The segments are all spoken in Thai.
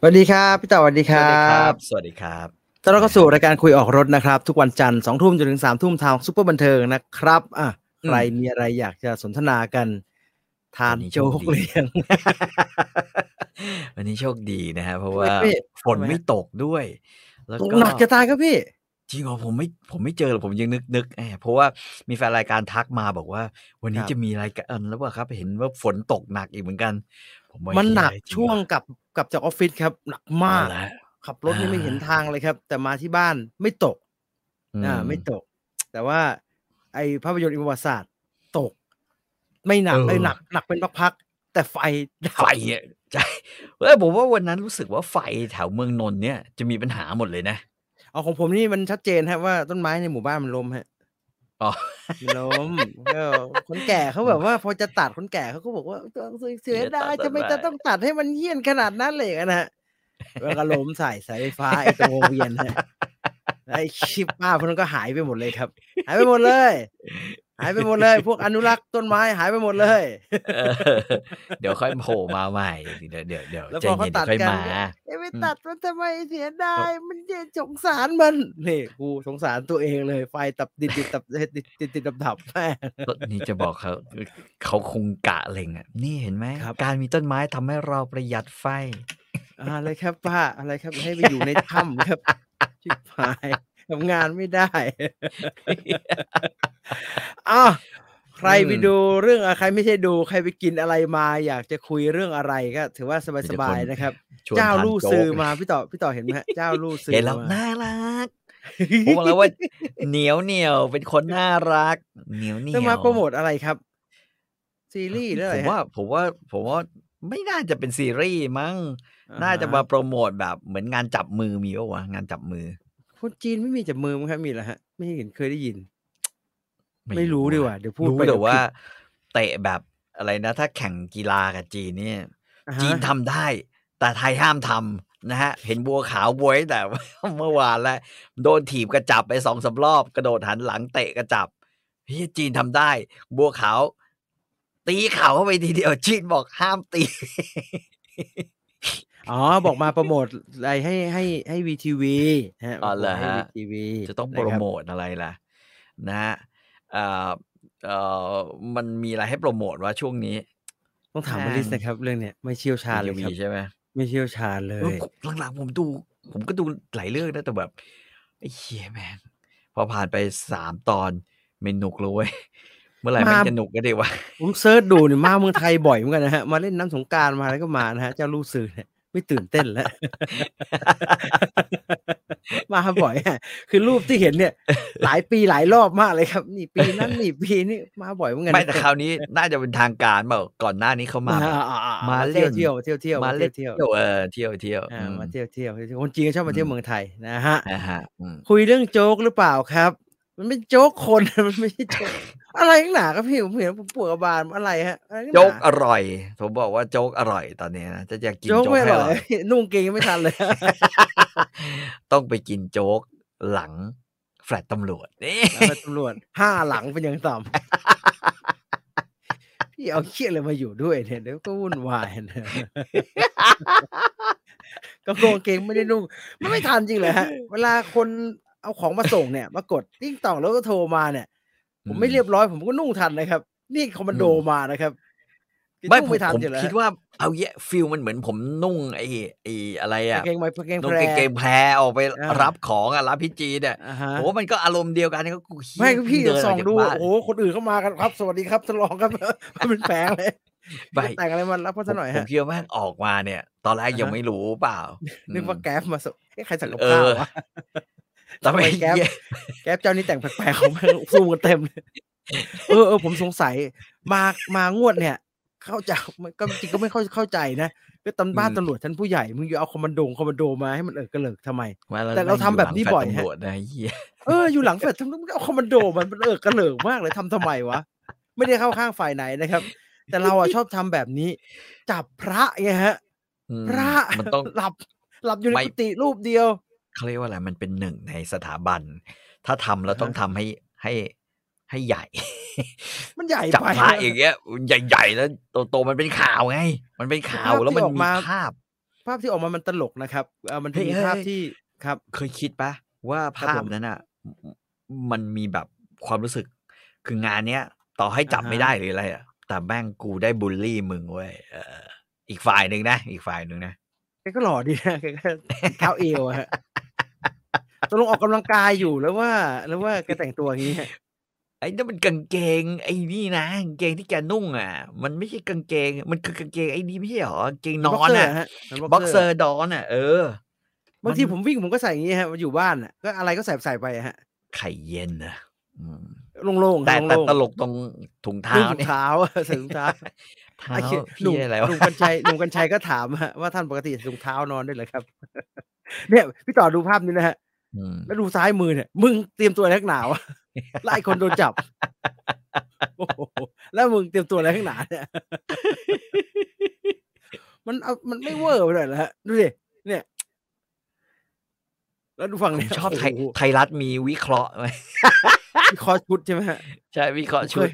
สวัสดีครับพี่เต่อสวัสดีค สวัส รั ดี บ สวัสดีครับ ต้อนรับเข้าสู่รายการคุยออกรถนะครับ ทุกวันจันทร์สองทุ่มจนถึงสามทุ่มทางซุปเปอร์บันเทิงนะครับอ่ะ อืใคมรมีอะไรอยากจะสนทนากัน ทาน วันนี้โช โจ๊ ค ก ดี เลี้ยง วันนี้โชคดีนะฮะเพราะว่า ทำไมพี่ ฝนไม่ตกด้วย แล้วก็ หนักจะตายครับพี่ จริงเหรอผมไม่ผมไม่เจอหรอกผมยังนึกนึกแอบเพราะว่ามีแฟนรายการทักมาบอกว่า วันนี้ ครับ จะมีรายการแล้วว่าครับ เห็นว่าฝนตกหนักอีกเหมือนกัน ผมว่า มันหนัก เยจริ ช่วงกลับกลับจากออฟฟิศครับหนัก เอ มาก ละ ขับรถนี่ อ่า ไม่เห็นทางเลยครับ แต่มาที่บ้านไม่ตกอ่าไม่ตก แต่ว่า ไอภาพยนตร์อิมวัติศาสตร์ตก ไม่หนักไอยหนักหนักเป็นพักๆแต่ไฟดับ ไฟเนี่ย ใช่เอยผมว่าวันนั้นรู้สึกว่าไฟแถวเมืองนนท์เนี่ยจะมีปัญหาหมดเลยนะ เอาของผมนี่มันชัดเจนฮะว่าต้นไม้ในหมู่บ้านมันล้มฮะ อ๋อ มันล้มก็คนแก่เขาแบบว่า พอจะตัดคนแก่เขาก็บอกว่าเสีย อย่าตั ดาย ด ทำไม ต้นไม้ จะต้องตัดให้มันเหี้ยนขนาดนั้นเลยนะฮะแล้วก็ล้มใส่สายไฟฟ้าไอ้ตรงวงเวียนฮะไอ้คลิปป้าพวกนั้นก็หายไปหมดเลยครับ หายไปหมดเลย หายไปหมดเลย พวกอนุรักษ์ต้นไม้หายไปหมดเลย เออ เดี๋ยวค่อยโผล่มาใหม่ เดี๋ยวเดี๋ยวเดี๋ยว แล้ว ใจ พอเขา เย็นตัดเดี๋ยวค่กัอยน มา ไอ้ไม่ อืม ตัดมันทำไมเสียดายมันเย็นสงสารมันนี่กูสงสารตัวเองเลย ไฟตับดิดดิดตับติดติดติดดับดับแม่ ต้นนี้จะบอกเขาเขาคงกะเล็งอ่ะ นี่เห็นไหม ครับ การมีต้นไม้ทำให้เราประหยัดไฟ อะไรครับป้าอะไรครับให้ไปอยู่ในถ้ำครับ ชิบหายทำงานไม่ได้ อ้าวใครไป อืม ดูเรื่องอะใครไม่ใช่ดู ใครไปกินอะไรมา อยากจะคุยเรื่องอะไรก็ ถือว่าสบาย มีๆแต่คนนะครับ ชวน เจ้า ทน ลู่ โจ๊ก ซื้อ เลย มาพี่ต่อพี่ต่อเห็นไหมฮะเจ้าลู่ซื้อ เห็นแล้ว มา น่ารักผมบอกแล้วว่า เหนียวเหนียวเป็นคนน่ารัก เหนียวเหนียว จะมาโปรโมทอะไรครับ ซีรีส์หรืออะไร ผม ฮะ ว่าผมว่าผมว่าไม่น่าจะเป็นซีรีส์มั้ง อ่ น่าจะ ฮ มาโปรโมทแบบเหมือนงานจับมือมีปะวะงานจับมือ คนจีนไม่มีจับมือมั้งครับมีเหรอฮะ ไม่เห็นเคยได้ยิน ไม่รู้ดีกว่าเดี๋ยวพูด รู้ ไป แต่ เดี๋ยว ว่า ผิด เตะแบบอะไรนะ ถ้าแข่งกีฬากับจีนเนี่ย อ่าฮะ จีนทำได้ แต่ไทยห้ามทำนะฮะ เห็นบัวขาวบวยแต่ เมื่อวานแล้ว โดนถีบกระจับไปสองสารอบ กระโดดหันหลังเตะกระจับพี่จีนทำได้ บัวขาว ตีเข่าเข้าไปทีเดียว จีนบอกห้ามตี อ๋อ บอกมาโปรโมทอะไรให้ให้ให้วีทีวีฮะ อ๋อเหรอฮะ วีทีวี จะต้องโปรโมทอะไรล่ะ นะฮะเอ่อเอ่อมันมีอะไรให้โปรโมทว่าช่วงนี้ ต้องถามมาริสนะครับ เรื่องเนี้ยไม่เชี่ยวชาญเลยครับ วีใช่ไหม ไม่เชี่ยวชาญเล เออย หลังๆผมดู ผมก็ดูหลายเรื่องนะแต่แบบไอ้เฮียแม่งพอผ่านไปสามตอนไม่หนุกเลยเว้ย เมื่อไหร่แมัน มา จะหนุกก็ได้วะ ผมเซิร์ชดูเนี่ยมาเมืองไทยบ่อยเหมือนกันนะฮะมาเล่นน้ำสงกรารมาแล้วก็มานะฮะเจ้าลูกสื่อเนี่ยไม่ตื่นเต้นแล้ว มาบ่อยฮะคือรูปที่เห็นเนี่ย หลายปีหลายรอบมากเลยครับ นี่ปีนั้นนี่ปีนี้มาบ่อยเหมือนกัน ไม่แต่คราวนี้น่าจะเป็นทางการเปล่าก่อนหน้านี้เขามา มา แบบ มา มา เล่ เที่ยวน เที่ยวเที่ยวเที่ยว มาเล่น เที่ยเที่ยว วเออเที่ยวเที่ยว อ่า อืม มาเที่ยวเที่ยวคนจีนก็ชอบมาเที่ยว อืม เมืองไทยนะฮะ อ่าฮะอืม คุยเรื่องโจ๊กหรือเปล่าครับ มันไม่โจ๊กคน มันไม่ใช่โจ๊ก อะไรนักหนาครับพี่ผมเห็นผมปวดกระบาลอะไรฮะอะไรนัหนา โจ๊กอร่อย ผมบอกว่าโจ๊กอร่อยตอนนี้นะจะอยากกิน โจ๊ก โจ๊ก ไม่ ให้ อ อ ร่ ร่ อ อย ย นุ่งเกงยังไม่ ทันเลย ต้องไปกินโจ๊กหลังแฟลตตำรวจนี่ เอาไปตำรวจห้าหลังเป็นอย่าง ต่ำ พี่เอาเครียดอะไรมาอยู่ด้วยเนี่ยเดี๋ยวก็วุ่นวายนะ ก็โกงเกงไม่ได้นุ่งมันไม่ทันจริงเลยฮะ เวลาคนเอาของมาส่งเนี่ยมากดติ้งต่องแล้วก็โทรมาเนี่ย ผมไม่ อืม เรียบร้อยผมก็นุ่งทันนะครับ นี่คอมมานโด อืม มานะครับ ไม่ นุ่ง ผม ทัน ผม จริงเลย คิดว่าเอาเยอะฟิลมันเหมือนผมนุ่งไอ้ไอ้อะไรอ่ะ เกงไม้เกง นุ่ แพรงกางเกงแพรออกไป อ่ารั รับของอ่ะรับพี่จีนเนี่ย อ่าฮะ โอ้มันก็อารมณ์เดียวกันก็กูเหี้ย ไม่ก็พี่ เพิ่เดิน ส่อง กจาก ดู บ้าน โอ้โหคนอื่นเข้ามากันครับ สวัสดีครับทดลองครับ เป็นแผงเลย ไป แต่งอะไรมันรับ ผ เขา ม ซะหน่อย ผ ฮะ มคิดว่าแม่งออกมาเนี่ย ตอนแรก อ่าฮะ ยังไม่รู้เปล่า นึกว่า อืม แก๊ปมาส่งเอ๊ะใครสั่งกับ เออ ข้าววะ แต่ไม่ ทำไมแก๊ป เหี้ย แก๊ปเจ้านี้แต่งแปลกๆของแม่งสู้กันเต็มเลย เออเออผมสงสัยมามางวดเนี่ย เข้าใจมันก็จริงก็ไม่เข้าเข้าใจนะ ก็ตำบ้าน อืม ตำรวจชั้นผู้ใหญ่มึงอยู่เอาคอมมานโดงคอมมานโดมาให้มันเอิกกระเลิกทำไม ว่ล้ว แต่เราทำแบบนี้บ่อย หลัง ฮะ แฟลตตำรวจนะเหี้ย เอออยู่หลังแฟลตทำไมมึงเอาคอมมานโดมันมันเอิกกระเลิกมากเลยทำทำไมวะ ไม่ได้เข้าข้างฝ่ายไหนนะครับ แต่เราอ่ะชอบทำแบบนี้ จับพระไงฮะ อืม พระ มันต้อง หลับหลับอยู่ใน ไม่ กุฏิรูปเดียว เขาเรียกว่าอะไรมันเป็นหนึ่งในสถาบัน ถ้าทำแล้ว อ่าฮะ ต้องทำให้ให้ให้ใหญ่ มันใหญ่ จับ ไป พระ นะ อย่างเงี้ยใหญ่ๆแล้วโตๆมันเป็นข่าวไง มันเป็นข่าภาวพที่ แล้วมัน ออก มี มา ภาพ ภาพที่ออกมามันตลกนะครับเออมันจะ เฮ้ย มี เฮ้ย ภาพ เฮ้ย ที่ครับ เคยคิดปะว่า ครับ ภา ผ พ ม นั้นอ่ะมันมีแบบความรู้สึก คืองานเนี้ย ต่อให้จับ อ่าฮะ ไม่ได้หรืออะไรอ่ะแต่แม่งกูได้บูลลี่มึงเว้ยเออ อีกฝ่ายหนึ่งนะอีกฝ่ายหนึ่งนะ แกก็หล่อดีนะแกก็เท้าเอวอะฮะ ตกลงออกกำลังกายอยู่แล้วว่า แล้วว่าแกแต่งตัวอย่างนี้ฮะ ไอ้นั่นมันกางเกง ไอ้นี่นะกางเกงที่แกนุ่งอ่ะ มันไม่ใช่กางเกง มันคือกางเกงไอ้นี่ไม่ใช่หรอกางเกง นอน เป็บ็อกเซอร์ อ่ะ ฮะป็น บ็อกเซอร์ดอนอ่ะเออ บางทีผมวิ่งผมก็ใส่อย่างนี้ฮะมาอยู่บ้านอ่ะก็อะไรก็ใส่ใส่ไปอะฮะ ไข่เย็นนะอืม โล่งๆ แต่ ฮะโล่งๆแต่ตลกตรงถุงเท้า นุ่งถุง เนี่ย เท้า ใส่ถุงเท้า เท้า ไอ้เหี้ย พี่ หนุ่ม อะไร ห วะ นุ่มกัญชัยหนุ่มกัญชัยก็ถามฮะว่าท่านปกติใส่ถุงเท้านอนด้วยเหรอครับ เนี่ยพี่ต่อดูภาพนี้นะฮะ อืม แล้วดูซ้ายมือเนี่ยมึงเตรียมตัวอะไรข้างหนาวะ ไล่คนโดนจับโอ้โหแล้วมึงเตรียมตัวอะไรข้างหนาเนี่ย มันเอามันไม่เวอร์ไปหน่อยเหรอฮะดูดิเนี่ย แล้วดูฝั่ง ผม เนี่ย ชอบไทย โโห ไทยรัฐมีวิเคราะห์ไหม มีคอชุดใช่ไหมฮะ ใช่วิเคราะห์ชุด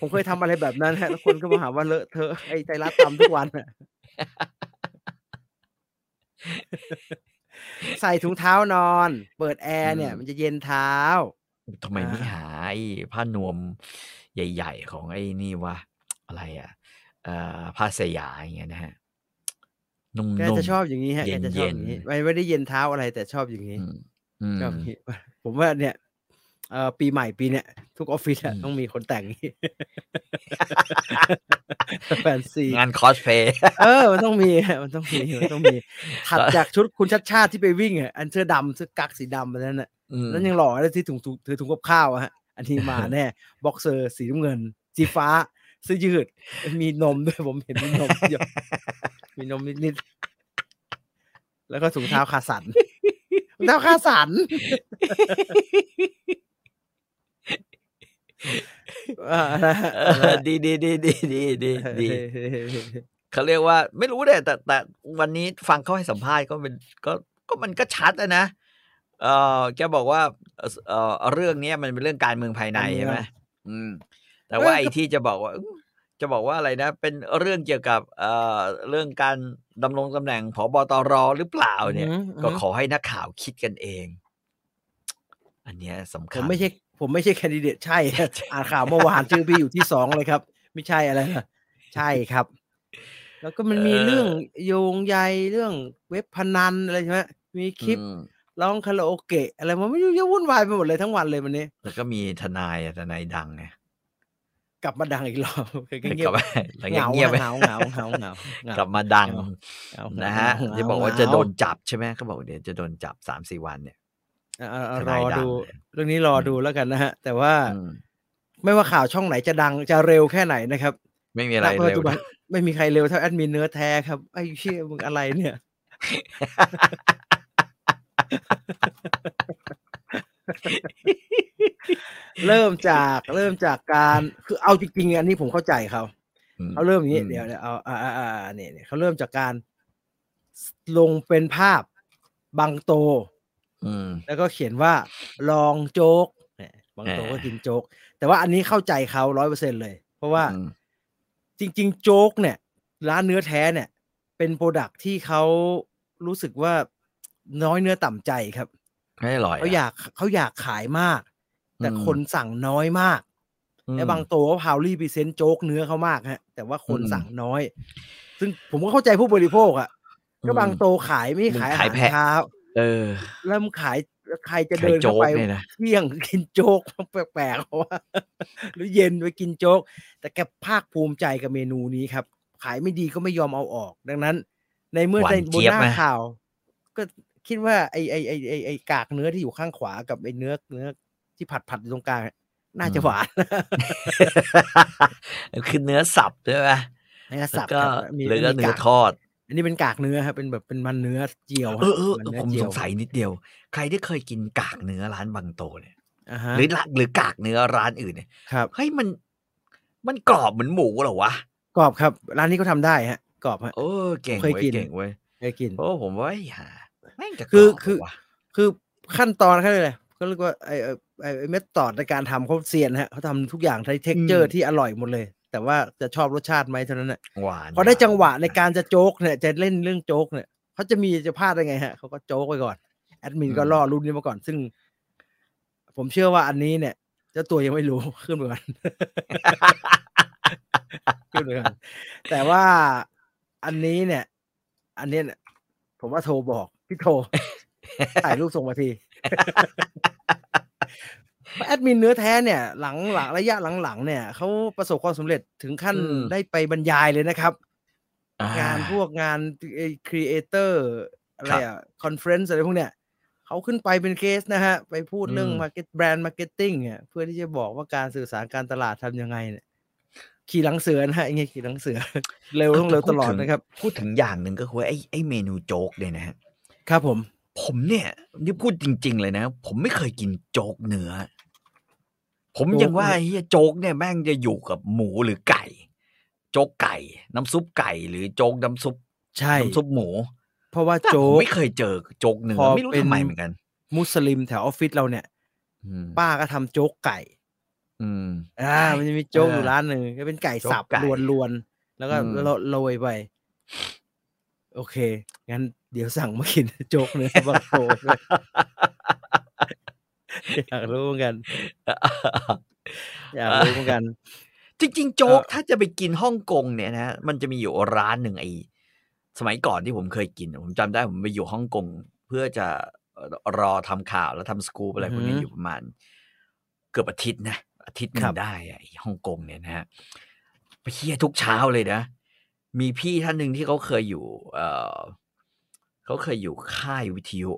ผมเคยทำอะไรแบบนั้นฮะแล้วคนก็มาหาว่าเลอะเทอะไอ้ใจรัดทำทุกวันน่ะ ใส่ถุงเท้านอน เปิดแอร์เนี่ย อืม มันจะเย็นเท้า ทำไมไม่ อ่า หาไอ้ผ้านวมใหญ่ ๆ ของไอ้นี่วะอะไรอ่ะเอ่อผ้าสยายอย่างเงี้ยนะฮะนุ่ม แก ๆ จะชอบอย่างนี้ฮะ เย็ แก นๆ จะชอบอย่างนี้ไม่ไม่ได้เย็นเท้าอะไรแต่ชอบอย่างนี้ อืมอืม ชอบอย่างนี้ ผมว่าเนี่ยเอ่อปีใหม่ปีเนี่ยทุกออฟฟิศอะ อืม ต้องมีคนแต่ง อย่างนี้ แฟนซี งานคอสเพย์ เออ มันต้องมีฮะมันต้องมีมันต้อง มีถัด ตอน จากชุดคุณชัดชาติที่ไปวิ่งอะอันเสื้อดำเสื้อกั๊กสีดำอันนั้นน่ะแล้วยังหล่อแล้วที่ถุงถุงถือถุงกับข้าวอะฮะอันนี้มาแน่ บ็อกเซอร์สีน้ำเงิน สีฟ้าเสื้อยืด มีนมด้วยผมเห็นมีนมเยอะ มีนมนิดๆแล้วก็ถุงเท้าคาสัน ถุงเท้าคา สัน อ่านะฮะ เออ ดีดีดีดีดีดีดีเขาเรียกว่าไม่รู้เลยแต่แต่วันนี้ฟังเขาให้สัมภาษณ์ก็เป็นก็ก็มันก็ชัดอะนะเออแกบอกว่าเออเรื่องเนี้ยมันเป็นเรื่องการเมืองภายในใช่ไหมอืม แต่ว่าไอ้ที่จะบอกว่าอื้อจะบอกว่าอะไรนะ เป็นเรื่องเกี่ยวกับเอ่อเรื่องการดำรงตำแหน่งผบตรหรือเปล่าเนี่ย อืม ก็ขอให้นักข่าวคิดกันเอง อันเนี้ยผสำคัญ มไม่ใช่ ผมไม่ใช่แคนดิเดตใช่ อ่านข่าวเมื่อวานชื่อพี่อยู่ที่สองเลยครับ ไม่ใช่อะไรนะใช่ครับ แล้วก็มันมี เออ เรื่องโยงใยเรื่องเว็บพนันอะไรใช่ไหมมีคลิป อืม ร้องคาราโอเกะอะไรมันไม่รู้จะวุ่นวายไปหมดเลยทั้งวันเลยวันนี้ แล้วก็มีทนายอะทนายดังไง กลับมาดังอีกรอบ คือเงี ก ยบลับ มาหลัง เห จาก งา เงียบไป เหงาเหงาเหงาเหงาเหงาก ลับมาดัง เหงา นะฮะ เหง จะบอกว่าจะโดนจับใช่ไหมเขาบอกเดี๋ยวจะโดนจับสามสี่วันเนี่ย เหงาเอาเอา ท ร นา อย ดัง ดู เลย เรื่องนี้รออ ม ดูแล้วกันนะฮะ แต่ว่า อืม ไม่ว่าข่าวช่องไหนจะดังจะเร็วแค่ไหนนะครับ ไม่มีอะไร ณปัจ เร็ว จุบันไม่มีใครเร็วเท่าแอดมินเนื้อแท้ครับไอ้เชี่ยมึงอะไรเนี่ย เริ่มจากเริ่มจากการคือเอาจริงๆอันนี้ผมเข้าใจเขา อืม เขาเริ่มอย่างนี้ อืม เดี๋ยวเดี๋ยวเอาอ่าอ่าอ่าเนี่ยเนี่ยเขาเริ่มจากการลงเป็นภาพบังโต อืม แล้วก็เขียนว่าลองโจ๊กเนี่ยบังโต เออ ก็กินโจ๊ก แต่ว่าอันนี้เข้าใจเขาร้อยเปอร์เซ็นเลย เพราะว่า อืม จริง ๆ โจ๊กเนี่ย ร้านเนื้อแท้เนี่ย เป็นโปรดักที่เขารู้สึกว่าน้อยเนื้อต่ำใจครับ ไม่อร่อย เขา อะ อยากเขาอยากขายมาก แต่ อืม คนสั่งน้อยมาก อืม และบางตัวก็พาวลี่พรีเซนต์โจ๊กเนื้อเขามากฮะ แต่ว่าคน อืม สั่งน้อย ซึ่งผมก็เข้าใจผู้บริโภคอะ อืม ก็บางโตวขายไม่ขายอา ขา หาย ร แพะ เช้า เออ แล้วมันขายใครจะ ไข่ เดิน โจ๊ เข้าก ไป เนี่ยนะ เที่ยง กินโจ๊กแปลกๆเพราะว่า หรือเย็นไปกินโจ๊ก แต่แกภาคภูมิใจกับเมนูนี้ครับ ขายไม่ดีก็ไม่ยอมเอาออก ดังนั้น ในเมื่อในบนหน้าข่าว ก็คิดว่าไอไอไอไอไอกากเนื้อที่อยู่ข้างขวากับไอเนื้อเนื้อที่ผัดผัดๆอยู่ตรงกลางอะน่าจะหว าน คือเนื้อสับใช่ไหม เนื้อ แล้ สั ว บ ก็ ครับมี หรือก็เนื้อกมีาก ทอด อันนี้เป็นกากเนื้อครับเป็นแบบเป็นมันเนื้อเจียวฮะ เออเออเอ มัน อ เนื้อ ผม เจี ส ว งสัยนิดเดียว ใครที่เคยกินกากเนื้อร้านบางโตเนี่ย อ่าฮะ หรือละหรือกากเนื้อร้านอื่นเนี่ย ครับ เฮ้ยมัน มันกรอบเหมือนหมูเหรอวะ กรอบครับ ร้านนี้ก็ทำได้ฮะกรอบฮะ เออเก่ง เคย เว้ย กิน เก่งเว้ย เคยกิน เพราะว่าผมว่าไอ้ห่าแม่งจะกรบ คือคือ เหรวะ คือขั้นตอนแค่นี้เลยก็เรียกว่าไอ้ไอ้ไอ้ไอ้เม็ดตอดในการทำเขาเซียนฮะเขาทำทุกอย่างใช้เท็กเจอร์ที่อร่อยหมดเลย แต่ว่าจะชอบรสชาติไหมเท่านั้นแหละ หวาน พอได้จังหวะในการจะโจ๊กเนี่ยจะเล่นเรื่องโจ๊กเนี่ยเขาจะมีจะพลาดได้ไงฮะเขาก็โจ๊กไว้ก่อนแอดมินก็ล่อรุ่นนี้มาก่อนซึ่ง ผมเชื่อว่าอันนี้เนี่ยเจ้าตัวยังไม่รู้ ขึ้นไปก่อน ขึ้นไปก่อนแต่ว่าอันนี้เนี่ย อันเนี้ยเนี่ยผมว่าโทรบอกพี่โทร ถ่ายรูปส่งมาที แอดมินเนื้อแท้เนี่ย หลังหลังระยะหลังๆเนี่ยเขาประสบความสำเร็จถึงขั้นได้ไปบรรยายเลยนะครับ อ่ งานพวกงานครีเอเตอร์อะไร ครับ อะคอนเฟรนซ์อะไรพวกเนี้ยเขาขึ้นไปเป็นเคสนะฮะ ไปพูดเรื่อง อืม มาร์เก็ตแบรนด์มาร์เก็ตติ้งเนี่ยเพื่อที่จะบอกว่าการสื่อสารการตลาดทำยังไงเนี่ยขี่หลังเสือนะฮะอย่างเงี้ยขี่หลังเสือ เร็วต้องเร็วตลอดนะครับ พูดถึงอย่างหนึ่งก็คือว่าไอ้ไอ้เมนูโจ๊กเนี่ยนะฮะ ครับผม ผมเนี่ยนี่พูดจริง ๆ เลยนะ ผมไม่เคยกินโจ๊กเนื้อ ผม โจ๊ก ยังว่าไอ้เหี้ยโจ๊กเนี่ยแม่งจะอยู่กับหมูหรือไก่ โจ๊กไก่ น้ำซุปไก่ หรือโจ๊กน้ำซุป ใช่ น้ำซุปหมู เพราะว่า แต่ โจ๊ ผม ก ไม่เคยเจอโจ๊กเนื้อ พอ ไม่รู้ เป็น ทำไมเหมือนกัน มุสลิมแถวออฟฟิศเราเนี่ย อืม ป้าก็ทำโจ๊กไก่ อืม อ่า มันจะมีโจ๊กอยู่ เออ ร้านหนึ่งก็เป็นไก่ โจ๊ก สับ ไก่ ลวนๆ แล้วก็ อืม โรโรยไป โอเค งั้นเดี๋ยวสั่งมากิน โจ๊กเนื้อบางโต ด้วยอยากรู้เหมือนกัน อยากรู้เหมือนกัน จริงๆโจ๊ก เออ ถ้าจะไปกินฮ่องกงเนี่ยนะ มันจะมีอยู่ร้านหนึ่งไอ้สมัยก่อนที่ผมเคยกิน ผมจำได้ผมไปอยู่ฮ่องกงเพื่อจะเอ่อรอทำข่าวแล้วทำสกู๊ปอะไรพวกนี้ อือหือ อยู่ประมาณ เกือบอาทิตย์นะอาทิตย์หนึ่ ครั ง บ ได้อะไอ้ฮ่องกงเนี่ยนะฮะไปเที่ยทุกเช้าเลยนะ มีพี่ท่านหนึ่งที่เขาเคยอยู่ เออเขาเคยอยู่ค่ายวิทยุ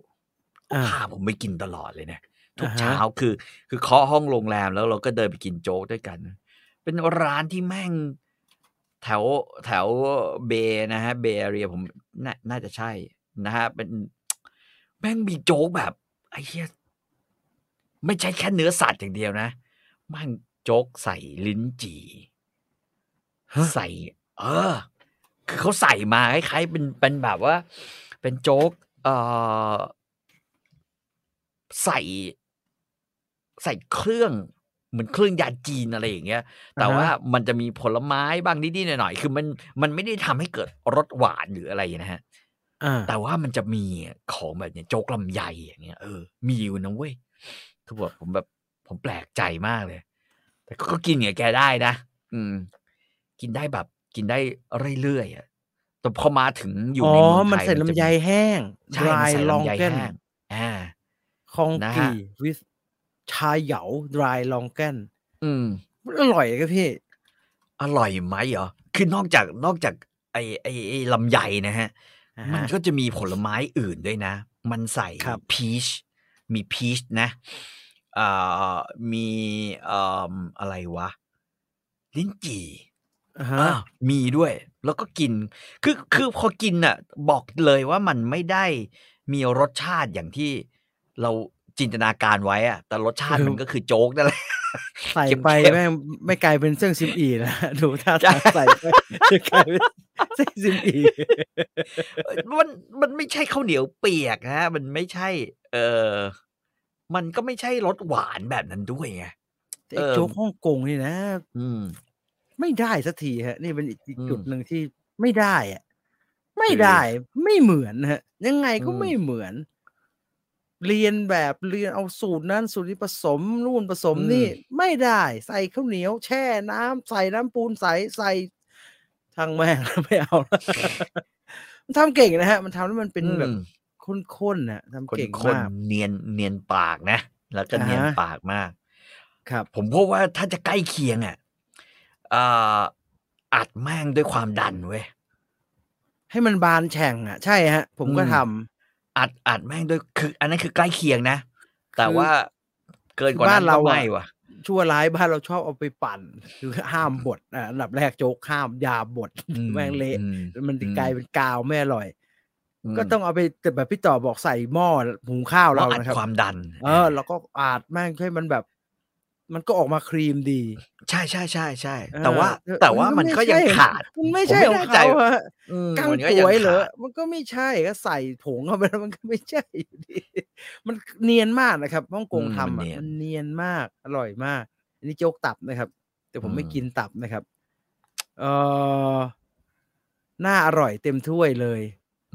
อ่า พาผมไปกินตลอดเลยนะทุก อ่าฮะ เช้าคือ คือเคาะห้องโรงแรมแล้วเราก็เดินไปกินโจ๊กด้วยกัน เป็นร้านที่แม่ง แถวแถวเบย์นะฮะ เบย์เรียผมนาน่าจะใช่นะฮะ เป็นแม่งมีโจ๊กแบบไอ้เหี้ยไม่ใช่แค่เนื้อสัตว์อย่างเดียวนะแม่งโจ๊กใส่ลิ้นจี่ ใส่ เออ คือเขาใส่มาคล้ายๆเป็นเป็นแบบว่า เป็นโจ๊กเออใส่ ใส่เครื่อง เหมือนเครื่องยาจีนอะไรอย่างเงี้ย แต่ อ่าฮะ ว่ามันจะมีผลไม้บ้างนิดๆหน่อยๆคือมันมันไม่ได้ทำให้เกิดรสหวานหรืออะไรนะฮะ อ่า แต่ว่ามันจะมีของแบบเนี้ยโจ๊กลำไยอย่างเงี้ยเออมีอยู่นะเว้ยคือแบบผมแบบผมแปลกใจมากเลย แต่ก็ก็กินกับแกได้นะอืม กินได้แบบ กินได้เรื่อยๆอ่ะแต่พอมาถึงอยู่ อ๋อ ในเมืองไทมันยใส่ จะ ลำไยแห้ง ใช่ dry มันใส่ l o n ลำไย g e n แห้งอ่า คอง นะฮะ กีวิสชาเหยา dry l o n g e n อืม มันอร่อยครับพี่ อร่อยไหมเหรอ คือนอกจากนอกจากไอไอไอลำไยนะฮะ อ่า มัน ฮะ ก็จะมีผลไม้อื่นด้วยนะ มันใส่ ครับ พีช มีพีชนะเอ่อมีเอ่มอะไรวะ ลิ้นจี่ อ่า อ่า ฮะ มีด้วย แล้วก็กิน คือคือพอกินอ่ะ บอกเลยว่ามันไม่ได้มีรสชาติอย่างที่เราจินตนาการไว้อะแต่รสชาติมันก็คือโจ๊กนั่นแหละ ใส่ เค็มๆ ไปแม่งไม่กลายเป็นเส้นซิมอีนะ ดูท่า ใช่ ทางใส่ไปจะก ลายเป็นเส้นซิมอี เอ่อมันมันไม่ใช่ข้าวเหนียวเปียกนะมันไม่ใช่ เออมันก็ไม่ใช่รสหวานแบบนั้นด้วยไง ไอ้โจ๊กฮ่องกงนี่นะ อืม ไม่ได้สักทีฮะ นี่เป็นอีกอีก อืม จุดหนึ่งที่ไม่ได้อะไม่ได้ไม่เหมือนฮะ ยังไงก็ อืม ไม่เหมือน เรียนแบบเรียนเอาสูตรนั้นสูตรนี้ผสมนู่นผสมนี่ ไม่ได้ใส่ข้าวเหนียว แช่น้ำใส่น้ำปูนใส่ใส่ทางแม่ง ไม่เอาแล้วมันทำเก่งนะฮะ มันทำแล้วมันเป็นแบบ อืม ข้นๆน่ะทำ คน เก่ง คน มาก เนียนเนียนปากนะ แล้วก็ อ่าฮะ เนียนปากมาก ครับ ผมพบว่าถ้าจะใกล้เคียงอ่ะเอ่ออัดแม่งด้วยความดันเว้ย ให้มันบานแฉ่งอ่ะ ใช่ฮะ ผมก็ อืม ทำ อัดอัดแม่งด้วยคือ อันนั้นคือใกล้เคียงนะ แต่ คือ ว่าเกินกว่า บ้า นั้น น เรา ก็ อะ ไม่ว่ะ ชั่วร้ายบ้านเราชอบเอาไปปั่น คือห้ามบดอ่ะอันดับแรกโจ๊กห้ามอยาบด อื แม่งเละ อื มันจะกลายเป็นกาวไม่อร่อย อืม ก็ต้องเอาไปแต่แบบพี่ต่อบอกใส่หม้อหุงข้าวเรา พะอัด นะครับ ความดัน เออ แล้วก็อาดแม่งให้มันแบบ มันก็ออกมาครีมดี ใช่ใช่ใช่ใช่ เออ แต่ว่า เออ แต่ว่ามัน นก็ ก็ ไม่ ยัง ใช่ ขาด มันไม่ใช่ ผ ข ม อ ไม่ ง แน่ใจ เขาอะ อืม กั้ง มันก็ ก ยัง วยเหรอ ขาด มันก็ไม่ใช่ก็ใส่ผงเข้าไปแล้วมัน ก็ไม่ใช่อยู่ดี มันเนียนมากนะครับฮ่องกงทำอะมันเนียนมาก อร่อยมาก อันนี้โจ๊กตับนะครับ แต่ผมไม่กินตับนะครับ เออหน้าอร่อยเต็มถ้วยเลย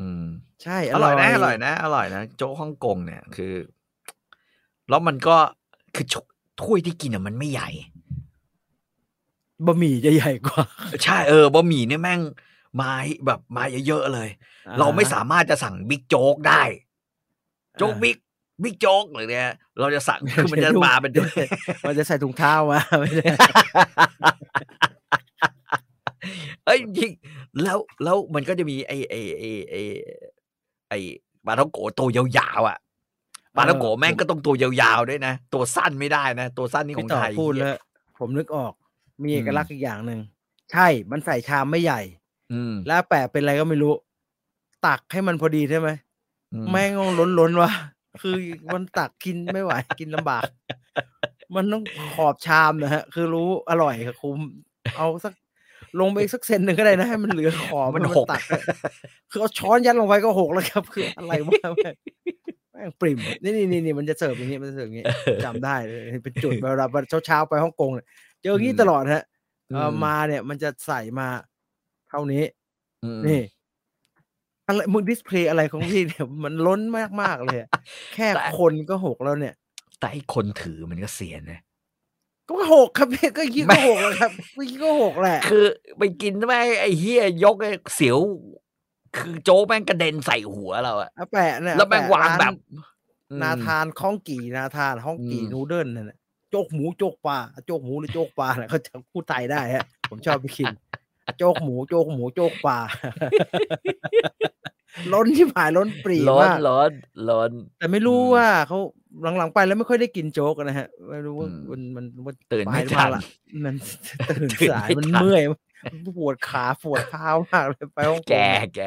อืม ใช่ อร่อยนะอร่อยนะอร่อยนะโจ๊กฮ่องกงเนี่ยคือ แล้วมันก็คือชุถ้วยที่กินอ่ะมันไม่ใหญ่ บะหมี่จะใหญ่กว่า ใช่เออบะหมี่เนี่ยแม่งมาแบบมาเยอะๆเลย เราไม่สามารถจะสั่งบิ๊กโจ๊กได้ โจ๊ก บิ๊กบิ๊กโจ๊กหรือเนี่ยเราจะสั่ง คือมันจะมาเป็น เดี๋ยว มันจะใส่ถุงเท้ามา ไม่ได้ เอ้ยจริงแล้วแล้วมันก็จะมีไอ้ไอ้ไอ้ไอ้ไอ้ปลาท่องโกะตัวยาวๆอ่ะปลาท่องโกะแม่งก็ต้องตัวยาวๆด้วยนะตัวสั้นไม่ได้นะตัวสั้นนี่ข พี่ อง ต่อ ไทย พูดแล้วผมนึกออก มี อืม เอกลักษณ์อีกอย่างหนึ่งใช่ มันใส่ชามไม่ใหญ่ อืม แล้วแปะเป็นอะไรก็ไม่รู้ ตักให้มันพอดีใช่ไหม อื แม่งงล้นล้นๆวะคือมันตักกินไม่ไหว กินลำบาก มันต้องขอบชามนะฮะ คือรู้อร่อยค่ะคุ้มเอาสัก ลงไปอีกสักเซนหนึ่งก็ได้นะให้มันเหลือขอบ มัน ให้ หก ตัได้คือเอาช้อนยัดลงไปก็หกแล้วครับ คืออะไรวะแม่งแม่งปริ่มนี่นี่นี่นี่มันจะเสิร์ฟอย่างนี้มันจะเสิร์ฟอย่างนี้ จำได้เลยเป็นจุดเวลาเช้าเช้าๆไปฮ่องกงเนี่ยเจออย่างนี้ อืม ตลอดฮะเอ่ออ ม มาเนี่ยมันจะใส่มาเท่านี้ อืม นี่อะไรมึงดิสเพลย์อะไรของพี่ เนี่ย มันล้นมากมากๆ เลยอะแค่ แต่ คนก็หกแล้วเนี่ย แต่ไอ้คนถือมันก็เสียนะ ก็หกครับ พี่ก็ยี่ ไม่ ก็หกแล้วครับก็ยี่ก็หกแหละ คือไปกินทำไมไอ้เฮียยกไอ้เสียว คือโจ๊กแม่งกระเด็นใส่หัวเราอะ เอาแปะเนี่ย แล้วแม่ง ปะ วางแบบ ร้านนาทานข้องกี่นาทานห้องกี่ อืม นูเดิลนั่นน่ะโจกหมูโจกปลาโจกหมูหรือโจกปลาเนี่ยเขาจะพูดไทยได้ฮะ ผมชอบไปกิน โจกหมูโจกหมูโจกปลา ล้นที่ผายล้นปรี ร้อน มาก ร้อนร้อน แต่ไม่รู้ อืม ว่าเขาหลังๆไปแล้วไม่ค่อยได้กินโจ๊กอะนะฮะไม่รู้ว่า อืม มันมันมัน ตื่น ปลา ไม่ทันยากละมัน ตื่น ตื่น สาย ไม่ มัน ทัน เมื่อยมันปวดขาปวดเท้ามากเลยไปฮ่องกง แก เนี่ย แก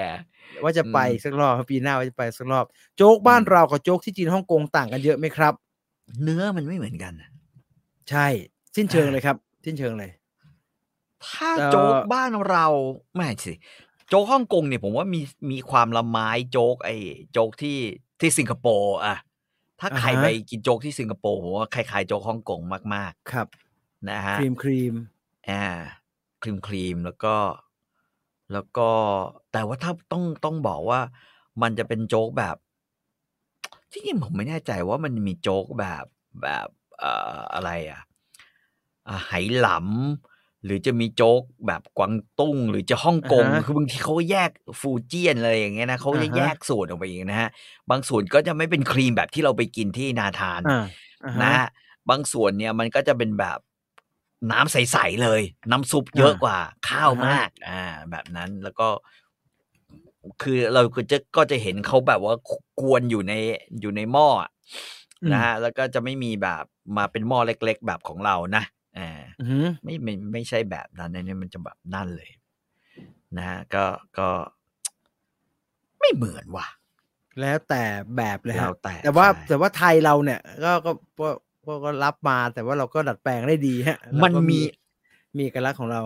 ว่าจะไป อืม อีกสักรอบครับปีหน้าว่าจะไปสักรอบ โจ๊กบ้าน อืม เรากับโจ๊กที่จีนฮ่องกงต่างกันเยอะไหมครับ เนื้อมันไม่เหมือนกันอะ ใช่ สิ้นเชิงเลยครับ สิ้นเชิงเลย ถ้า เอ่อ โจ๊กบ้านเราไม่สิ โจ๊กฮ่องกงเนี่ยผมว่ามีมีความละไม้โจ๊กไอ้โจ๊กที่ที่สิงคโปร์อะถ้าใครไปกินโจ๊กที่สิงคโปร์ผมว่าคล้ายๆโจ๊กฮ่องกงมาก ครับ ๆนะฮะ ครีมครีม อ่าครีมครีมแล้วก็ แล้วก็ แต่ว่าถ้าต้องต้องบอกว่า มันจะเป็นโจ๊กแบบที่จริงผมไม่แน่ใจว่ามันมีโจ๊กแบบแบบเอ่ออะไรอ่ะอ่าไหหลำหรือจะมีโจ๊กแบบกวางตุ้ง หรือจะฮ่องกงคือบางทีเขาก็แยกฟูเจียนอะไรอย่างเงี้ยนะเขาจะแยกส่วนออกไปอย่างนะฮะ บางส่วนก็จะไม่เป็นครีมแบบที่เราไปกินที่นาทาน อ่าอ่าฮ นะฮะบางส่วนเนี่ยมันก็จะเป็นแบบน้ำใส ๆ เลย น้ำซุปเยอะ อ่าก ว่า ข้าว อ่าฮะ มากอ่าแบบนั้นแล้วก็ คือเราก็จะก็จะเห็นเขาแบบว่ากวนอยู่ในอยู่ในหม้ออะนะฮะแล้วก็จะไม่มีแบบมาเป็นหม้อเล็ก ๆ แบบของเรานะอ่า อือหือ ไม่ไม่ไม่ใช่แบบนั้นนะเนี่ยมันจะแบบนั่นเลย นะฮะก็ก็ ไม่เหมือนว่ะ แล้วแต่แบบเลย แล้ ฮะ วแต่ แต่ว่า ใช่ แต่ว่าไทยเราเนี่ย ก็ก็ก็ก็ก็รับมาแต่ว่าเราก็ดัดแปลงได้ดีฮะเรา มัน ก็ มี มีเอกลักษณ์ของเรา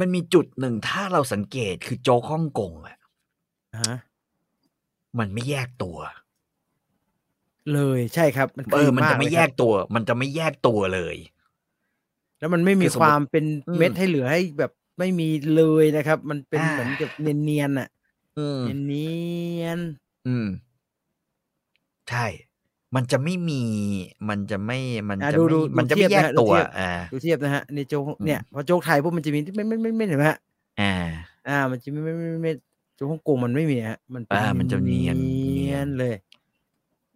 มันมีจุดหนึ่งถ้าเราสังเกตคือโจ๊กฮ่องกงอะ อ่าฮะ มันไม่แยกตัว เลยใช่ครับ มันค เอ รี อ ม มัน มากจะเล ไม่ ย แย ครับ กตัว มันจะไม่แยกตัวเลย แล้วมันไม่มี คือสมคมุติวามเป็น อืม เม็ดให้เหลือให้แบบไม่มีเลยนะครับ มันเป็น อ่า เหมือนกับเนียนๆอ่ะ อืม เนียนๆ อืม ใช่ มันจะไม่มี มันจะไม่ มัน อ่ะ จะ ดูดูไม่มันจะไม่ ดูเทียบนะแยกฮะ ตัว ดูเทียบดูอ่าเทียบนะฮะในโจ๊ก อืม เนี่ยพอโจ๊กไทยพวกมันจะมีที่ไม่ไม่ไม่ไม่เห็นไหมฮะ อ่า อ่า มันจะไม่ไม่ไม่ไม่โจ๊กฮ่องกงมันไม่มีฮะมันเป็น อ่ามันจะเนียนเนี เนี ย ย น นเลย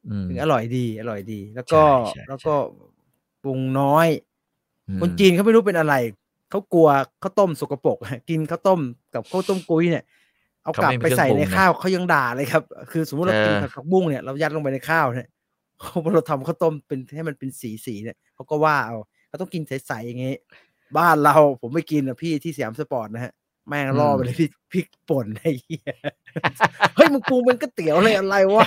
อืม ถึงอร่อยดีอร่อยดี แล้วก็ ใช่ใช่ แล้วก็ปรุงน้อย อืม คนจีนเขาไม่รู้เป็นอะไรเขากลัวข้าวต้มสกปร ก กินข้าวต้มกับข้าวต้มกุ้ยเนี่ย เอากลับไปใส่ในข้าวเขายังด่าเลยครับ คือสมมติเรากินผักบุ้ง เนี่ยเรายัดลงไปในข้าวเนี่ยเขาบอกเราทำข้าวต้มเป็นให้มันเป็นสีสีๆเนี่ยเขาก็ว่าเอา เราต้องกินใสๆอย่างงี้ บ้านเราผมไม่กินนะพี่ที่สยามสปอร์ตนะฮะ แม่งล่อไปเลยพี่ พริกป่นไอ้เหี้ย เฮ้ยมึงปรุงเป็นก๋วยเตี๋ยวเลยอะไรวะ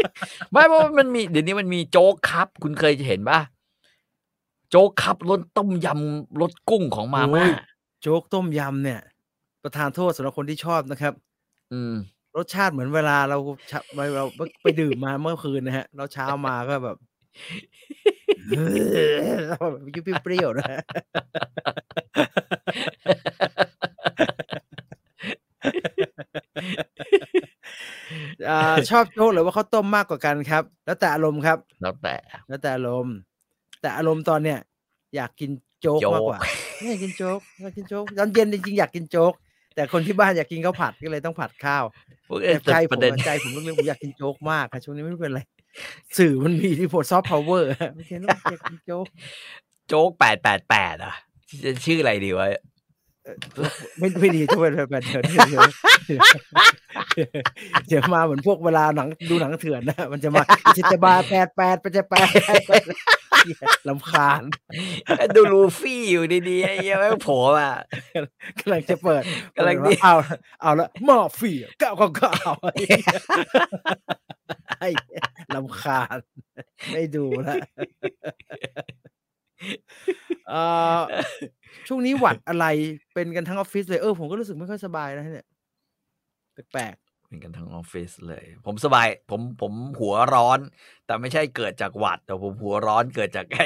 ไม่เพราะว่ามันมีเดี๋ยวนี้มันมีโจ๊กครับ คุณเคยเห็นป่ะโจ๊กครับรสต้มยำรสกุ้งของมาม่า โอ้ย โจ๊กต้มยำเนี่ย ประทานโทษสำหรับคนที่ชอบนะครับ อืม รสชาติเหมือนเวลาเราชะไปเราไปดื่มมาเมื่อคืนนะฮะแล้วเช้ามาก็แบบ ยุบเปรี้ยวๆนะฮะอ่าชอบโจ๊กหรือว่าข้าวต้มมากกว่ากันครับ แล้วแต่อารมณ์ครับ แล้วแต่ แล้วแต่อารมณ์ แต่อารมณ์ตอนเนี้ยอยากกินโจ๊ก โจ๊ก มากกว่าไม่อยากกินโจ๊กอยากกินโจ๊กตอนเย็นจริงๆอยากกินโจ๊ก แต่คนที่บ้านอยากกินข้าวผัดก็เลยต้องผัดข้าวแต่ใจผมประเด็น อะใจผมเรื่องผมอยากกินโจ๊กมากค่ะช่วงนี้ไม่รู้เป็นไร สื่อมันมีที่พลซอฟต์พาวเวอร์ไม่ใช่ต้องอยากกินโจ๊ก โจ๊กแปดแปดแปดอ่ะจะชื่ออะไรดีวะ ไม่ไม่ดีช่วยแบบแบบเดี๋ยวเดี๋ยวเดี๋ยวเดี๋ยวมาเหมือนพวกเวลาหนังดูหนังเถื่อนนะมันจะมาอิชิตบาแปดแปดปจะแปดลำคาญ ดูลูฟี่อยู่ดีๆไอ้เหี้ยังไม่งโผล่มา กำลังจะเปิด กำลังดี เปิว่าเอาเอาละมอฟีเก้าเก้าเก้าไอ้ลำคาญไม่ดูละเอ่อช่วงนี้หวัดอะไรเป็นกันทั้งออฟฟิศเลย เออผมก็รู้สึกไม่ค่อยสบายนะเนี่ยแปลก เป็นกันทั้งออฟฟิศเลย ผมสบายผมผมหัวร้อน แต่ไม่ใช่เกิดจากหวัด แต่ผมหัวร้อนเกิดจากไอ้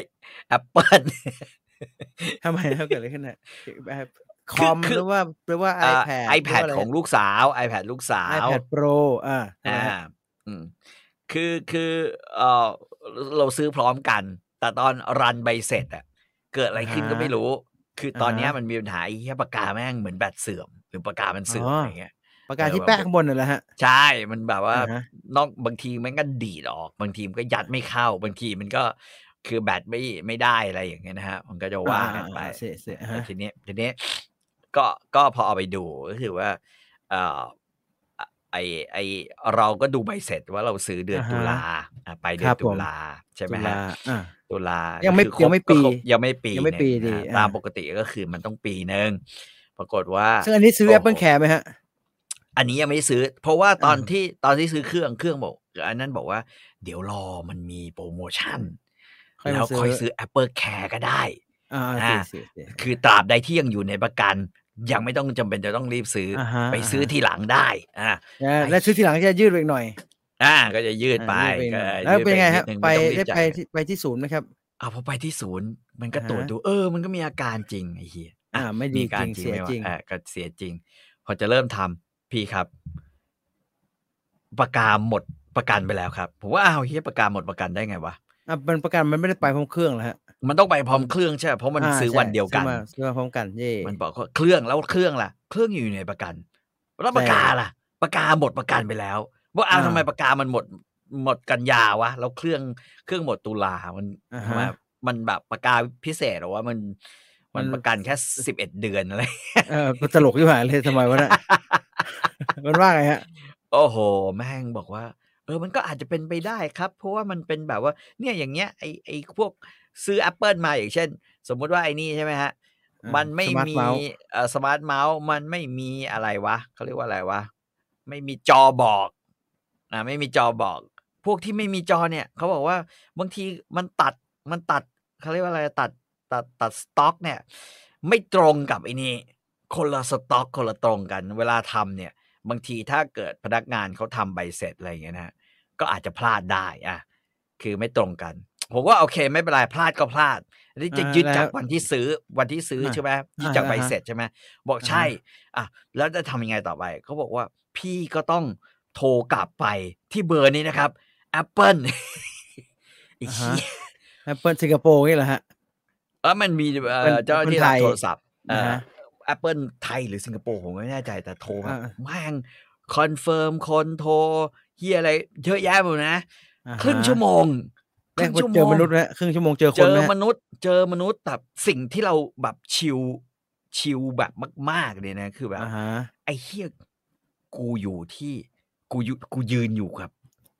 แอปเปิล ๆทำไมเขาเกิดอะไรขึ้นนะแบบคอม คือ หรือว่าหรือว่า iPad ไอแพดของลูกสาว iPad ลูกสาว ไอแพดโปรอ่าทำไม อ่า ฮะ อืมคือคือเออเราซื้อพร้อมกัน แต่ตอนรันใบเสร็จอะเกิดอะไรขึ้นก็ไม่รู้ คือตอนเนี้ยมันมีปัญหาไอ้เหี้ยปากกาแม่งเหมือนแบตเสื่อม หรือปากกามันเสื่อมอะไรเงี้ย ปากกา เออ ที่ แบบ แปะข้างบนน่ะแหละฮะ ใช่ มันแบบว่า อ่าฮะ นอกบางทีมันก็ดีดออก บางทีมันก็ยัดไม่เข้า บางทีมันก็คือแบตไม่ไม่ได้อะไรอย่างเงี้ยนะฮะ มันก็จะว่ากันไป อ่าๆๆเสียเสีย แต่ ฮะ ทีนี้ทีนี้ก็ก็พอเอาไปดูก็คือว่าเอออ่ะไอไอเราก็ดูใบเสร็จว่าเราซื้อเดือน อ่าฮะ ตุลาอ่ะไปเดือ ครั น บผม ตุลาใช่ไหมฮะ อ่า ตุลา ยั ยัง ไม่ยังไม่ปี ยังไม่ปี ยังไม่ปี หนึ่ ดี นะฮะ อ่า ตามปกติก็คือมันต้องปีหนึ่งปรากฏว่า ซึ่งอันนี้ซื้อ โอ้โห Apple Care ไหมฮะ อันนี้ยังไม่ซื้อ เพราะว่าตอน อ่า ที่ตอนที่ซื้อเครื่องเครื่องบอกอันนั้นบอกว่า เดี๋ยวรอมันมีโปรโมชั่น แล้วค่อยซื้อ Apple Care ก็ได้ อ่า อ่า ซื้อซื้อซื้อ คือตราบใดที่ยังอยู่ในประกัน ยังไม่ต้องจำเป็นจะต้องรีบซื้ออ อ่าฮะ ไปซื้อที่หลังได้อ่า อ่าฮะ ไป แล้วซื้อทีหลังจะยืดไปอีกหน่อย อ่าก็จะยืดไป อ่ายืดไปอีกหน่อยก็แล้วเป็นไงฮะ ยืด ไป นิดนึงม่ต้องรี ได้ บไปจ่ายที่ไปที่ศูนย์ไหมครับ เอาพอไปที่ศูนย์ มันก็ อ่าฮะ ตรวจดู เออ มันก็มีอาการจริงไอ้เหี้ยะ อ่าไม่ดี อาการ จริงเสีย ไหมวะ จริง อ่าก็เสียจริง พอจะเริ่มทำพี่ครับ ประกาหมดประกันไปแล้วครับผมว่าอ้าวเฮียประกาหมดประกันได้ไงวะ อ่ะมันประกันมันไม่ได้ไปพร้อมเครื่องเหรอฮะ มันต้องไปพร้อมเครื่องใช่ไหมเพราะมัน อ่า ซื้อ ใช่ วันเดียวกัน ซื้อมาซื้อมาพร้อมกันเย่ มันบอกว่าเครื่องแล้วเครื่องล่ะ เครื่องอยู่ในประกัน แล้วปากกาล่ะปากกาหมดประกันไปแล้ว ว่าเอาวทำไมปากกามันหมดหมดกันยาวะแล้วเครื่องเครื่องหมดตุลามัน อ่า ทำไม ฮะ มันแบบปากกาพิเศษเหรอว่ามันมัน มัน ประกันแค่สิบเอ็ดเดือนอะไร เออตลกที่หายเลยทำไม วะน่ะ มันว่าไงฮะ โอ้โห แม่งบอกว่า เออมันก็อาจจะเป็นไปได้ครับ เพราะว่ามันเป็นแบบว่า เนี่ยอย่างเงี้ยไอไอพวกซื้อ Apple มาอย่างเช่น สมมุติว่าไอนี่ใช่ไหมฮะ อ่ามั มันไม่ smart มี mouse เอ่อสมาร์ทเมาส์มันไม่มีอะไรวะเขาเรียกว่าอะไรวะ ไม่มีจอบอกอ่าไม่มีจอบอก พวกที่ไม่มีจอเนี่ยเขาบอกว่าบางทีมันตัดมันตัดเขาเรียกว่าอะไรตัดตัดตัดสต็อก เนี่ย ไม่ตรงกับไอ้นี่คนละสต็อกคนละตรงกัน เวลาทำเนี่ย บางทีถ้าเกิดพนักงานเขาทำใบเสร็จอะไรอย่างเงี้ยนะฮะก็อาจจะพลาดได้อ่ะคือไม่ตรงกัน ผมว่าโอเคไม่เป็นไรพลาดก็พลาดอันนี่จะ อ่า ยึดจาก แล้ว วันที่ซื้อวันที่ซื้อ อ่า ใช่ไหมยึด อ่า จากใบ อ่าฮะ เสร็จใช่ไหมบอก อ่าฮะ ใช่อ่ะแล้วจะทำยังไงต่อไปเขาบอกว่าพี่ก็ต้องโทรกลับไปที่เบอร์นี้นะครับ Apple ไอ้เหี้ย Apple สิงคโปร์นี่แหละฮะ เออมันมีเอ่อ เป็น เจ้าหน้าที่ คนไท รับ ย โทรศัพท์เอ่ นะ อ ฮะ แอปเปิลไทยหรือสิงคโปร์ผมไม่แน่ใจแต่โทรมา อ่า แม่งคอนเฟิร์มคนโทรเฮียอะไรเยอะแยะหมดนะ อ่าฮะ ครึ่งชั่วโมงค แร รึ่ ก ง ว่า ชั่วโม เจอง มนุษย์ไหมครึ่งชั่วโมงเจอค เจ น อ ไหม ม ฮะ นุษย์ เจอมนุษย์แบบสิ่งที่เราแบบชิลชิลแบบมาก ๆ เลยนะ คือแบบ อ่าฮะ ไอ้เฮียกูอยู่ที่กูอยู่กูยืนอยู่กับ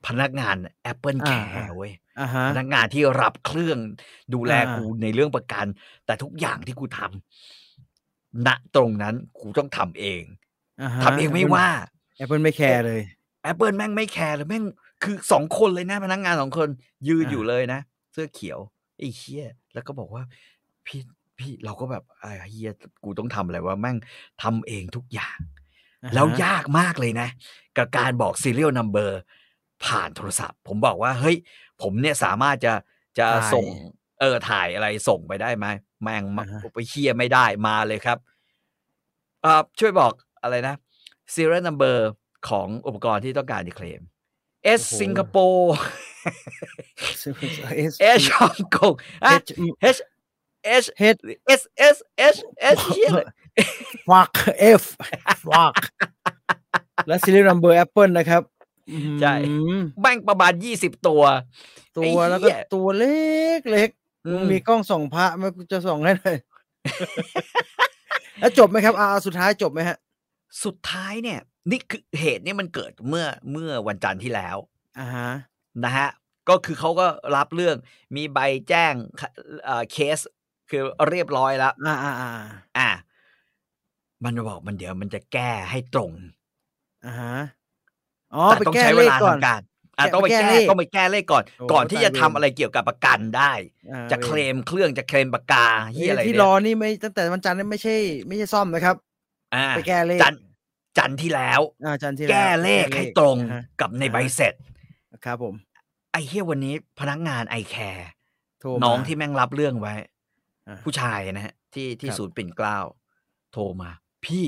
พนักงาน Apple อ่า Care เว้ย อ่าฮะ พนักงานที่รับเครื่องดูแล อ่ากู กูในเรื่องประกัน แต่ทุกอย่างที่กูทำณตรงนั้นกูต้องทำเอง าฮะ ทำเองไม่ว่า Apple- Apple ไม่แคร์เลย Apple แม่งไม่แคร์เลยแม่งคือสองคนเลยนะ พนักงานสองคน ยืน อ่า อยู่เลยนะ เสื้อเขียวไอ้เฮียแล้วก็บอกว่า พี่พี่เราก็แบบไอ้เฮียกูต้องทำอะไรว่าแม่งทำเองทุกอย่าง อ่าฮะ แล้วยากมากเลยนะ กับการบอก serial number ผ่านโทรศัพท์ ผมบอกว่า เฮ้ย ผมเนี่ยสามารถจะจะ ถ่าย ส่ง เออถ่ายอะไรส่งไปได้ไหมแม่งมา อ่าฮะ ไปเคียไม่ได้มาเลยครับเอ่อช่วยบอกอะไรนะ serial number ของอุปกรณ์ที่ต้องการจะเคลม S โอ้โห สิงคโปร์ เอส S ฮ่องกงอ่ะ H H H- S S H S เหี้ยเลย ฟักเอฟฟักและซีรีส์นัมเบอร์แอปเปิลนะครับ ใช่ อืม แม่งประมาณยี่สิบตัว ตั ไอ้ ว เหี้ย แล้วก็ตัวเล็กเล็กๆ อื มึง ม มีกล้องส่องพระไหมันจะส่องให้เลย แล้วจบไหมครับอาเอาสุดท้ายจบไหมฮะ สุดท้ายเนี่ย นี่คือเหตุเนี่ยมันเกิดเมื่อเมื่อวันจันทร์ที่แล้ว อ่าฮะ นะฮะ ก็คือเขาก็รับเรื่องมีใบแจ้งค่ะเอ่อเคสคือเรียบร้อยแล้ว อ่าอ่าอ่า อ่ะมันบอกมันเดี๋ยวมันจะแก้ให้ตรง อ่าฮะอ๋อ แต่ ไป ต้อง แก้ ใช้ เล เว ข ลา ก่อน ทำการอ่ะต้องไป แก้ แก้ เลข ต้องไปแก้เลขก่อน โอ้ ก่อนที่จะ ตายเวร ทำอะไรเกี่ยวกับประกันได้ อ่า จะเคลมเครื่องจะเคลมประกา เว้ย เหียอะไร ที่ เนี่ย รอนี่ไม่ตั้งแต่วันจันทร์นี่ไม่ใช่ ไม่ใช่ซ่อมนะครับ อ่ะ ไปแก้เลข จันทร์จันทร์ที่แล้ว อ่าจันทร์ที่ล้ว แก้เลข แก้ ให้ตรง อ่าฮะ กับใน อ่าฮะ ใบเสร็จ ครับผม ไอ้เฮียวันนี้พนักงานไอแคร์ โทร น้อง มา ที่แม่งรับเรื่องไว้ อ่า ผู้ชายนะฮะ ที่ที่ ครับ ศูนย์ปิ่นเกล้าโทรมา พี่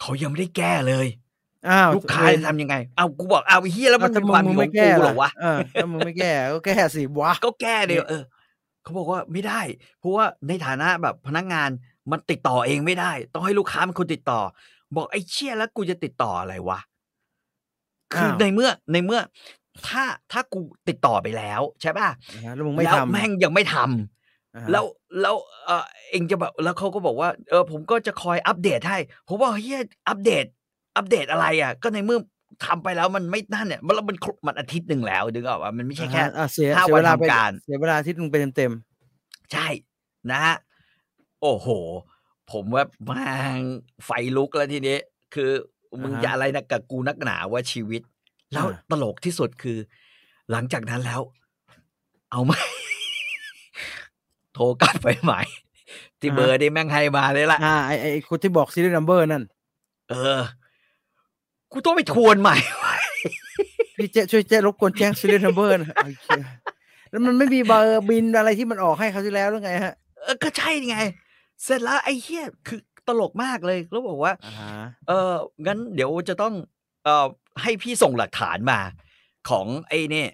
เขายังไม่ได้แก้เลย อ้าว ลูกค้าจะทำยังไง เอากูบอกเอาไอ้เฮียแล้วมัน อ้ เป็นความผิดของกูเหรอวะ เออถ้ามึงไม่แก้ก็แก้สิวะ ก็แก้เดีย เนี่ วย เออเขาบอกว่าไม่ได้ เพราะว่าในฐานะแบบพนักงานมันติดต่อเองไม่ได้ ต้องให้ลูกค้าเป็นคนติดต่อ บอกไอ้เชี่ยแล้วกูจะติดต่ออะไรวะคือในเมื่อในเมื่อ ถ้าถ้ากูติดต่อไปแล้วใช่ป่ะ อ่าฮะแล้วมึงไม่ แล้ว ทำ แม่งยังไม่ทำ อ่าฮะ แล้วแล้วเออเองจะแบบแล้วเขาก็บอกว่าเออผมก็จะคอยอัปเดตให้ผมว่าเฮียอัปเดต อัปเดตอะไรอ่ะ ก็ในเมื่อทำไปแล้วมันไม่นั่นเนี่ยมันแล้วมันครบมันอาทิตย์หนึ่งแล้วดึงออกว่ามันไม่ใช่แค่ อ่าฮะอ่ะเสีย ห้า เสีย วั เวน ลาไป ทำการ เสียเวลาที่มึงไปเต็ม ใช่นะฮะโอ้โห ผมว่าแม่งไฟลุกแล้วทีนี้ คือมึงจะอะไรนะกับกูนักหนาว่าชีวิต แล้วตลกที่สุดคือ หลังจากนั้นแล้ว เอาไหม โทรกลับไปใหม่ ที่เบอร์ที่แม่งให้มาเลยล่ะ ๆอ่าไอไอไอ้คนที่บอกซีรีส์นัมเบอร์นั่น เออ กูต้องไปทวนใหม่ พี่เจ๊ช่วยเจ๊รบกวนแจ้งซีรีส์นัมเบอร์นะเอาเหี้ยแล้วมันไม่มีเบอร์บินอะไรที่มันออกให้เขาวที่แล้วหรือไงฮะ เออก็ใช่ไง เสร็จแล้วไอ้เฮียคือตลกมากเลยแล้วบอกว่า อ่าฮะ เอองั้นเดี๋ยวจะต้อง เอ่อให้พี่ส่งหลักฐานมา ของไอ้นี่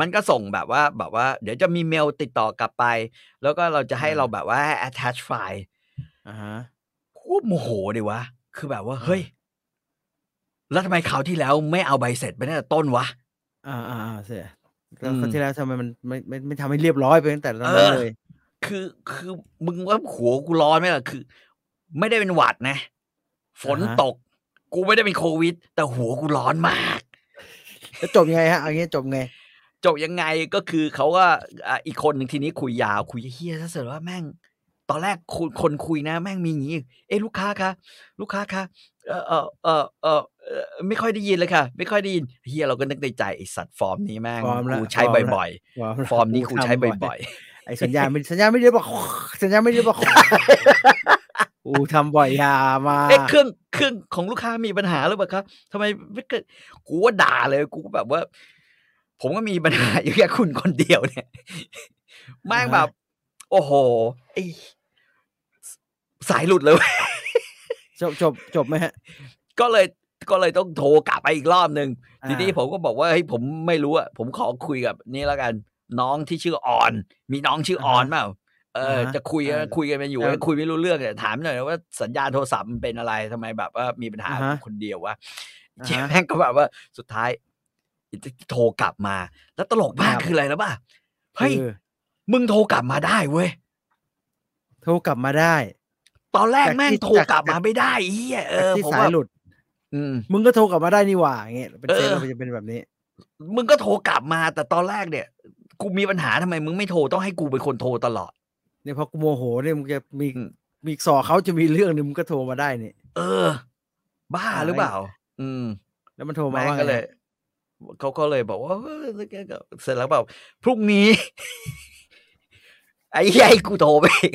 มันก็ส่งแบบว่า แบบว่า เดี๋ยวจะมีเมลติดต่อกลับไป แล้วก็เราจะให้เราแบบว่า attach file อ่าฮะ กูโมโหดิวะ คือแบบว่า เฮ้ย แล้วทำไมคราวที่แล้วไม่เอาใบเสร็จไปตั้งแต่ต้นวะ อ่าอ่าอ่าเสียแล้ว อืม คราวที่แล้วทำไมมันไม่ไม่ไม่ทำให้เรียบร้อยไปตั้งแต่ตอน เอ นั้น อ เลย คือคือมึงว่าหัวกูร้อนไหมล่ะคือ ไม่ได้เป็นหวัดนะ ฝนตก กูไม่ได้เป็นโควิด แต่หัวกูร้อนมาก แล้วจบยังไงฮะเอางี้จบไง จบยังไงก็คือเขาก็อ่ะอีกคนหนึ่งทีนี้คุยยาวคุยเฮียถ้าเสร็จว่าแม่ง ตอนแรกคนคนคุยนะ แม่งมีอย่างนี้เอ้ลูกค้าคะลูกค้าคะเออเออเออเออเอ่อไม่ค่อยได้ยินเลยค่ะ ไม่ค่อยได้ยินเฮียเราก็นึกในใจไอสัตว์ฟอร์มนี้แม่ง ฟอร์มละ กูใช้ ฟอร์มละ บ่อย ว่า ๆ ฟ อร์มนี้กูใช้ ทำ บ่อย ไอ้สัญญาณไม่สัญญา ณไม่เรียบร้อยสัญญาณ ไม่เรียบร้อยอูทำบ่อยอยามา ๆเอ๊ะเครื่องเครื่องของลูกค้ามีปัญหาหรือเปล่าคะทำไมไม่เกิดกูว่าด่าเลยกูก็แบบว่า ผมก็มีปัญหาอยู่แค่คุณคนเดียว เนี่ย แม่งแบบ โอ้โหไอสายหลุดเลย จบจบจบไหมฮะ ก็เลยก็เลยต้องโทรกลับไปอีกรอบหนึ่งทีนี้ อ่า ผมก็บอกว่าเฮ้ยผมไม่รู้อะผมขอคุยกับนี่แล้วกัน น้องที่ชื่อออน มีน้องชื่อออนเปล่าเออ าฮะ จะคุยกัน อ่า คุยกันไปอยู่ แล้ว คุยไม่รู้เรื่องเนี่ยถามหน่อยนะว่าสัญญาณโทรศัพท์มันเป็นอะไรทำไมแบบว่ามีปัญหา อ่าฮะ คนเดียววะ อ่าฮะ เจ๊แม่งก็แบบว่าสุดท้ายโทรกลับมา แล้วตลกมาก ครับ คืออะไรแล้วป่ะเฮ้ย ออ มึงโทรกลับมาได้เว้ย โทรกลับมาได้ ตอนแรกแม่งโทรกลับมาไม่ได้เฮียเออ ที่ ผม สาย ว่า หลุด อืม มึงก็โทรกลับมาได้นี่หว่าอย่างเงี้ยเป็น เออ เซนเราจะเป็นแบบนี้ มึงก็โทรกลับมาแต่ตอนแรกเนี่ย กูมีปัญหาทำไมมึงไม่โทรต้องให้กูเป็นคนโทรตลอด เนี่ยพอกูโมโหเนี่ยมึงจะมี อืม มีสอเขาจะมีเรื่องเนี่ยมึงก็โทรมาได้เนี่ย เออ บ้า อ่า หรือเปล่า อืม แล้วมันโทรมา แม่ง ว่าไง ก็เลยเขาก็เลยบอกว่าเออเสร็จแล้วแบบพรุ่งนี้ ไอ้เหี้ยให้กูโทรไปอีก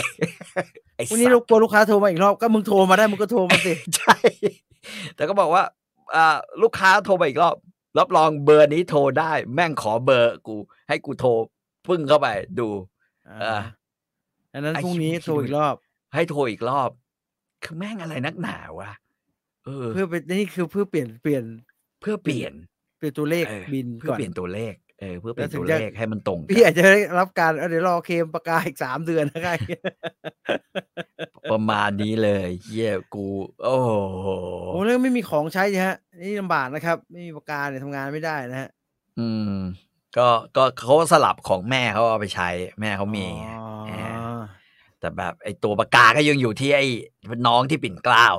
ไอ้ วันนี้ สัตว์ ลูกกลัวลูกค้าโทรมาอีกรอบก็มึงโทรมาได้มึงก็โทรมาสิ ใช่ แต่ก็บอกว่าอ่าลูกค้าโทรมาอีกรอบ รับรองเบอร์นี้โทรได้ แม่งขอเบอร์กู ให้กูโทรปึ้งเข้าไปดู อ่า เออ อันนั้น ไอ้ พรุ่งนี้ เหี้ย โทรอีกรอบ ให้โทรอีกรอบ คือแม่งอะไรนักหนาวะเออ เพื่อไปนี่คือเพื่อเปลี่ยนเปลี่ยน เพื่อเปลี่ยน เปลี่ยนตัวเลข เออ บิน เพื่อ ก่อน เปลี่ยนตัวเลข เออ เพื่อเปลี่ยน แล้วถึ ตั ง ว จะ เลขให้มันตรงกัน พี่อาจจะได้รับการเอาเดี๋ยวรอเคลมประกาอีกสามเดือนนะครับ ประมาณนี้เลยเหี้ยกู โอ้โห โอ้แล้วไม่มีของใช้สิฮะ นี่ลำบากนะครับ ไม่มีประกาเนี่ยทำงานไม่ได้นะฮะ อืม ก็ก็เขาสลับของแม่เขาเอาไปใช้ แม่เขามี อ๋อ เอ แต่แบบไอตัวปากกาก็ยังอยู่ที่ไอ้น้องที่ปิ่นเกล้าว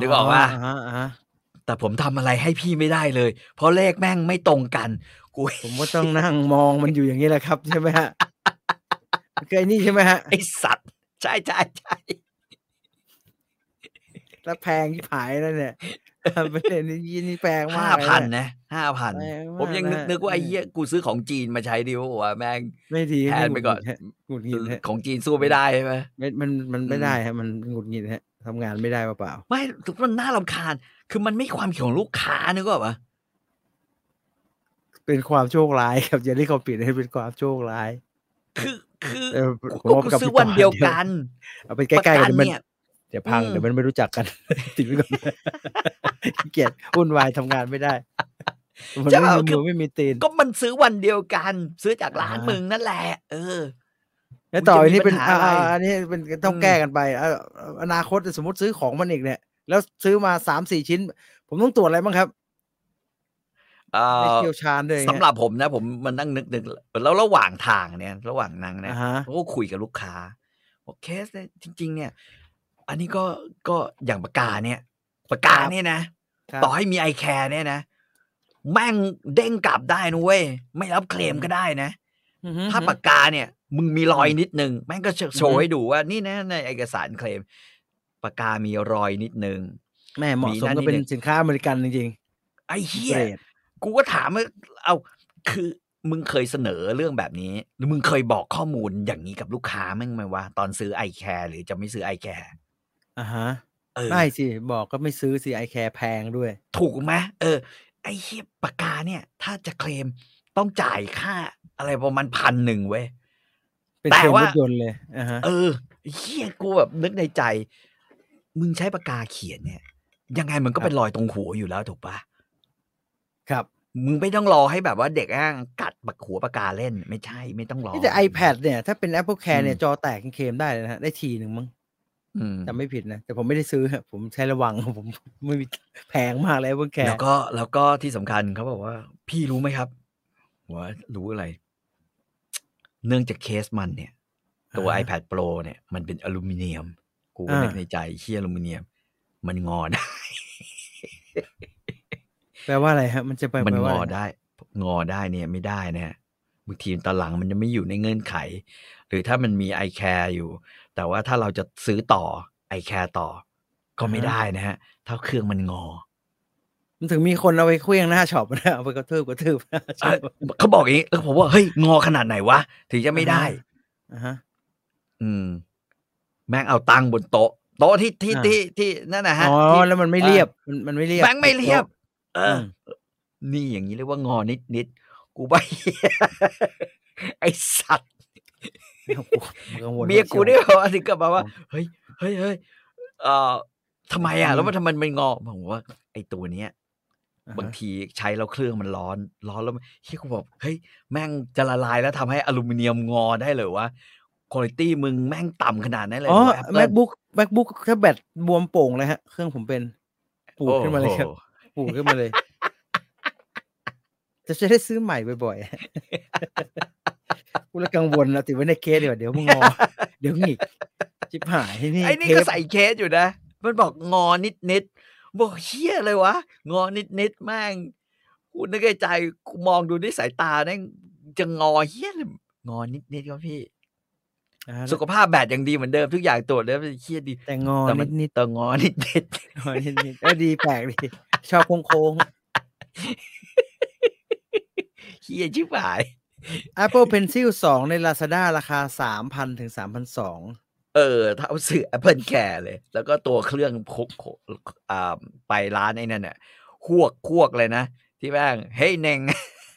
นึกออกปะ าฮอ่าฮะ แต่ผมทำอะไรให้พี่ไม่ได้เลย เพราะเลขแม่งไม่ตรงกัน กู ผมก็ต้องนั่งมองมันอยู่อย่างนี้แหละครับใช่ไหม ฮะเคยนี่ใช่ไหมฮะ ไอสัตว์ ใช่ใช่ใช่ แล้วแพงที่ผายนั่นเนี่ย ทำไปเลยนี่ยินนี่แพงมาก ห้า เลย พัน นะ นะห้าพัน แพงมาก ผมยังนึก นะ นึกว่าไอ้ เออ เหี้ยกูซื้อของจีนมาใช้ดีวะว่าแม่ง ไม่ดี แทนไปก่อน หงุดหงิดฮะ ของจีนสู้ไม่ได้ใช่ไหม ไม่มันมัน อื ไม่ ม ได้ฮะมันหงุดหงิดฮะทำงานไม่ได้เปล่า ไม่มันน่ารำคาญ คือมันไม่ความเขียของลูกค้านึกออกปะ ๆเป็นความโชคร้ายครับอย่าเรียกเขาผิดให้เป็นความโชคร้าย คือคือ เออ กู ผมว่า กู กับ ซื้อ พี่ วัน ปา เดียวกัน เอาไปใกล้ๆ ป กั ระ น น เดี๋ยวมัน เนี่ย เดี๋ยวพัง อืม เดี๋ยวมันไม่รู้จักกัน ติดไว้ก่อน ขี้เกียจวุ่นวายทำงานไม่ได้มันไม่มีมือไม่มีตีน ก็มันซื้อวันเดียวกัน ซื้อจากร้านมึงนั่นแหละ เออ แล้วต่อไป มันจะมี นี่เป็น ปัญหา อ่า อะไร อันนี้เป็นต้อง อืม แก้กันไปอ่าอนาคตสมมติซื้อของมันอีกเนี่ย แล้วซื้อมาสามสี่ชิ้น ผมต้องตรวจอะไรบ้างครับ เอ่ ไม่ อ เชี่ยวชาญด้วย สำหรับผมนะ ผมมันนั่งนึกนึกแล้วระหว่างทางเนี่ย ระหว่างนั่ง อย่างเงี้ย เนี่ย อ่าฮะ เขาก็คุยกับลูกค้าบอกเคสเนี่ยจริง ๆ เนี่ย อันนี้ก็ก็อย่างปากกาเนี่ยปากกาเนี่ยนะครับ ต่อให้มีไอแคร์เนี่ยนะแม่งเด้งกลับได้นะเว้ยไม่รับเคลมก็ได้นะ อือฮึ ถ้าปากกาเนี่ย มึงมีรอยนิดนึงแม่งก็โช อือฮึ ว์ให้ดูว่านี่นะในเอกสารเคลมปากกามีรอยนิดนึง แม่เหมาะ มี สม นั่น ก็ นิด เป็น นึง สินค้าอเมริกันจริง ไอ้ ๆ เหี้ เก ย รด กูก็ถามว่า เอา คือ มึงเคยเสนอเรื่องแบบนี้ หรือมึงเคยบอกข้อมูลอย่างนี้กับลูกค้าแม่งไหมว่า ตอนซื้อไอแคร์หรือจะไม่ซื้อไอแคร์ อ่าฮะ เออ ไม่สิบอกก็ไม่ซื้อสิไอแคร์แพงด้วย ถูกไหมเออ ไอเฮียปากกาเนี่ย ถ้าจะเคลมต้องจ่ายค่า อะไรประมาณพันหนึ่งเว้ย เป็น แต่ เคลม ว่า รถยนต์เลยอ่าฮะ เออไอ้เฮียกูแบบนึกในใจ มึงใช้ปากกาเขียนเนี่ย ยังไงมันก็เป็นรอยตรงหัวอยู่แล้วถูกปะ ครับ มึงไม่ต้องรอให้แบบว่าเด็กอ้างกัดปากหัวปากกาเล่น ไม่ใช่ไม่ต้องรอ นี่แต่ iPad เนี่ยถ้าเป็น Apple Care เนี่ย อืม จอแตกยังเคลมได้เลยนะฮะ ได้ทีหนึ่งมั้ง อืม จำไม่ผิดนะ แต่ผมไม่ได้ซื้อฮะผมใช้ระวัง ผม ไม่มีแพงมากเลย Apple แล้ Care วก็แล้วก็ที่สำคัญเขาบอกว่า พี่รู้ไหมครับว่ารู้อะไร เนื่องจากเคสมันเนี่ย ตัว อ่าฮะ iPad Pro เนี่ยมันเป็นอลูมิเนียม กูก็นึก อ่า ในใจเชี่ยอลูมิเนียม มันงอได้ แปลว่าอะไรฮะ มันจะไป มัน แปล ง ว่า อ อะไร ได้ งอได้เนี่ยไม่ได้นะฮะบางทีตอนหลังมันจะไม่อยู่ในเงื่อนไข หรือถ้ามันมี iCare อยู่ แต่ว่าถ้าเราจะซื้อต่อ iCare ต่อ ก็ไม่ได้นะฮะ ถ้าเครื่องมันงอ มันถึงมีคนเอาไปเคลี้ยงหน้าช็อปนะเอาไปกระทืบกระทืบห น้าช็อป เขาบอกอย่างนี้แล้วผมว่าเฮ้ยงอขนาดไหนวะถึงจะไม่ได้ อ่าฮะ อืม แม่งเอาตังค์บนโต๊ะ โต๊ะที่ที่ อ่า ที่ที่นั่นนะฮะ อ๋อ ที่ แล้วมันไม่เรียบมันมันไม่เรียบ แม่งไม่เรียบ เออ อื อ ม นี่อย่างนี้เรียกว่างอนิดนิดๆกูไป ไอสัตว์ โอ้โหกังวล เมียกู ชีว เนี่ยบอกว่าถึงกลับมาว่า อืม เฮ้ยเฮ้ยเฮ้ยเอ่อทำไมอ่ะ แล้วมันทำไมมันงอผมว่า ไอตัวเนี้ย อ่า บาง ฮะ ทีใช้แล้วเครื่องมันร้อน ร้อนแล้วมันเฮ้ยกูบอกเฮ้ยแม่งจะละลายแล้วทำให้อลูมิเนียมงอได้เลยวะคุณภาพมึงแม่งต่ำขนาดนั้นเลยเหร อ๋อ อ Apple MacBook MacBook แค่แบตบวมโป่งเลยฮะ เครื่องผมเป็นปูดขึ้นมาเลยครับ โอ้โห ปูดขึ้นมาเลย จะจะได้ซื้อใหม่บ่อยๆ กูเลยกังวลนะติดไว้ในเคสดีกว่าเดี๋ยวมึงงอ เดี๋ยวหงิกจิบหายที่นี่ ไอ้นี่ เท ก็ ป ใส่เคสอยู่นะ มันบอกงอนิดนิดๆบอกเฮี้ยเลยวะ งอนิดนิดๆแม่ง กูนึกในใจกูมองดูด้วยสายตาเนี่ยจะงอเฮี้ยเลยงอนิดนิดๆครับพี่ อ่า สุขภาพแบตยังดีเหมือนเดิมทุกอย่างตรวจแล้วเฮี้ยดี แต่งอ แต่มั นิ น ดนิด แต่งอนิดนิด ๆงอนิดนิดเออดีแปลกดีชอบโค้งโค้ง เฮี้ยชิบหาย ๆ Apple Pencil 2 ใน Lazada ราคา 3,000 ถึง 3,200 เออเท่าสื่อ Apple Care เลย แล้วก็ตัวเครื่องโคโคอ่าไปร้านไอ้นั่นเนี่ยหวกหวกเลยนะ ที่แม่งเฮ้ยเน่ง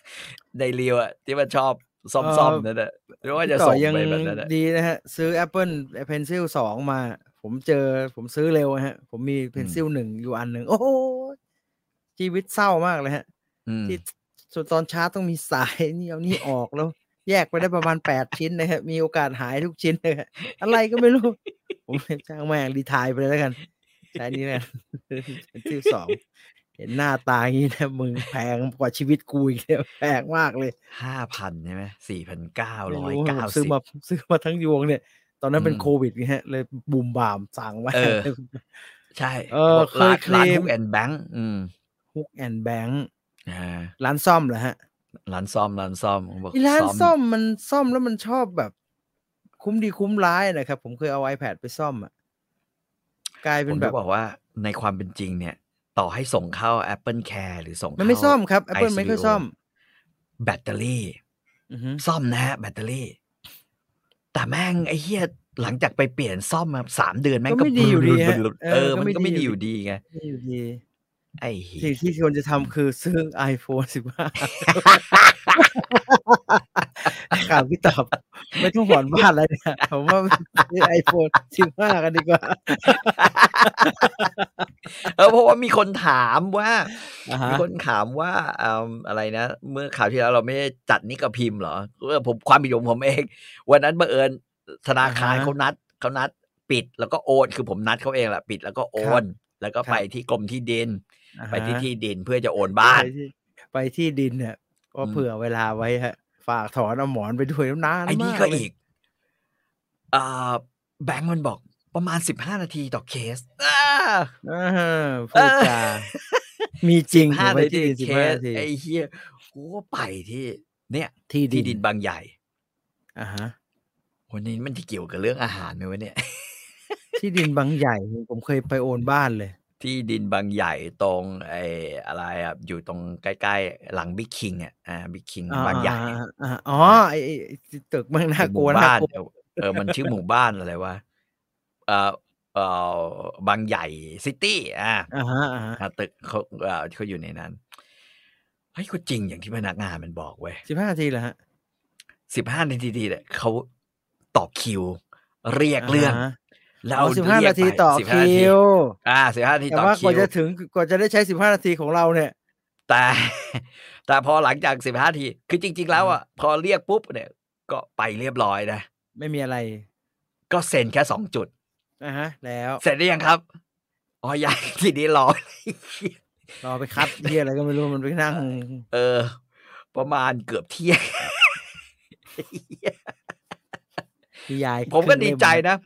ในเรียวอะที่มันชอบซ่ เอ่ อม อ ๆนั่นแหละหรือว่า พี่ จะ ต่ ส่ อง ยัง ไปแบบนั้นน่ะ ดีนะฮะ ซื้อ Apple Pencil 2 มา ผมเจอผมซื้อเร็วฮะ ผมมี Pencil 1 อยู่อันหนึ่งโอ้โหชีวิตเศร้ามากเลยฮะ อืม ที่ส่วนตอนเช้าต้องมีสายนี่เอานี่ออกแล้ว แยกไปได้ประมาณแปดชิ้นนะฮะมีโอกาสหายทุกชิ้นเลยฮะอะไรก็ไม่รู้ ผมจ้างแม่งรีไทายไปเลยแล้วกันใช้นี้นะเป็นที่สองเห็นหน้าตาอย่างนี้นะมึงแพงกว่าชีวิตกูอีกเลยแพงมากเลย ห้าพันใช่ไหมสี่พันเก้า ไม่ ร้อย รู้ว่า เก้า ผม สิ ซื้ บ อมาซื้อมาทั้งยวงเนี่ย ตอนนั้นเป็น อืม โควิดไงฮะ เลยบูมบามสั่งไว้ เอ อ ใช่ เออ บอกร้าน เคย ร้าน เคล ฮุ ม กแอนแบงอืม ฮุกแอนแบงค์ อ่า ร้านซ่อมเหรอฮะ ร้านซ่อมร้านซ่อมบอก ไอ้ร้าน ซ่ซ่ออมมมันซ่อมแล้วมันชอบแบบ คุ้มดีคุ้มร้ายนะครับ ผมเคยเอา iPad ไปซ่อมอ่ะกลายเป็ ผ น ม แบ จะ บ บอกว่าในความเป็นจริงเนี่ย ต่อให้ส่งเข้า Apple Care หรือส่ง มันไม่ เข้า ซ่อมครับ Apple ไม่ค่อย ICO ซ่อม แบตเตอรี่ อือฮึ ซ่อมนะฮะแบตเตอรี่ แต่แม่งไอ้เหี้ยหลังจากไปเปลี่ยนซ่อมมาสามเดือนแม่งก็ ไม่ดีอยู่ดีฮะ เออ มันก็ไม่ดีอยู่ดีไง ไม่ดีอยู่ดี ไอ้เหี้ย สิ่งที่ควรจะทำคือซื้อ iPhone 15ข่าวพี่ตอบ ไม่ต้องผ่อนบ้านอะไรเนี่ยผมว่าซื้อ iPhone 15 กันดีกว่า เออเพราะว่ามีคนถามว่า อ่าฮะ มีคนถามว่าอืมอะไรนะ เมื่อข่าวที่แล้วเราไม่ได้จัดนิกพิมพ์เหรอเออผมความผิดของผมเอง วันนั้นบังเอิญธนาคารเขานัดเขานัดปิดแล้วก็โอน คือผมนัดเขาเองแหละปิดแล้วก็โอน แล้วก็ไปที่กรมที่ดิน อ่าฮะ ไปที่ที่ดินเพื่อจะโอนบ้าน ไปที่ไปที่ดินเนี่ยก็ อืม เผื่อเวลาไว้ฮะ ฝากถอนเอาหมอนไปด้วยนาน ไอ้นี่ มา ก็ เลย อีกเอ่อแบงค์มันบอกประมาณสิบห้านาทีต่อเคสอ่า อ่าพูดจา มีจริง ห้า ผมไป นาที ที่ดินสิ เค บห้า ส นาที ไอ้เฮียกูก็ไปที่ เนี่ย ที่ ที่ดินบางใหญ่ อ่า ฮะ วันนี้มันที่เกี่ยวกับเรื่องอาหารไหมวะเนี่ย ที่ดินบางใหญ่ผมเคยไปโอนบ้านเลย ที่ดินบางใหญ่ตรงไอ้อะไรอ่ะอยู่ตรงใกล้ๆ หลังบิ๊กคิงอ่ะอ่าบิ๊กคิง อ่ บางใหญ่ อ่อ่าอ๋อไอไอ้ไอ้ตึกมันน่ากหลั มู่ วน่า บ้าน กลัว เออเออมันชื่อหมู่บ้านอะไรวะเออเออบางใหญ่ซิตี้อ่า อ่าฮะอ่าฮะ อ่ะตึกเขาเอ่อที่เขาอยู่ในนั้นเฮ้ยก็จริงอย่างที่พนักงานมันบอกเว้ย สิบห้านาทีเหรอฮะ สิบห้านาทีเนี่ยเขาต่อคิว เรียกเรื่อง าฮะ แล้ว อ๋อ เอา สิบห้า เรียก นาที ไป ต่อ 15 คิ นาที ว อ่าสิบห้านาที แต่ ต่อ ว่า คิ กว่าว จะถึงกว่าจะได้ใช้สิบห้านาทีของเราเนี่ย แต่ แต่พอหลังจากสิบห้านาที คือจริง ๆ แล้วอ่ะพอเรียกปุ๊บเนี่ย ก็ไปเรียบร้อยนะ ไม่มีอะไร ก็เซ็นแค่สองจุด อ่าฮะ แล้ว เสร็จได้ยังครับ อ๋อยัง ทีนี้รอ รอไปคัดเหียอะไรก็ไม่รู้มันไปนั่ง เออ ประมาณเกือบเที่ยง พี่ยาย ผมก็ ขึ้น ดี เล่ ใจนะ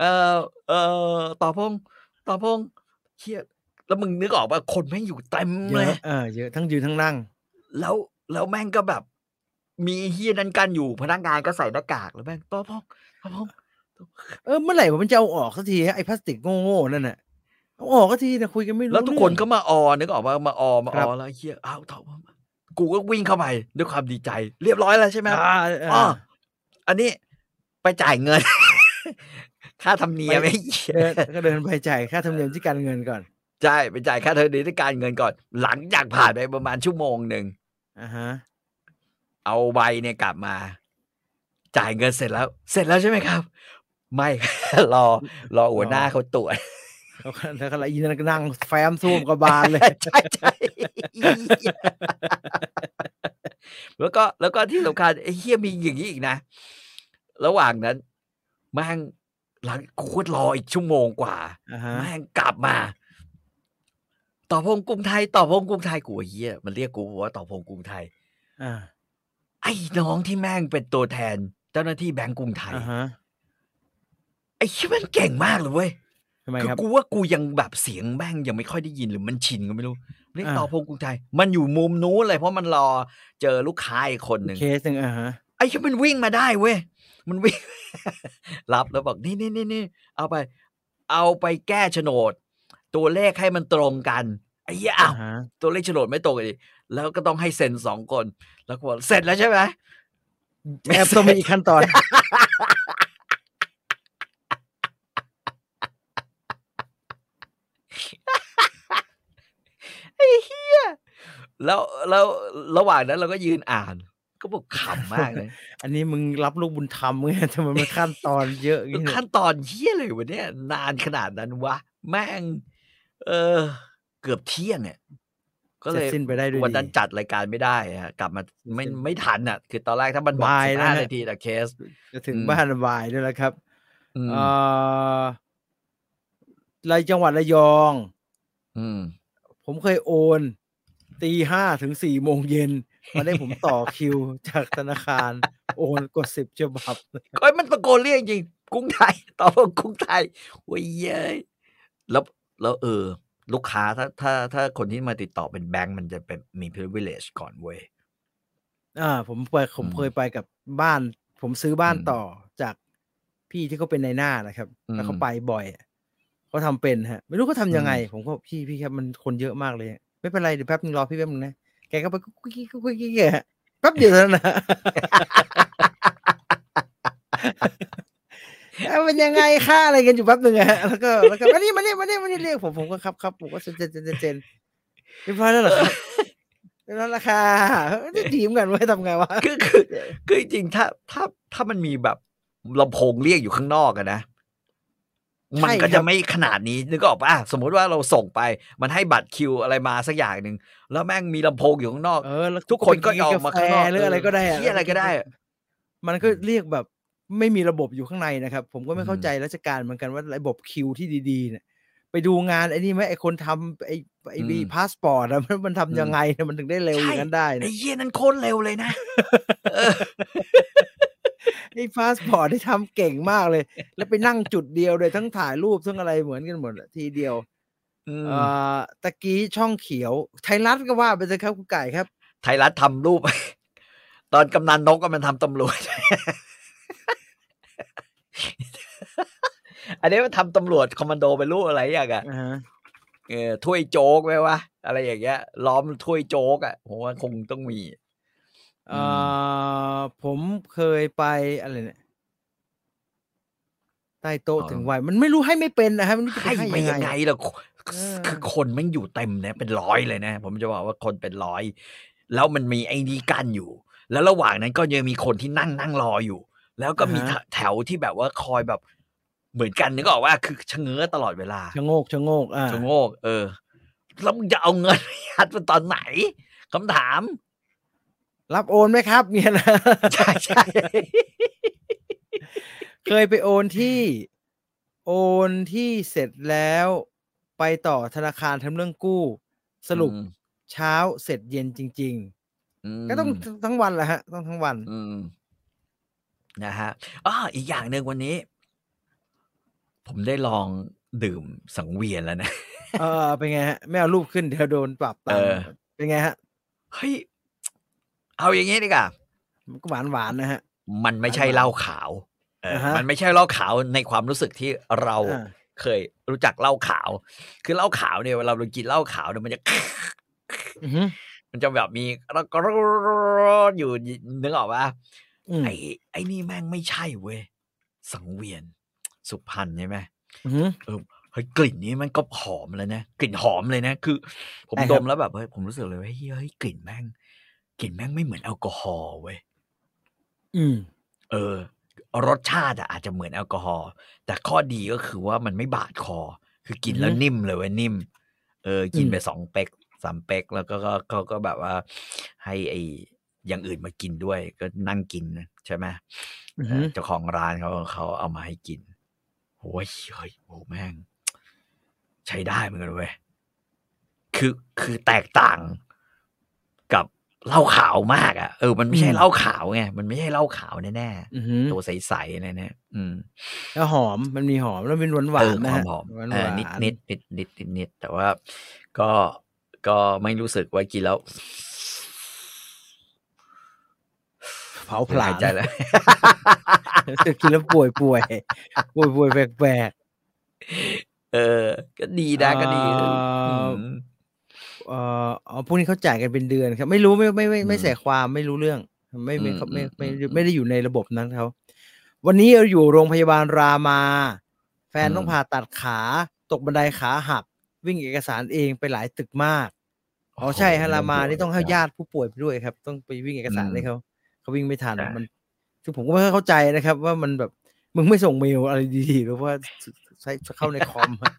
เออเออต่อพงษ์ต่อพงษ์เครียดแล้วมึงนึกออกป่ะคนแม่งอยู่เต็ม เย เลย อะเออเยอะทั้งยืนทั้งนั่ง แล้วแล้วแม่งก็แบบ มีเฮียนั้นกันอยู่พนักงานก็ใส่หน้ากากแล้วแม่งต่อพงษ์ต่อพงษ์ เออเมื่อไหร่มันจะเอาออกสักทีฮะไอ้พลาสติกโง่ๆนั่นน่ะเอาออกสักทีนะคุยกันไม่รู้ แล้วทุกคน เรื่อง ก็มาออนึกออกป่ะมาออมา ค อ รับ อแล้วเฮียอ้าวต่อพงษ์กูก็วิ่งเข้าไปด้วยความดีใจ เรียบร้อยแล้วใช่ไหมครับ อ่า อ๋อ อ่า อันนี้ไปจ่ายเงิน ค่าธรรมเนียม ไป ไอ้เหี้ย เดินก็เดินไปจ่ายค่าธรรมเนียมที่การเงินก่อน ใช่ไปจ่ายค่าธรรมเนียมด้วยการเงินก่อน หลังจากผ่านไปประมาณชั่วโมงหนึ่ง อ่าฮะ เอาใบเนี่ยกลับมา จ่ายเงินเสร็จแล้ว เสร็จแล้วใช่ไหมครับ ไม่ รอ รอหัวหน้าเขาตรวจ แล้วก็แล้วก็ละอีนั่นก็นั่งแฟ้มซูมกับบานเลย ใช่ใช่ แล้วก็แล้วก็ที่สำคัญไอ้เฮียมีอย่างนี้อีกนะ ระหว่างนั้นแม่งหลังกูก็รออีกชั่วโมงกว่า อ่าฮะ แม่งกลับมา ต่อพงกรุงไทย ต่อพงกรุงไทยกูไอ้เฮียมันเรียกกูว่าต่อพงกรุงไทย อ่า ไอ้น้องที่แม่งเป็นตัวแทน เจ้าหน้าที่แบงก์กรุงไทย อ่าฮะ ไอ้เหี้ยแมันเก่งมากเลยเว้ย เอ ทำไม คือ ครับ กูว่ากูยังแบบเสียงแม่งยังไม่ค่อยได้ยินหรือมันชินก็ไม่รู้เรียก อ่า ต่อพงกุงไทยมันอยู่มุมนู้นเลยเพราะมันรอเจอลูกค้าอีกคนหนึ่ง เคสหนึ่งอ่ะฮะ ไอ้ที่มันวิ่งมาได้เว้ยมันวิ่ง รับแล้วบอกนี่นี่นี่นี่เอาไป เอาไปแก้โฉนด ตัวเลขให้มันตรงกันไอ้เหี้ยอ้าว ฮะ ตัวเลขโฉนดไม่ตรงกันดิแล้วก็ต้องให้เซ็นสองคน แล้วก็บอกเสร็จแล้วใช่ไหม แอบต้องมีอีกขั้นตอน แล้วแล้วระหว่างนั้นเราก็ยืนอ่าน ก็บอกขำมากเลย อันนี้มึงรับลูกบุญธรรมไง ทำไมมันขั้นตอนเยอะอย่างงี้เนี่ย ขั้นตอนเฮี้ยเลยวะเนี่ยนานขนาดนั้นวะ แม่ง เออ เกือบเที่ยงอ่ะก็เสเลร็ ย จสิ้นไปได้ด้วย วันนั้น ดี จัดรายการไม่ได้ฮะกลับมาไม่ เสร็จ ไม่ทันอ่ะ คือตอนแรกถ้ามันบอก บ่าย สิบ แล้ว ห้า ฮะ นาทีแต่เคส จะถึง อืม บ้านบ่ายด้วยแล้วครับ อืม เอ่อรายจังหวัดระยอง อืม ผมเคยโอนตีห้าถึงสี่โมงเย็นมาได้ผมต่อ คิวจากธนาคาร โอนกว่าสิบฉบับ เอ้ยมันตะโกนเรียกจริงกรุ้งไทย ตอบว่ากรุ้งไทยโอ้ยเย้ยแล้วแล้วเออ ลูกค้าถ้าถ้าถ้าคนที่มาติดต่อเป็นแบงก์มันจะเป็นมี privilege ก่อนเว้ย อ่า ผมไปผม อืม เคยไปกับบ้าน ผมซื้อบ้าน อืม ต่อจากพี่ที่เขาเป็นในายหน้านะครับ แล้วเขา อืม ไปบ่อยอะเขาทำเป็นฮะ ไม่รู้เขาทำยังไง ผมก็บอกพี่พี่ครับมันคนเยอะมากเลยอะไม่เป็นไรเดี๋ยวแป๊บนึงรอพี่แป๊บนึงนะแกก็ไปกุ๊กกิ๊กกุ๊กกิ๊กอะฮะแป๊บเดียวเท่านั้นนะ เอ้าเป็นยังไงค่าอะไรกันอยู่แป๊บหนึ่งอะฮะแล้วก็แล้วก็มานี่มานี่มานี่มานี่เรียกผมผมก็ครับครับผมก็เจนเจนเจนเจนเจนเรียบร้อยแล้วเหรอครับเรียบร้อยแล้วค่ะนี่ดีเหมอนกันไว้ยทำไงวะ คือคือคือจริงๆถ้าถ้าถ้ามันมีแบบลำโพงเรียกอยู่ข้างนอกอะนะ ใช่ มันคก็รั จะ บ ไม่ขนาดนี้นึกออกปะสมมติว่าเราส่งไป มันให้บัตรคิวอะไรมาสักอย่างหนึ่งแล้วแม่งมีลำโพงอยู่ข้างนอก เออแล้ว ทุกคนก็ออกมา ไป ข้างนอก นหรืออะไรก็ได้ เออเหี้ยอะไรก็ได้อะ มันก็เรียกแบบไม่มีระบบอยู่ข้างในนะครับ ผมก็ไม่เข้า อืม ใจราชการเหมือนกันว่าระบบคิวที่ดีๆเนี่ยไปดูงานไอ้นี่ไหมไอ้คนทำไอ้ไอ้บีพาสปอร์ตอะมัน มันทำยังไงนะมันถึงได้เร็วอย่างนั้นได้นะ ไอ้เหี้ยนั้นโคตรเร็วเลยนะ ไอ้พาสปอร์ตที่ทำเก่งมากเลย แล้วไปนั่งจุดเดียวเลยทั้งถ่ายรูปทั้งอะไรเหมือนกันหมดอะทีเดียว อืม เอ่อตะกี้ช่องเขียว ไทยรัฐก็ว่าไปเลยครับคุณไก่ครับ ไทยรัฐทำรูป ตอนกำนันนกก็มันทำตำรวจ อันนี้มันทำตำรวจคอมมานโดเป็นรูปอะไรอย่างอะ อ่าฮะ เออถ้วยโจ๊กไหมวะอะไรอย่างเงี้ย ล้อมถ้วยโจ๊กอะผมว่าคงต้องมี เอ่อผมเคยไปอะไรเนี่ยใต้โต๊ะ อ๋อ ถึงวัยมันไม่รู้ให้ไม่เป็นนะฮะมันไม่รู้จะ ให้ ให้ ไป ยั ยัง งไง ไง อะ ล่ะ เออ คือคนแมันอยู่เต็มนะเป็นร้อยเลยนะ ผมจะบอกว่าคนเป็นร้อย แล้วมันมีไอ้นี่กั้นอยู่ แล้วระหว่างนั้นก็ยังมีคนที่นั่งนั่งรออยู่ แล้วก็มี อ่าฮะ แถวที่แบบว่าคอยแบบเหมือนกันนึกออกว่าคือชะเง้อตลอดเวลา ชะโงกชะโงกอ่า ชะโงกเออ แล้วมึงจะเอาเงิน ยัดมันตอนไหนคำถาม รับโอนไหมครับเนี่ยนะ ใช่ใช่ เคยไปโอนที่โอนที่เสร็จแล้วไปต่อธนาคารทำเรื่องกู้ สรุป เช้าเสร็จเย็นจริง อืม ๆ ก็ต้องทั้งวันแหละฮะ ต้องทั้งวัน อืมนะฮะอ้ออีกอย่างหนึ่งวันนี้ ผมได้ลองดื่มสังเวียนแล้วนะ เออเป็นไงฮะ ไม่เอารูปขึ้นเดี๋ยวโดนปรับตัง เอ ค์ อ เป็นไงฮะ เฮ้ย เอาอย่างงี้ดีกว่า มันก็หวานหวานๆนะฮะ มันไม่ใช่เหล้าขาวเอออา ฮะ มันไม่ใช่เหล้าขาวในความรู้สึกที่เรา อ่า เคยรู้จักเหล้าขาว คือเหล้าขาวเนี่ยเวลาเรากินเหล้าขาวเนี่ยมันจะ อือหือ มันจะแบบมีแล้วก็อยู่นึกออกปะ อืม ไอ้ไอ้นี่แม่งไม่ใช่เว้ยสังเวียน สุพรรณใช่ไหม อือหือ เฮ้ยกลิ่นนี้มันก็หอมแล้วนะกลิ่นหอมเลยนะ คือ ผม ใช่ครับ ดมแล้วแบบเฮ้ยผมรู้สึกเลยว่าเฮ้ยเฮ้ยกลิ่นแม่งกลิ่นแม่งไม่เหมือนแอลกอฮอล์เว้ย อืม เออ รสชาติอะอาจจะเหมือนแอลกอฮอล์แต่ข้อดีก็คือว่ามันไม่บาดคอ คือกินแล้วนิ่มเลยเว้ยนิ่ม เออ กินไปสองเป๊กสามเป๊กแล้วก็ก็เขาก็แบบว่า ให้ไออย่างอื่นมากินด้วย ก็นั่งกินนะใช่ไหม อือ เอ หื อ อ เจ้าของร้านเขาเขาเอามาให้กินโอ้ยเฮ้ยโอ้แม่ง ใช้ได้เหมือนกันเว้ยคือคือแตกต่างกับ เหล้าขาวมากอ่ะเออมันไม่ใช่ อืม เหล้าขาวไงมันไม่ใช่เหล้าขาวแน่ อื้อหือ ๆตัวใสๆนะเนี่ยอืม แล้วหอมมันมีหอมแล้วเป็นหวานหวา เออน ๆนะ ควา ฮะ มหอม หวาน เออนิด ๆ นิดนิดนิดนิดนิดแต่ว่า ก็ก็ไม่รู้สึกว่ากินแล้ว เผาผลาญ หยใจแล้ว กินแล้วป่วยป่วยป่วยป่วยๆแปลก เออ ก็ดีนะก็ดี เอ่อ อืม ๆเอ่ออ๋อพวกนี้เขาจ่ายกันเป็นเดือนครับ ไม่รู้ไม่ไม่ไม่ไม่ อืม ใส่ความไม่รู้เรื่อง ไม่ไม่ อืม เขาไม่ อืม ไม่ อืม ไม่ได้อยู่ในระบบนั้นเขาวันนี้เราอยู่โรงพยาบาลรามา แฟน อืม ต้องผ่าตัดขาตกบันไดขาหัก วิ่งเอกสารเองไปหลายตึกมาก อ๋อใช่ฮะรามานี่ต้องให้ญาติผู้ป่วยไปด้วยครับ ต้องไปวิ่งเอกสาร อืม ให้เขาเขาวิ่งไม่ทัน ใช่ มันคือผมก็ไม่ค่อยเข้าใจนะครับ ว่ามันแบบมึงไม่ส่งเมลอะไรดีๆหรือว่าใช้เข้าในคอมอะ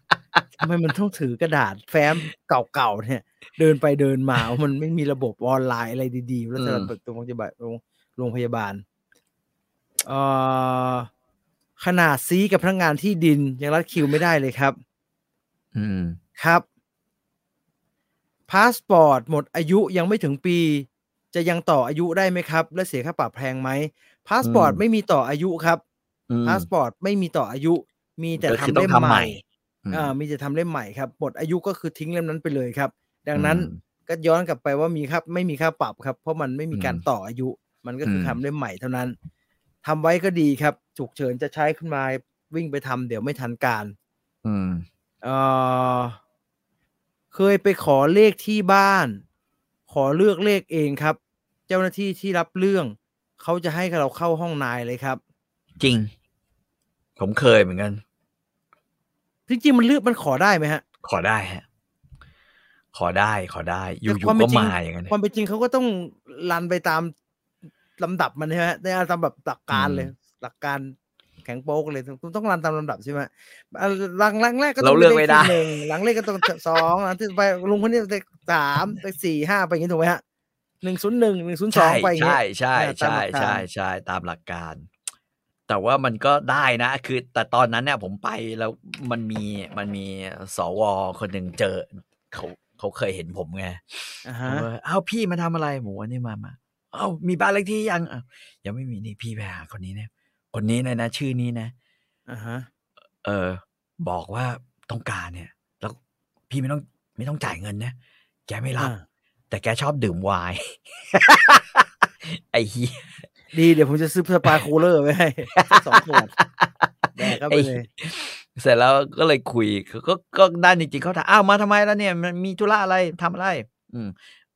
ทำไมมันต้องถือกระดาษแฟ้มเก่าๆเนี่ย เดินไปเดินมา มันไม่มีระบบออนไลน์อะไรดีๆแล้วสำหรับ อืม ตรงโรงพยาบาลโรงโรงพยาบาลเอ่อขนาดซีกับพนักงานที่ดินยังรัดคิวไม่ได้เลยครับ อืม ครับพาสปอร์ตหมดอายุยังไม่ถึงปี จะยังต่ออายุได้ไหมครับ และเสียค่าปรับแพงไหมพาสปอร์ต อืม ไม่มีต่ออายุครับ อืม พาสปอร์ตไม่มีต่ออายุ มีแต่ ก็ ทำ คือต้อง เล่ม ทำ ให ใหม่ ม่เอ่ามีแต่ทำเล่มใหม่ครับหมดอายุก็คือทิ้งเล่มนั้นไปเลยครับ ดังอืม นั้นก็ย้อนกลับไปว่ามีครับไม่มีค่าปรับครับ เพราะมันไม่มีการ อืม ต่ออายุ มันก็คืออ ม ทำเล่มใหม่เท่านั้นทำไว้ก็ดีครับฉุกเฉินจะใช้ขึ้นมาวิ่งไปทำเดี๋ยวไม่ทันการ อืม เอ่อเคยไปขอเลขที่บ้าน ขอเลือกเลขเองครับ เจ้าหน้าที่ที่รับเรื่อง เขาจะให้เราเข้าห้องนายเลยครับ จริง ผมเคยเหมือนกัน จริงๆมันเลือกมันขอได้ไหมฮะ ขอได้ฮะ ขอได้ ขอได้ อยู่ แต่ อ ควา ยู่ มเป็นก็จริง มาอย่างนั้น ความเป็นจริงเขาก็ต้องรันไปตามลำดับมันใช่ไหมฮะในตามแบบหลักการเลย หลักการแข็งโป๊กเลยต้องต้องรันตามลำดับใช่ไหมอ่ะหลังหลังแรกก็ต้ เรา อง เลือกไม่ได้ ขหนึ่งหลังเลขก็ต้อง สองหลังที่ไปลุงคนนี้ไปสามไปสี่ห้าไปอย่างนี้ถูกไหมฮะหนึ่งศูนย์หนึ่งหนึ่งศูนย์สอง ใช่ ไปอย่างนี้ ใช่ใช่ ตามหลัใช่กการ ใช่ใช่ตามหลักการ แต่ว่ามันก็ได้นะ คือ แต่ตอนนั้นเนี่ยผมไปแล้วมันมีมันมีสวคนหนึ่งเจอเขาเขาเคยเห็นผมไง อ่าฮะ ผมว่าเอ้าวพี่มาทำอะไรหมูอันนี้มามาเอ้าวมีบ้านเลขที่ยังอ้าวยังไม่มีนี่พี่ไปหาคนนี้นะคนนี้เลยนะ ชื่อนี้นะ อ่าฮะ เออ บอกว่าต้องการเนี่ย แล้วพี่ไม่ต้องไม่ต้องจ่ายเงินนะแกไม่รับ อ่า แต่แกชอบดื่มไวน์ ไอ้เหี้ย ดีเดี๋ยวผมจะซื้อสปาคูลเลอร์ไว้ให้ สักสองขวด แดกเข้าไปเลย เสร็จแล้วก็เลยคุยก็ก็ก็ด้านจริงๆเขาถามอ้าวมาทำไมแล้วเนี่ยมันมีธุระอะไรทำอะไร อืม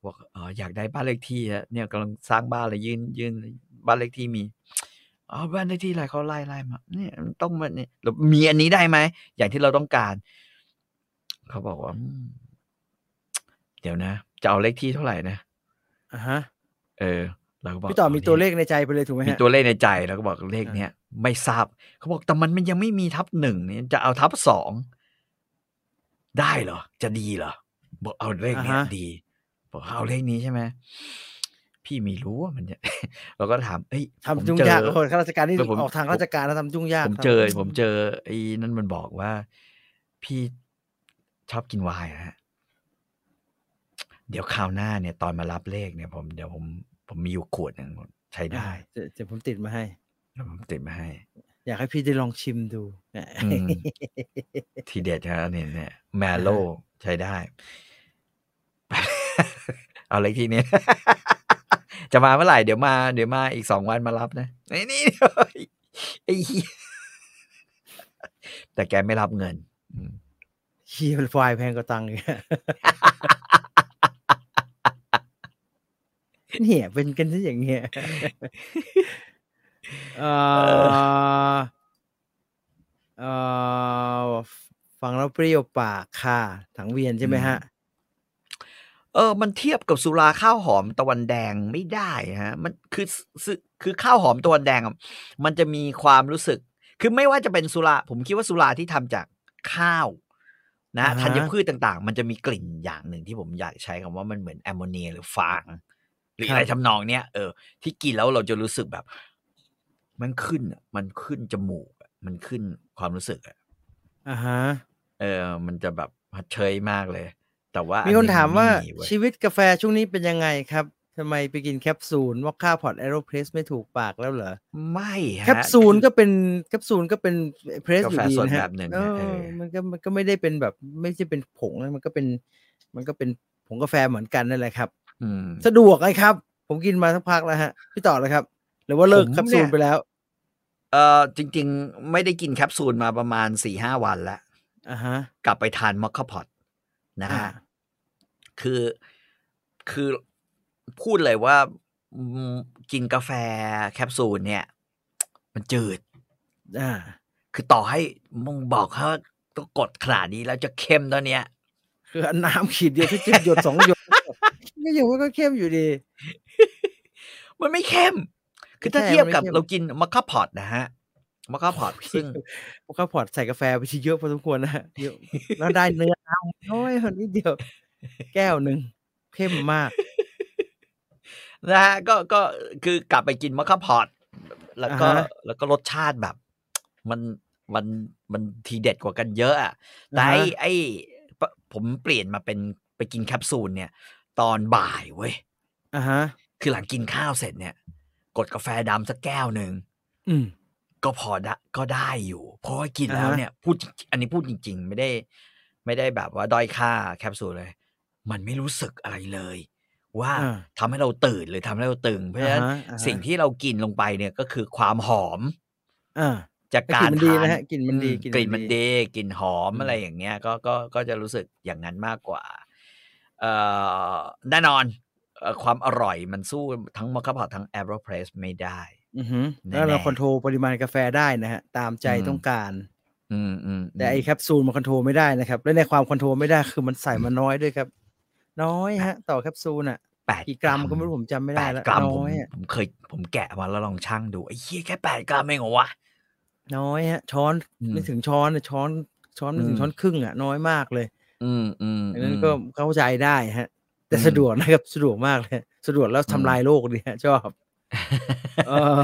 บอกอ๋ออยากได้บ้านเลขที่ฮะเนี่ยกำลังสร้างบ้านเลยยื่นยื่นบ้านเลขที่มีอ๋อบ้านเลขที่อะไรเขาไล่ไล่มาเนี่ยมันต้องมาเนี่ยแล้วมีอันนี้ได้ไหมอย่างที่เราต้องการเขาบอกว่าอืมเดี๋ยวนะจะเอาเลขที่เท่าไหร่นะ อ่าฮะ เออเราก็บอก พี่ต่อมี า ตัว นี่ เลขในใจไปเลยถูกไหม มี ฮะ ตัวเลขในใจแล้วก็บอกเลข อ่า เนี้ยไม่ทราบเขาบอกแต่มันมันยังไม่มีทับหนึ่งเนี่ยจะเอาทับสองได้เหรอ จะดีเหรอบอกเอาเลขเนี้ย อ่าฮะ ดีบอกเอาเลขนี้ใช่ไหมพี่ไมีรู้ว่ามันจะ เราก็ถามเอ้ย ทำ ผม จุ้ง เจอ ยากคนข้าราชการที่ เออผม ออกทางราชการแล้วทำจุ้งยาก ผม ครับ เจอ ผมเจอไอ้นั่นมันบอกว่า พี่ชอบกินไวน์นะฮะ เดี๋ยวคราวหน้าเนี่ย ตอนมารับเลขเนี่ย ผมเดี๋ยวผมผมมีอยู่ขวดหนึ่งใช้ได้ เดี๋ยวเดี๋ยวผมติดมาให้ แล้วผมติดมาให้ อยากให้พี่ได้ลองชิมดูอ่ะ อืม ทีเด็ดนะอันนี้เนี่ยแมโลใช้ ได้ เอาเลขที่นี้ จะมาเมื่อไหร่เดี๋ยวมาเดี๋ยวมาอีกสองวันมารับนะไอ้นี่ ไอ้เหี้ยแต่แกไม่รับเงินอืม เฮียมันควายแพงกว่าตังค์อีกอะเนี่ยเป็นกันซะอย่างเงี้ ยเอ่อเอ่อฟังแล้วเปรี้ยวปากค่ะถังเวียนใช่ไหมฮะ อืม เออ มันเทียบกับสุราข้าวหอมตะวันแดงไม่ได้ฮะ มันคือซึคือข้าวหอมตะวันแดงอะมันจะมีความรู้สึก คือไม่ว่าจะเป็นสุรา ผมคิดว่าสุราที่ทำจากข้าว นะ อ่าฮะ ธัญพืชต่างๆ มันจะมีกลิ่นอย่างหนึ่งที่ผมอยากใช้คำว่ามันเหมือนแอมโมเนียหรือฟาง หรืออะไรทำนองเนี้ยเออที่กินแล้วเราจะรู้สึกแบบ มันขึ้นอะมันขึ้นจมูกอะมันขึ้นความรู้สึกอะ อ่าฮะ เออ มันจะแบบเชยมากเลย แต่ว่า มี อั คนถามว่า ไเว้ย ชีวิตกาแฟช่วงนี้เป็นยังไงครับ ทำไมไปกินแคปซูลมอคค่าพอร์ตแอโรเพรสไม่ถูกปากแล้วเหรอ ไม่ฮะ แคปซูลก็เป็นแคปซูลก็เป็นเพรสอยู่ดี กาแฟนะฮะสดแบบหนึ่งนะ เออ เออ มันก็มันก็ไม่ได้เป็นแบบ ไม่ใช่เป็นผงนะมันก็เป็น มันก็เป็นผงกาแฟเหมือนกันนั่นแหละครับ อืม สะดวกไงครับ ผมกินมาสักพักแล้วฮะ พี่ต่อเลยครับ หรือว่าเลิก ผม แคปซู เนี่ ล ย ไปแล้ว เออจริง ๆ ไม่ได้กินแคปซูลมาประมาณสี่ห้าวันแล้ว อ่าฮะ กลับไปทานมอคคาพอตนะฮะ อ่า คือคือพูดเลยว่าอืมกินกาแฟแคปซูลเนี่ย มันจืด อ่า คือต่อให้มึงบอกเขาว่าต้องกดขนาดนี้แล้วจะเค็มตอนเนี้ย คืออันน้ำขีดเดียวที่จิ้มหยด สองหยดก็อยู่ก็เข้มอยู่ดี มันไม่เค็ม คือถ้า ใช่ เทียบกับ มันไม่เค็ม เรากินมัคคาพอตนะฮะมัคคาพอตซึ่ง ผมก็พอร์ตใส่กาแฟไปที่เยอะพอสมควรนะฮะเยอะแล้วได้เนื้อน้ำน้อย คนนิดเดียว แก้วหนึ่งเข้มมาก นะฮะก็ก็คือกลับไปกินมัคคาพอตแล้วก็ อ่าฮะ แล้วก็รสชาติแบบ มันมันมันทีเด็ดกว่ากันเยอะอะแต่ไอ นะฮะ ไอปะผมเปลี่ยนมาเป็นไปกินแคปซูลเนี่ย ตอนบ่ายเว้ย อ่าฮะ คือหลังกินข้าวเสร็จเนี่ย กดกาแฟดำสักแก้วหนึ่ง อืม ก็พอได้ก็ได้อยู่ เพราะว่ากินแล้ว อ่าฮะ เนี่ยพูดจริงอันนี้พูดจริง ๆ ไม่ได้ ไม่ได้แบบว่าด้อยค่าแคปซูลเลย มันไม่รู้สึกอะไรเลย ว่า อ่า ทำให้เราตื่นหรือทำให้เราตึง เพราะฉะนั้น อ่าฮะอ่าฮะ สิ่งที่เรากินลงไปเนี่ยก็คือความหอม อ่า จาก แต่ กาก ลิ่นรมันดี ทา นะฮะกลิ่นมันดี อืก กลิ่ ลิ่น นมั มัน นดี ดีกลิ่นหอม อืม อะไรอย่างเงี้ยก็ก็ก็จะรู้สึกอย่างนั้นมากกว่าเอ่อแน่นอนเอ่อความอร่อยมันสู้ทั้งมอคคาพอตทั้งแอโรเพรสไม่ได้ อือหือ แน่ๆ แล้วเราคอนโทรลปริมาณกาแฟได้นะฮะ ตามใจ อืม ต้องการ อืมอืมม แต่ไอแคปซูลมันคอนโทรลไม่ได้นะครับ และในความคอนโทรลไม่ได้คือมันใส่มาน้อยด้วยครับ น้อยฮะ ต่อแคปซูลอ่ะ แปด กี่กรัมก็ไม่รู้ผมจำไม่ได้แล้ว แปกรัมผม น้อยอะ ผมเคยผมแกะมาแล้วลองชั่งดูไอ้เหี้ยแค่แปดกรัมเองเหรอวะ น้อยฮะ ช้อน อืม ไม่ถึงช้อนอะช้อนช้อนไม่ถึ อื ง ม ช้อนครึ่งอ่ะน้อยมากเลย อืมอืม อันนั้น อืม ก็เข้าใจได้ฮะ แต่ อืม สะดวกนะครับ สะดวกมากเลย สะดวกแล้ว อืม ทำลายโลกดีฮะชอบเออ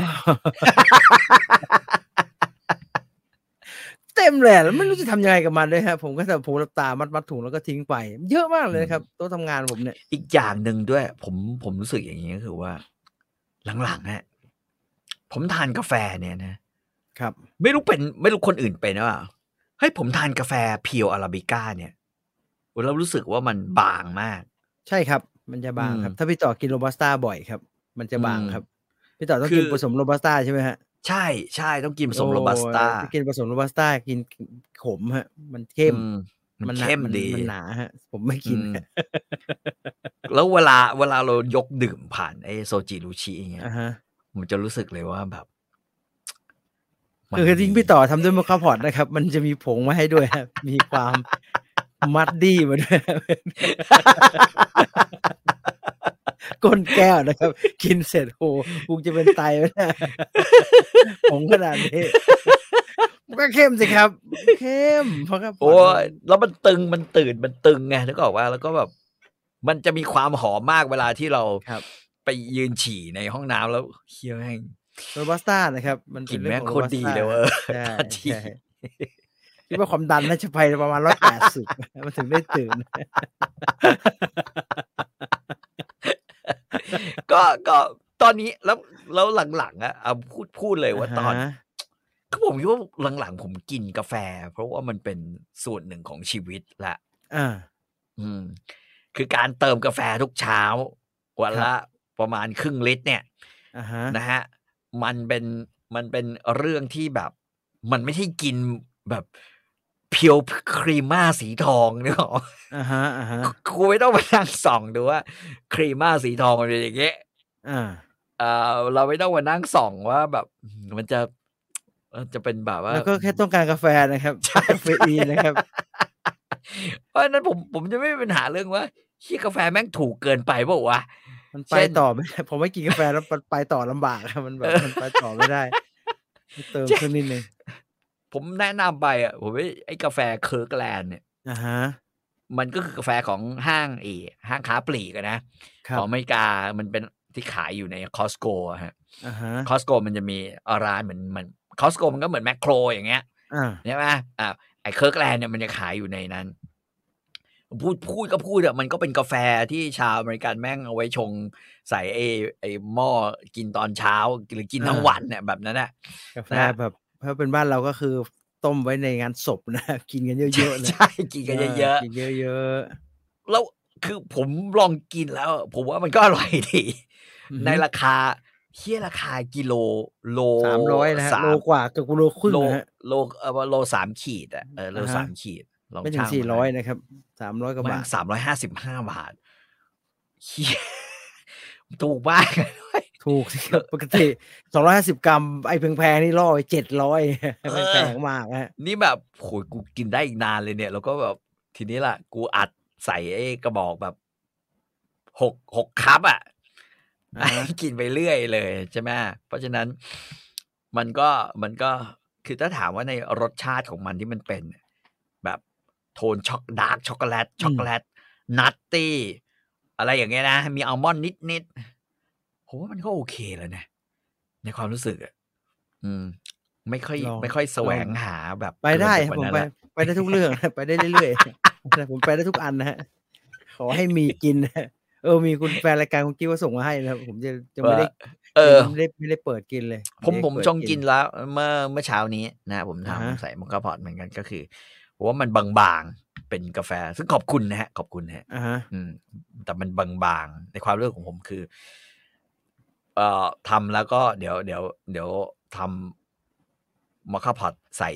เต็มเลยแล้วไม่รู้จะทำยังไงกับมันด้วยฮะ ผมก็แต่ผมรับตามัดมัดถุงแล้วก็ทิ้งไป เยอะมากเลยนะครับโต๊ะทำงานผมเนี่ย อีกอย่างหนึ่งด้วย ผมผมรู้สึกอย่างนี้ก็คือว่า หลังๆเนี่ยผมทานกาแฟเนี่ยนะครับ ไม่รู้เป็น ไม่รู้คนอื่นเป็นหรือเปล่าเฮ้ยผมทานกาแฟเพียวอาราบิก้าเนี่ยเรารู้สึกว่ามันบางมาก ใช่ครับ มันจะบางครับ อืม ถ้าพี่ต่อกินโรบัสต้าบ่อยครับ มันจะบางครับ พี่ต่อต้อง คือ กินผสมโรบัสต้าใช่ไหมฮะ ใช่ใช่ต้องกินผสม อ้ โรบัสต้า ถ้กินผสมโรบัสต้ากินขมฮะ มันเข้ม อืมมัน หนา เข้มดี มันหนาฮะ ผมไม่กิน อืม ฮะ แล้วเวลาเวลาเรายกดื่มผ่านไอ้โซจิรุชิอย่างเงี้ย อ่าฮะ มันจะรู้สึกเลยว่าแบบมัน คือจริงๆพี่ต่อทำด้วยมะขามพอดนะครับ มันจะมีผงมาให้ด้วย ครับ มีความ มัดดี้มาด้วย ครับก้นแก้วนะครับ กินเสร็จโหกูจะเป็นไตไปนะ ผงขนาดนี้ มันก็เข้มสิครับ เข้มเพราะครับ โอ้ยแล้วมันตึงมันตื่นมันตึงไงนึกออกว่าแล้วก็แบบ มันจะมีความหอมมากเวลาที่เรา ครับ ไปยืนฉี่ในห้องน้ำแล้วเคี้ยวแห้ง โรบัสต้านะครับ มัน กลิ่ เป็น น แม่ เรื่อง ง โค ของ ตโบัสรดี ต้า เลยเว้ย ใช่ ทันที ใช่คิดว่าความดันน่าจะไปประมาณร้อยแปดสิบ มันถึงได้ตื่น ก็ก็ตอนนี้แล้วแล้วหลังๆอะเอาพูดพูดเลยว่าตอน อ่าฮะ ก็ผมคิดว่าหลังๆ ผมกินกาแฟ เพราะว่ามันเป็นส่วนหนึ่งของชีวิตละ อ่า อืมคือการเติมกาแฟทุกเช้า วัน ครับ ละประมาณครึ่งลิตรเนี่ย อ่าฮะ นะฮะ มันเป็นมันเป็นเรื่องที่แบบ มันไม่ใช่กินแบบเพียวครีม่าสีทองเนี่ย หรอก อ่าฮะอ่าฮะ กูไม่ต้องมานั่งส่องดูว่าครีม่าสีทองมันเป็นอย่างเงี้ย อ่า เอ่อเราไม่ต้องมานั่งส่องว่าแบบมันจะเอ่อจะเป็นแบบว่า แล้วก็แค่ต้องการกาแฟนะครับ ใช่ คาเฟอีนนะครับ เพราะฉะนั้นผมผมจะไม่มีปัญหาเรื่องว่าเฮียกาแฟแม่งถูกเกินไปเปล่าวะ มัน เช่ ไป น ต่อ ไม่ได้ผมไม่กินกาแฟแล้วมันไปต่อลำบากครับมันแบบ เออ มันไปต่อไม่ ได้ต้องเติม เช่น สักนิดนึง ผมแนะนำไปอ่ะผมว่าไอ้กาแฟเคิร์กแลนด์เนี่ย อ่าฮะ มันก็คือกาแฟของห้างเอห้างค้าปลีกอะนะ ครับ ของอเมริกามันเป็นที่ขายอยู่ในคอสโกฮะ อ่าฮะ คอสโกมันจะมีร้านเหมือนเหมือนคอสโกมันก็เหมือนแมคโครอย่างเงี้ย อ่า ใช่ไหมอ่าไอเคิร์กแลนด์เนี่ยมันจะขายอยู่ในนั้น พูดพูดก็พูดอะมันก็เป็นกาแฟที่ชาวอเมริกันแม่งเอาไว้ชงใส่ไอ้ไอ้หม้อกินตอนเช้าหรือกินทั้งวันเนี่ยแบบนั้นอะ กาแฟ นะฮะ แบบถ้าเป็นบ้านเราก็คือต้มไว้ในงานศพนะ กินกันเยอะๆเลย ใช่กินกันเยอะ กินเยอะ ๆแล้วคือผมลองกินแล้ว ผมว่ามันก็อร่อยดี ๆ ในราคาเฮียราคากิโลโล สามร้อยนะฮะ สาม โลกว่าเกับโลครึ่ง โล นะฮะ โลเออโลสามขีดอะเออโล อ่าฮะ สามขีดลอง ไม่ถึ ช่าง ง สี่ร้อยนะครับสามร้อยกว่าบาท สามร้อยห้าสิบห้าบาทเฮีย ถูกมาก ถูกสิครับ ปกติสองร้อยห้าสิบกรัมไอ้แพงๆนี่ล่อเจ็ดร้อย เออ แพงมากนะฮะ นี่แบบโหยกูกินได้อีกนานเลยเนี่ย แล้วก็แบบทีนี้ล่ะ กูอัดใส่ไอ้กระบอกแบบหกหกคัพอ่ะ อ่าฮะ กินไปเรื่อยเลยใช่ไหมเพราะฉะนั้นมันก็มันก็คือถ้าถามว่าในรสชาติของมันที่มันเป็น แบบโทนช็อกดาร์กช็อกโกแลตช็อกโกแลตนัตตี้อะไรอย่างเงี้ยนะ มีอัลมอนด์นิดๆผมว่ามันก็โอเคแล้วนะ ในความรู้สึกอ่ะอืม ไม่ค่อย ลอง ไม่ค่อยแสวลงอง หาแบบ ไปได้ครับเกินก ผม ว่านั้น ไป ละ ไปได้ทุกเรื่อง ไปได้เรื่อยๆ นะผมไปได้ทุกอันนะฮะขอให้มีกิน นะฮะเออมีคุณแฟนรายการคุณกี้ว่าส่งมาให้นะครับผมจะจะไม่ได้ เออ ยังไม่ได้ไม่ได้เปิดกินเลย ผม ไได้ ผม เปิด จองกินแล้วเมื่อเมื่อเช้านี้นะผม อ่าฮะ ทำใส่มอคค่าพอตเหมือนกันก็คือผมว่ามันบางๆเป็นกาแฟ ซึ่งขอบคุณนะฮะ ขอบคุณนะฮะ อ่าฮะ อืม แต่มันบางๆในความรู้สึกของผมคือ เอ่อทำแล้วก็เดี๋ยวเดี๋ยวเดี๋ยวทำมอคค่าพอตใส่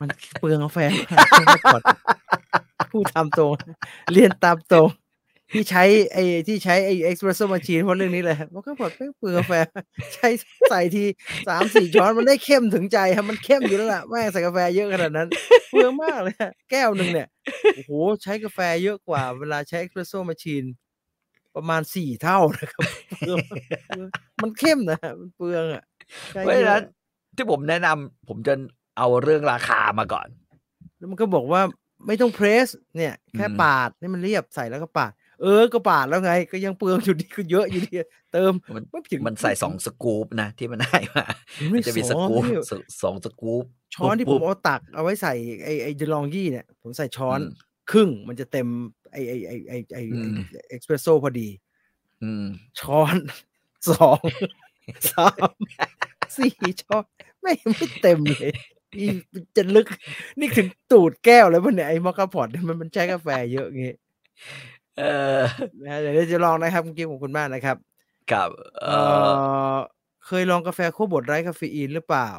มันเปลืองกาแฟมากไม่กดพูดตามตรง เรียนตามตรงที่ใช้ไอ้ที่ใช้ไอ้เอ็กซ์เพรสโซมาชีนเพราะเรื่องนี้เลยมันก็ผดไม่เปลืองกาแฟ ใช้ใส่ทีสามสี่ช้อนมันได้เข้มถึงใจครับมันเข้มอยู่แล้วล่ะแม่งใส่กาแฟเยอะขนาดนั้น เปลืองมากเลยฮะแก้วหนึ่งเนี่ย โอ้โห ใช้กาแฟเยอะกว่า เวลาใช้เอ็กซ์เพรสโซมาชีนประมาณสี่เท่านะครับเปลืองเปลืองมันเข้มนะฮะมันเปลืองอ่ะใช้ เพราะฉะ ยอ นั้นที่ผมแนะนำผมจะเอาเรื่องราคามาก่อน แล้วมันก็บอกว่าไม่ต้องเพรส เนี่ย แค่ อืม ปาดให้มันเรียบใส่แล้วก็ปาด เออก็ปาดแล้วไง ก็ยังเปลื องอยู่ดีก็เยอะอยู่ดีเติม มัน ไม่ถึง มันใส่สองสกู๊ปนะที่มันได้มา ไ มันจะมีส สอง กู๊ป นี่ สสองสกู๊ป ช้อนที่ผปุ๊บ มเอาตักเอาไว้ใส่ไอไอเดลองยี่เนี่ย ผมใส่ช้อน อืม ครึ่งมันจะเต็มไอไอไอไอไอ อืม เอ็กซ์เพรสโซพอดี อืม ช้อน สอง สาม สี่ช้อน ไม่ไม่เต็มเลยอีจะลึก นี่ถึงตูดแก้วแล้วมันเนี่ยไอ้มอคคาพอดเนี่ยมันมันใช้กาแฟเยอะงี้ เออ นะฮะเดี๋ยวจะลองนะครับคุณกิ๊ฟของคุณมากนะครับ กับเอ เอ อ อเคยลองกาแฟคั่วบดไร้คาเฟอีนหรือเปล่า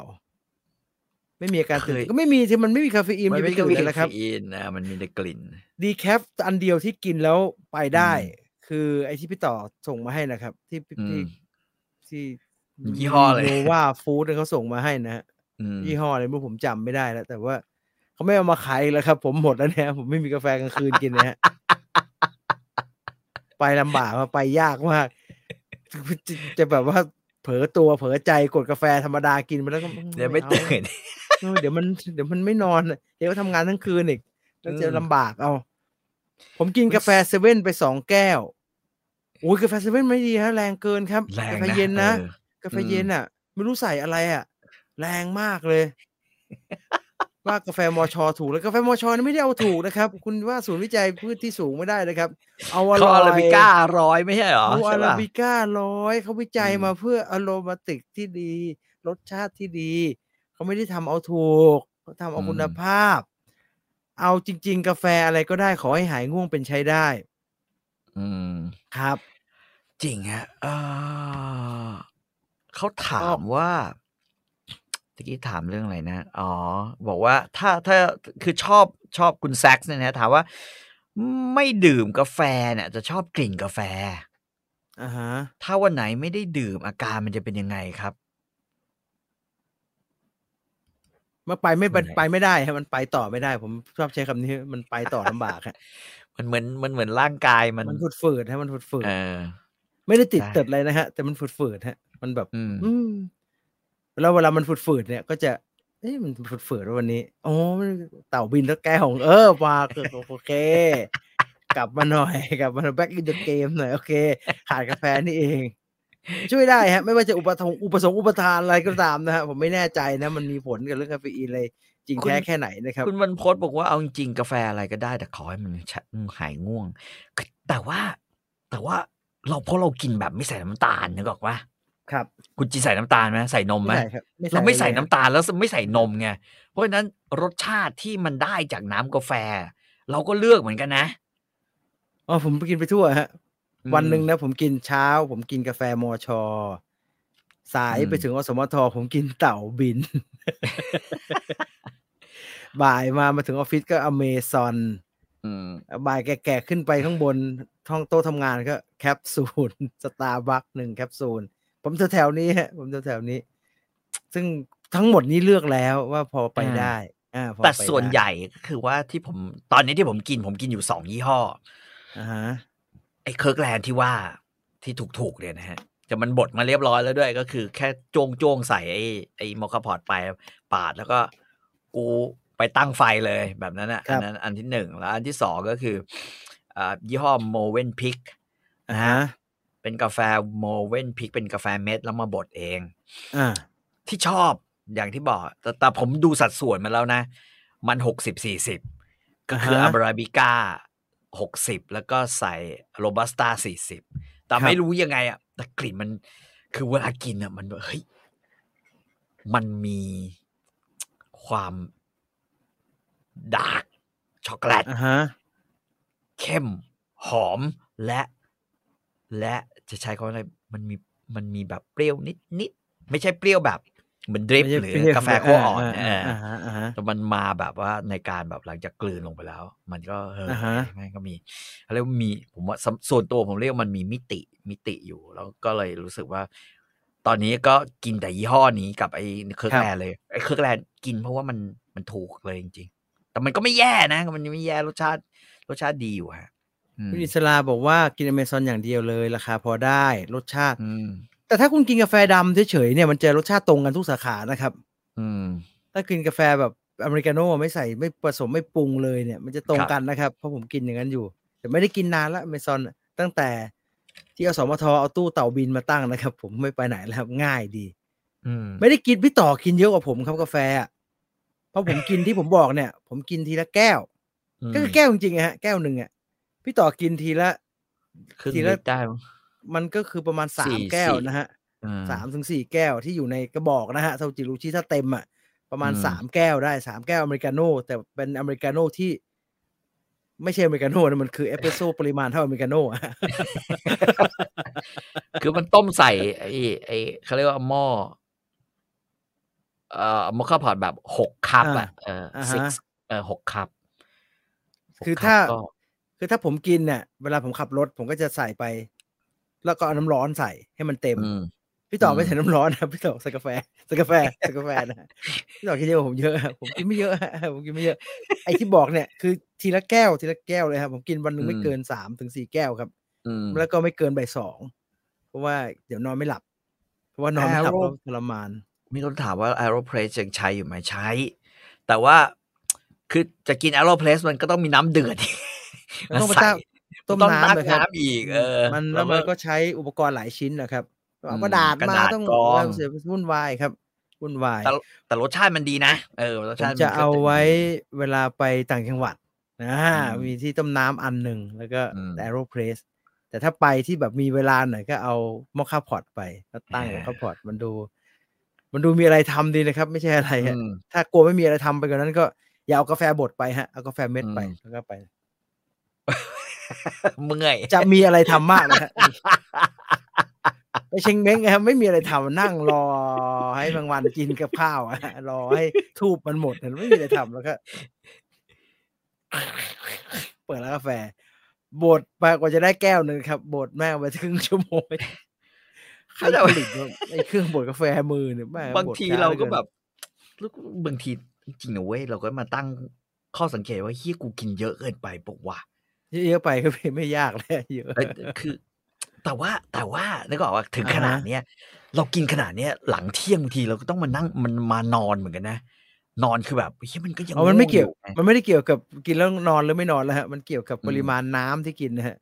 ไม่มีอาการตื่ เคนย ก็ไม่มีที่มันไม่มีคาเฟอีน มัน มี ไม่ ป ก็ ตื่ มี นเลยนะครับ คาเฟอีนนะมันมีแต่กลิ่น ดีแคปอันเดียวที่กินแล้วไปได้ อื คือไอ้ที่พี่ต่อส่งมาให้นะครับ ที่พี่ที่ อืม ที่ ยี่ห้ออะไร โนวาฟู้ดเขาส่งมาให้นะฮะ อืม ยี่ห้ออะไรไม่รู้ผมจำไม่ได้แล้ว แต่ว่าเขาไม่เอามาขายอีกแล้วครับ ผมหมดแล้วเนี่ยผมไม่มีกาแฟกลางคืนกินนะฮะ ไปลำบากมากไปยากมากจะจะแบบว่าเผลอตัวเผลอใจกดกาแฟธรรมดากินไปแล้วก็ เดี๋ยวไม่ อา ตื่น เออเดี๋ยวมันเดี๋ยวมันไม่นอนอะเดี๋ยวทำงานทั้งคืนอีกแล้วจะ อืม ลำบากเอา ผมกินกาแฟเซเว่นไปสองแก้วโอ้ยกาแฟเซเว่นไม่ดีฮะแรงเกินครับ แรง กาแฟเย็นนะ เออก าแฟเย็นอ่ะ ไม่รู้ใส่อะไรอ่ะ แรงมาก เลย ว่ากาแฟมอชอถูกแล้วกาแฟมอชอนี่ไม่ได้เอาถูกนะครับ คุณว่าศูนย์วิจัยพืชที่สูงไม่ได้นะครับ เอาอ เขา ร่อย อาราบิก้าร้อยไม่ใช่เหรอ เขาอา ใช่ รา ป่ะ บิก้าร้อยเขาวิจัย อืม มาเพื่ออโรมาติกที่ดี รสชาติที่ดี เขาไม่ได้ทำเอาถูกเขาทำเอาคุณภาพ เอาจริง ๆ กาแฟอะไรก็ได้ขอให้หายง่วงเป็นใช้ได้ อืม ครับ จริงฮะเอ่อเขาถาม ก็ ว่าตะกี้ถามเรื่องอะไรนะ อ๋อ บอกว่าถ้าถ้าคือชอบชอบคุณแซ็กซ์เนี่ยนะถามว่า ไม่ดื่มกาแฟเนี่ย จะชอบกลิ่นกาแฟ อ่าฮะ ถ้าวันไหนไม่ได้ดื่มอาการมันจะเป็นยังไงครับ มาไปไม่ไป ไม่ได้ ไปไม่ได้ฮะมันไปต่อไม่ได้ ผมชอบใช้คำนี้ มันไปต่อลำบาก ฮะ มันเหมือนมันเหมือนร่างกายมัน มันฝืดฝืดๆฮะมันฝืดฝืด เออ ๆไม่ได้ติด ใช่ ติดอะไรนะฮะ แต่มันฝืดฝืดๆฮะมันแบบ อืม อืมแล้วเวลามันฝืดฝืดๆเนี่ย ก็จะ เอ้ยมันฝืดฝืดๆแล้ววันนี้โอ้มันเต่าบินแล้วแกของเออมาคือโอเค กลับมาหน่อย กลับมา back in the game หน่อย โอเค ขาดกาแฟนี่เอง ช่วยได้ฮะ ไม่ว่าจะอุปทงอุปสงค์อุปทานอะไรก็ตามนะฮะ ผมไม่แน่ใจนะ มันมีผลกับเรื่องคาเฟอีนอะไร จริง คุณ แท้แค่ไหนนะครับ คุณบรรพศบอกว่าเอาจริงๆกาแฟอะไรก็ได้ แต่ขอให้มันชะหายง่วงคือแต่ว่า แต่ว่าเราเพราะเรากินแบบไม่ใส่น้ำตาลนึกออกปะ ครับ คุณจีใส่น้ำตาลไหมใส่นมไหม ไม่ใส่ครับ เราไม่ใส่ เลย น้ำตาลแล้วไม่ใส่นมไงเพราะฉะนั้นรสชาติที่มันได้จากน้ำกาแฟ เราก็เลือกเหมือนกันนะ อ๋อผมกินไปทั่วฮะ อืม วันหนึ่งนะผมกินเช้า ผมกินกาแฟมอชอ สาย อืม ไปถึงอสมทผมกินเต่าบิ น บ่ายมามาถึงออฟฟิศก็อเมซอน อืม บ่ายแก่ๆขึ้นไปข้างบนท้องโต๊ะทำงานก็แคปซูล สตาร์บัคหนึ่งแคปซูล ผมแถวๆนี้ฮะ ผมแถวๆนี้ ซึ่งทั้งหมดนี้เลือกแล้วว่าพอไปได้อ่าพอ แต่ ไป ส่วน ได้ ใหญ่ก็คือว่าที่ผมตอนนี้ที่ผมกินผมกินอยู่สองยี่ห้อ อ่าฮะ ไอ้เคิร์กแลนด์ที่ว่าที่ถูกๆเนี่ยนะฮะแต่มันบดมาเรียบร้อยแล้วด้วย ก็คือแค่จ้วงจ้วงๆใส่ไอ้ไอ้มอคคาพอดไปปาดแล้วก็กูไปตั้งไฟเลยแบบนั้นอ่ะอันนั้นอันที่หนึ่งแล้วอันที่สองก็คืออ่ายี่ห้อโมเวนพิก อ่าฮะ เป็นกาแฟโมเวนพิกเป็นกาแฟเม็ดแล้วมาบดเอง อ่า ที่ชอบอย่างที่บอก แต่แต่ผมดูสัดส่วนมาแล้วนะ มันหกสิบสี่สิบก็คืออา ฮะ บราบิก้าหกสิบแล้วก็ใส่โรบัสต้าสี่สิบแต่ไม่รู้ยังไงอ่ะแต่กลิ่นมันคือเวลากินอ่ะ มันแบบเฮ้ยมันมีความดาร์กช็อกโกแลต อ่าฮะ เข้มหอมและ และจะใช้คำว่าอะไรมันมีมันมีแบบเปรี้ยวนิดนิดๆไม่ใช่เปรี้ยวแบบเหมือนดริป ไม่ใช่ หรื เปรี้ อ ยว กาแฟขั้วอ่อน อ่า เอ อ่า อ อ่าฮะอ่าฮะ แต่มันมาแบบว่าในการแบบหลังจากกลืนลงไปแล้ว มันก็เอออา ฮะ แม่งก็มีเรียกว่ามีผมว่าสำส่วนตัวผมเรียกว่ามันมีมิติมิติอยู่ แล้วก็เลยรู้สึกว่า ตอนนี้ก็กินแต่ยี่ห้อนี้กับไอ้เครื่องแลนด์เลยไอ้เครื่องแลนด์กินเพราะว่ามันมันถูกเลยจริงๆแต่มันก็ไม่แย่นะ มันไม่แย่รสชาติ รสชาติดีอยู่ฮะอืม คุณอิสลาบอกว่ากินอเมซอนอย่างเดียวเลยราคาพอได้รสชาติ อืม แต่ถ้าคุณกินกาแฟดำเฉยๆเนี่ยมันจะรสชาติตรงกันทุกสาขานะครับ อืม ถ้ากินกาแฟแบบอเมริกาโน่ไม่ใส่ไม่ผสมไม่ปรุงเลยเนี่ย มันจะตรงกันนะครับ เพราะผมกินอย่างนั้นอยู่ แต่ไม่ได้กินนานละอเมซอนตั้งแต่ที่อสมทเอาตู้เต่าบินมาตั้งนะครับ ผมไม่ไปไหนแล้วครับง่ายดี อืม ไม่ได้กินพี่ต่อกินเยอะกว่าผมครับกาแฟอะเพราะผมกินที่ผมบอกเนี่ย ผมกินทีละแก้ว ก็คือแก้วจริงๆอะฮะแก้วหนึ่งอะพี่ต่อกินทีละ ครึ่ง ที ลิ ละ ตรได้มั้ง มันก็คือประมาณสา สี่ มแก้ว สี่ นะฮะ อืม สามถึงสี่แก้วที่อยู่ในกระบอกนะฮะซาจิรุชิถ้าเต็มอ่ะประมาณ อืม สามแก้วได้สามแก้วอเมริกาโน่แต่เป็นอเมริกาโน่ที่ ไม่ใช่อเมริกาโน่นะมันคือเอสเปรสโซ่ปริมาณเท่าอเมริกาโน่อะ คือมันต้มใส่ไอ้ไอ้เขาเรียกว่าหม้อเอ่อมอคค่าพอดแบบหกคัพ อ่า อ่ะเอออา ฮะ ซิกเออหกคัพ คือ หก ถ้า ก็ คือถ้าผมกินเนี่ยเวลาผมขับรถ ผมก็จะใส่ไป แล้วก็เอาน้ำร้อนใส่ให้มันเต็ม อืม พี่ต่ออ ม ไม่ใส่น้ำร้อนนะพี่ต่อใส่กาแฟใส่กาแฟ ใส่กาแฟนะ พี่ต่อกินเยอะกว่าผมเยอะอะผมกินไม่เยอะ อะผมกินไม่เยอะ ไอ้ที่บอกเนี่ยคือทีละแก้วทีละแก้วเลยครับผมกินวันหนึ่งไม่เกินสามถึงสี่แก้วครับ อืม แล้วก็ไม่เกินบ่ายสองเพราะว่าเดี๋ยวนอนไม่หลับ เพราะว่านอนไม่หลับ แอโร่ แล้วทรมาน มีคนถามว่า Aeropress ยังใช้อยู่ไหมใช้ แต่ว่าคือจะกิน Aeropress มันก็ต้องมีน้ำเดือด มันต้องไป ใส่ ตั้งต้ม ต้อง น้ำ ตั้ง เลยครับ น้ำอีก เออ มันแล้วมั ก็ นก็ใช้อุปกรณ์หลายชิ้นนะครับเอา อืม กระดาษ กระ มา ดาษ ต้อง กรอง เสียวุ่นวายครับวุ่นวาย แต่แต่รสชาติมันดีนะ เออรส ผ ชาม ติมัน จะ ก็ เอา ดี ไว้เวลาไปต่างจังหวัดนะ ม มีที่ต้มน้ำอันหนึ่งแล้วก็ อืม แอโรเพรสแต่ถ้าไปที่แบบมีเวลาหน่อยก็เอามอคค่าพอตไปแล้วตั้งมอ่าอคค่าพอตมันดู มันดูมีอะไรทำดีนะครับ ไม่ใช่อะไรฮะ อืม ถ้ากลัวไม่มีอะไรทำไปกว่านั้นก็อย่าเอากาแฟบดไปฮะเอากาแฟเม็ดไป อืม แล้วก็ไป เมื่อย จะมีอะไรทำมากนะฮะ ไม่เชงเม้งนะครับไม่มีอะไรทำนั่งรอให้บางวันกินกับข้าวอะรอให้ทูบมันหมดไม่มีอะไรทำแล้วก็ เปิดร้านกาแฟบดไปกว่าจะได้แก้วหนึ่งครับบดแม่งไปครึ่งชั่วโมงใครผลิตวะไอ้เครื่องบดกาแฟมือเนี่ยแม่ บาง บด ที ช้ เรา หลือ ก็ น แบบแล้วก็บางทีจริงนะเว้ยเราก็มาตั้งข้อสังเกตว่าเฮียกูกินเยอะเกินไปปกว่ะ เยอะไปก็ไม่ไม่ยากเลยเยอะ เอ้ยคือ แต่ว่าแต่ว่านึกออกว่าถึง อ่าฮะ ขนาดเนี้ยเรากินขนาดเนี้ยหลังเที่ยงบางทีเราก็ต้องมานั่งมันมานอนเหมือนกันนะ นอนคือแบบเฮียมันก็ยัง อ๋อมันไม่ ง่ง เกี่ยว อไง มันไม่ได้เกี่ยวกับกินแล้วนอนหรือไม่นอนแล้วฮะ มันเกี่ยวกับ อืม ปริมาณน้ำที่กินนะฮะ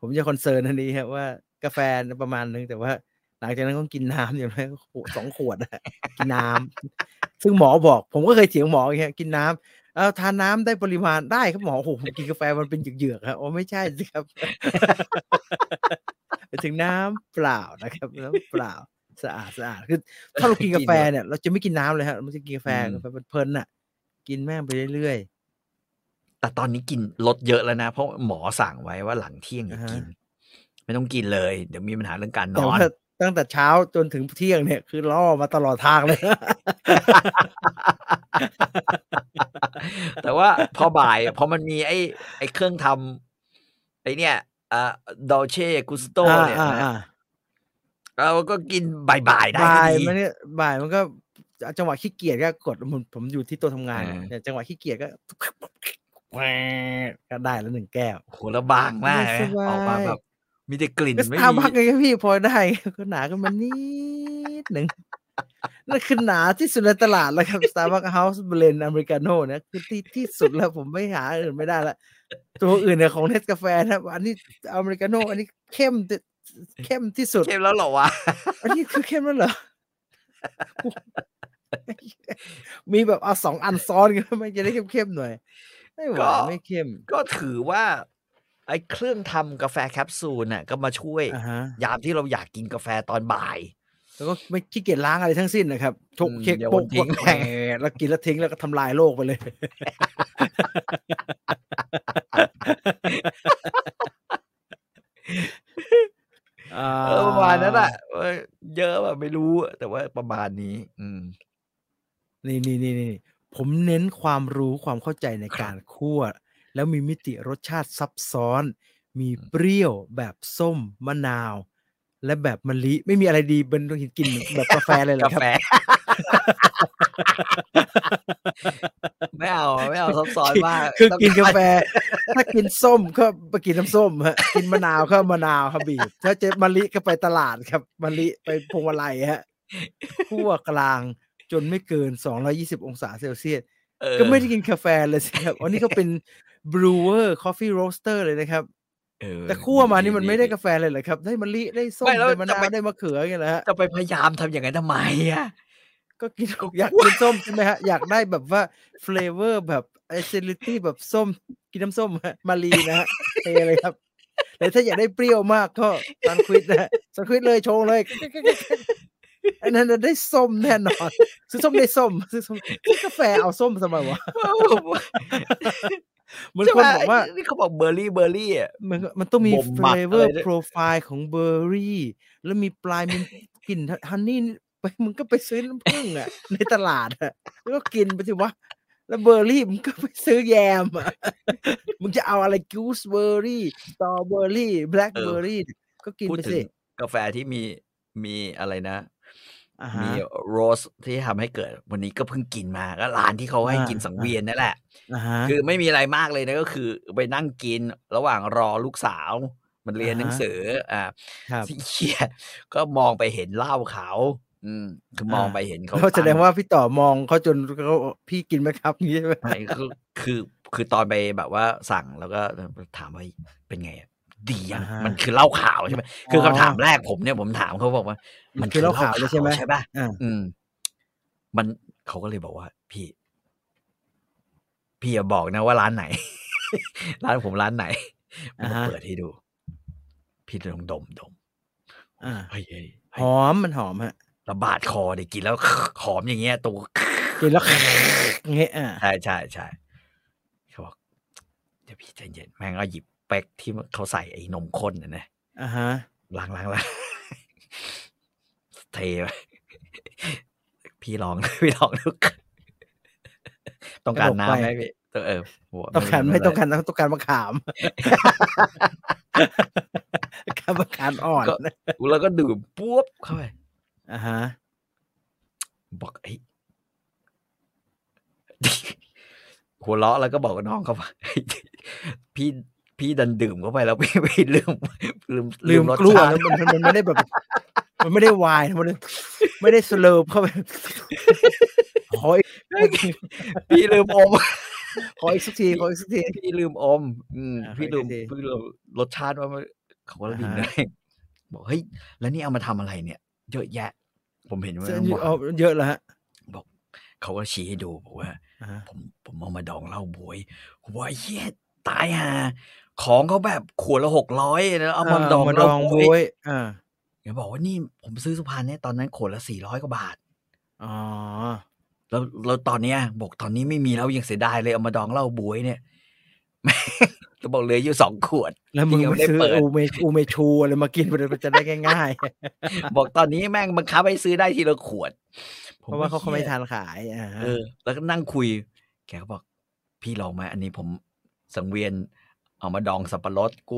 ผมจะคอนเซิร์นอันนี้ฮะว่ากาแฟประมาณนึงแต่ว่า หลังจากนั้นก็กินน้ำอย่างไรก็ขวด สองขวดอะกินน้ำซึ่งหมอบอก ผมก็เคยเถียงหมออย่างเงี้ยกินน้ำเอาทานน้ำได้ปริมาณได้ครับหมอโอ้โหผมกินกาแฟมันเป็นเหยือกๆครับโอ้ไม่ใช่สิครับ ไปถึงน้ำเปล่านะครับน้ำเปล่าสะอาดสะอาดคือ ถ้าเรากินกาแฟเนี่ย เราจะไม่กินน้ำเลยฮะมันจะกินกาแฟ อืม กาแฟเพลินๆน่ะ กินแม่งไปเรื่อย แต่ตอนนี้กินลดเยอะแล้วนะ เพราะหมอสั่งไว้ว่าหลังเที่ยงอย่า อ่าฮะ กิน ไม่ต้องกินเลย เดี๋ยวมีปัญหาเรื่องการ ๆ น แต่ อน ว่าตั้งแต่เช้าจนถึงเที่ยงเนี่ยคือล่อมาตลอดทางเลย แต่ว่าพอบ่ายพอมันมีไอ้ไอ้เครื่องทำไอ้เนี่ยอ่าดอเช่กุสโตเนี่ย อ่า นะ อ่า เราก็กินบ่ายๆได้ บ่าย ก็ดี มันเนี่ยบ่ายมันก็จังหวะขี้เกียจก็กดผมผมอยู่ที่โตัวทำงาน อ่า เนี่ยจังหวะขี้เกียจก็ ก็ได้แล้วหนึ่งแก้ว โหแล้วบางมาก ส นะ บาย ออกมาแบบมีแต่กลิ่น ก็ ไม่ ตาร์ มี บัคไงครับพี่พอได้ ก็ หนาขึ้นมานิดหนึ่ง นั่นคือหนาที่สุดในตลาดแล้วครับสตาร์บัคเฮาส์เบลนอเมริกาโน่นะคือที่ที่สุดแล้วผมไม่หาอื่นไม่ได้ละตัวอื่นเนี่ยของเนสกาแฟนะครับอันนี้อเมริกาโน่อันนี้เข้มที่เข้มที่สุด เข้มแล้วเหรอวะ อันนี้คือเข้มแล้วเหรอ มีแบบเอาสองอันซ้อนกันมันจะได้เข้มๆหน่อย ไม่ไหว ก็ ไม่เข้ม ก็ถือว่า ไอ้เครื่องทำกาแฟแคปซูลน่ะก็มาช่วย อ่าฮะ ยามที่เราอยากกินกาแฟตอนบ่าย แล้วก็ไม่ขี้เกียจล้างอะไรทั้งสิ้นนะครับชก อืม เช็ค เดี๋ยว โปก มันทิ้ง แห แหม่ ม่แล้วกินแล้วทิ้งแล้วก็ทำลายโลกไปเลย เออประมาณนั้นแหละเออเยอะแบบไม่รู้อะแต่ว่าประมาณนี้ อืม นี่นี่นี่นี่ผมเน้นความรู้ความเข้าใจในการคั่ว แล้วมีมิติรสชาติซับซ้อน มีเปรี้ยวแบบส้มมะนาว และแบบมะลิไม่มีอะไรดีเป็นต้องกินแบบกาแฟเลยเหร กา อครับ แฟ ไม่เอาไม่เอาซับซ้อนมาก คือ ต้อง กินกา าร แฟ ถ้ากินส้มก็ไปกินน้ำส้มฮะกินมะนาวก็มะนาวครับบีบถ้าเจะมะลิก็ไปตลาดครับมะลิไปพวงมาลัยฮะคั่วกลางจนไม่เกิน 220 องศาเซลเซียส เออ ก็ไม่ได้กินกาแฟเลยสิครับ อันนี้ก็เป็น brewer coffee roaster เลยนะครับ เออ แต่คั่วมา ดี นี่มันไม่ได้ ดี กาแฟเลยเหรอครับ ได้มะลิได้ส้ม ไม่แล้ว ได้มะ จะ นาว ไป ได้มะเขืออย่างเงี้ยนะฮะ จะไปพยายามทำอย่างนั้นทำไมอ่ะ ก็กิน ก็ อยาก คั่ว กินส้มใช่ไหมฮะ อยากได้แบบว่า flavor แบบ acidity แบบส้ม กินน้ำส้มฮะมารีนะฮะเทเลยครับแต่ถ้าอยากได้เปรี้ยวมากก็ซันควิดนะฮะซันควิดเลยชงเลย อันนั้นนะได้ส้มแน่นอน ซื้อส้มได้ส้มซื้อส้มซื้อกาแฟเอาส้มทำไมวะเหมือน ใช่ ค ไหม นบอกว่า นี่เขาบอกเบอร์รี่เบอร์รี่อ่ะ มันก็มันต้องมี บ่มหมัก flavor อะไรด้วย profile ของเบอร์รี่ แล้วมีปลายมีกลิ่นฮันนี่ ไปมึงก็ไปซื้อน้ำผึ้งอ่ะ ในตลาดอ่ะแล้วก็กินไปสิวะ แล้วเบอร์รี่มึงก็ไปซื้อแยมอ่ะ มึงจะเอาอะไรกูสเบอร์รี่สตรอเบอร์รี่แบล็ค เออ เบอร์รี่ก็กิน พูด ไป ถึง สิ กาแฟที่มีมีอะไรนะ อ่าฮะ มีโรสที่ทำให้เกิด วันนี้ก็เพิ่งกินมาก็ร้านที่เขาให้ อ่ากิ กินสัง อ่า เวียนนั่นแหละ อ่าฮะ คือไม่มีอะไรมากเลยนะก็คือไปนั่งกินระหว่างรอลูกสาว มันเรียน อ่าฮะ หนังสืออ่า ครับ ที่เชียก็มองไปเห็นเหล้าเขาวอืมคือมองไปเห็นเขา แล้วแสดง ตั้ ว่าพี่ต่อมองเขาจนเขาพี่กินไหมครับ อย่างนี้ใช่ไหม ไม่คือคือคือตอนไปแบบว่าสั่งแล้วก็ถามว่าเป็นไงอะดียัง าฮะ มันคือเหล้าขาวใช่ไหมคือคำถามแรกผมเนี่ยผมถามเขาบอกว่า มั มัน น คือเหล้าขาวเลยใช่ไหม ใช่ป่ะ อ่า อืม มันเขาก็เลยบอกว่า พี่ พี่อย่าบอกนะว่าร้านไหน ร้านผมร้านไหนมัน อ่า ก็ ฮะ เปิดให้ดู พี่ลองดมดม อ่า เฮ้ยเฮ้ยเฮ้ ห ย อมมันหอมฮะ ระบาดคอเนี่ยกินแล้ว หอมอย่างเงี้ยตัว กินแล้ว เงี้ยอ่า ใช่ใช่ใช่เขาบอกเดี๋ยวพี่ใจเย็นแม่งก็หยิบเป๊กที่เขาใส่ไอ้นมข้นน่ะนะ อ่าฮะ ล้างล้างล้าง เทไป พี่ลอง พี่ลองดูต้องการน้ำไหมพี่เออหัว ต้องการ รู้ ไม่ เป็ ต้อน ง ร การนะต้องการมะขาม การมะขามอ่อน ก็ แล้วก็ดื่มปุ๊บเข้าไป อ่าฮะ บอกไอ้ย หัวเราะแล้วก็บอกกับน้องเขาว่าเฮ้ยพี่พี่ดันดื่มเข้าไปแล้ว พี่พี่ลืมลืม ลืม รส กลัว ชาติ แล้วมันมันมันไม่ได้แบบ มันไม่ได้วายนะมันไม่ได้สเลิร์ฟ เข้าไป ขออีก พี่ลืมอ ม ขออีกสักทีขออีกสักที พี่ลืม อม อืม อ่า พี่ลืม ขออีกที พี่ลืมรสชาติว่ามันเขาว่า อ่า ดื่ม ฮะ ได้บอกเฮ้ยแล้วนี่เอามาทำอะไรเนี่ย เยอะแยะ ผมเห็นว่า เสื้อ น้ำ ยืดหวา เอา น เยอะแล้วฮะ บอก เขาก็ชี้ให้ดูบอกว่า อ่าฮะ ผมผมเอามาดองเหล้าบวยผมว่าเฮียตายฮะของเขาแบบขวดละหกร้อยนะเอามาดอง มา เห ด ล้า อง บ โว วย ยอ่า แกบอกว่านี่ผมซื้อสุพรรณเนี่ยตอนนั้นขวดละสี่ร้อยกว่าบาท อ๋อ แล้วแล้วตอนเนี้ยบอกตอนนี้ไม่มีแล้วยังเสียดายเลยเอามาดองเหล้าบวยเนี่ย ก็บอกเหลืออยู่สองขวด แล้วมึงไปซื้อ เดี๋ยวได้เปิด อูเมอูเมชูอะไรมากินมันจะได้ง่าย บอกตอนนี้แม่งบังคับให้ซื้อได้ทีละขวด ๆเพราะว่าเขา ผ เขา ว่ ไม่ หี้ย ทานขายอ่าฮะ เออแล้วก็นั่งคุย แกก็บอก พี่ลองไหมอันนี้ผมสังเวียน เอามาดองสับปะรด กู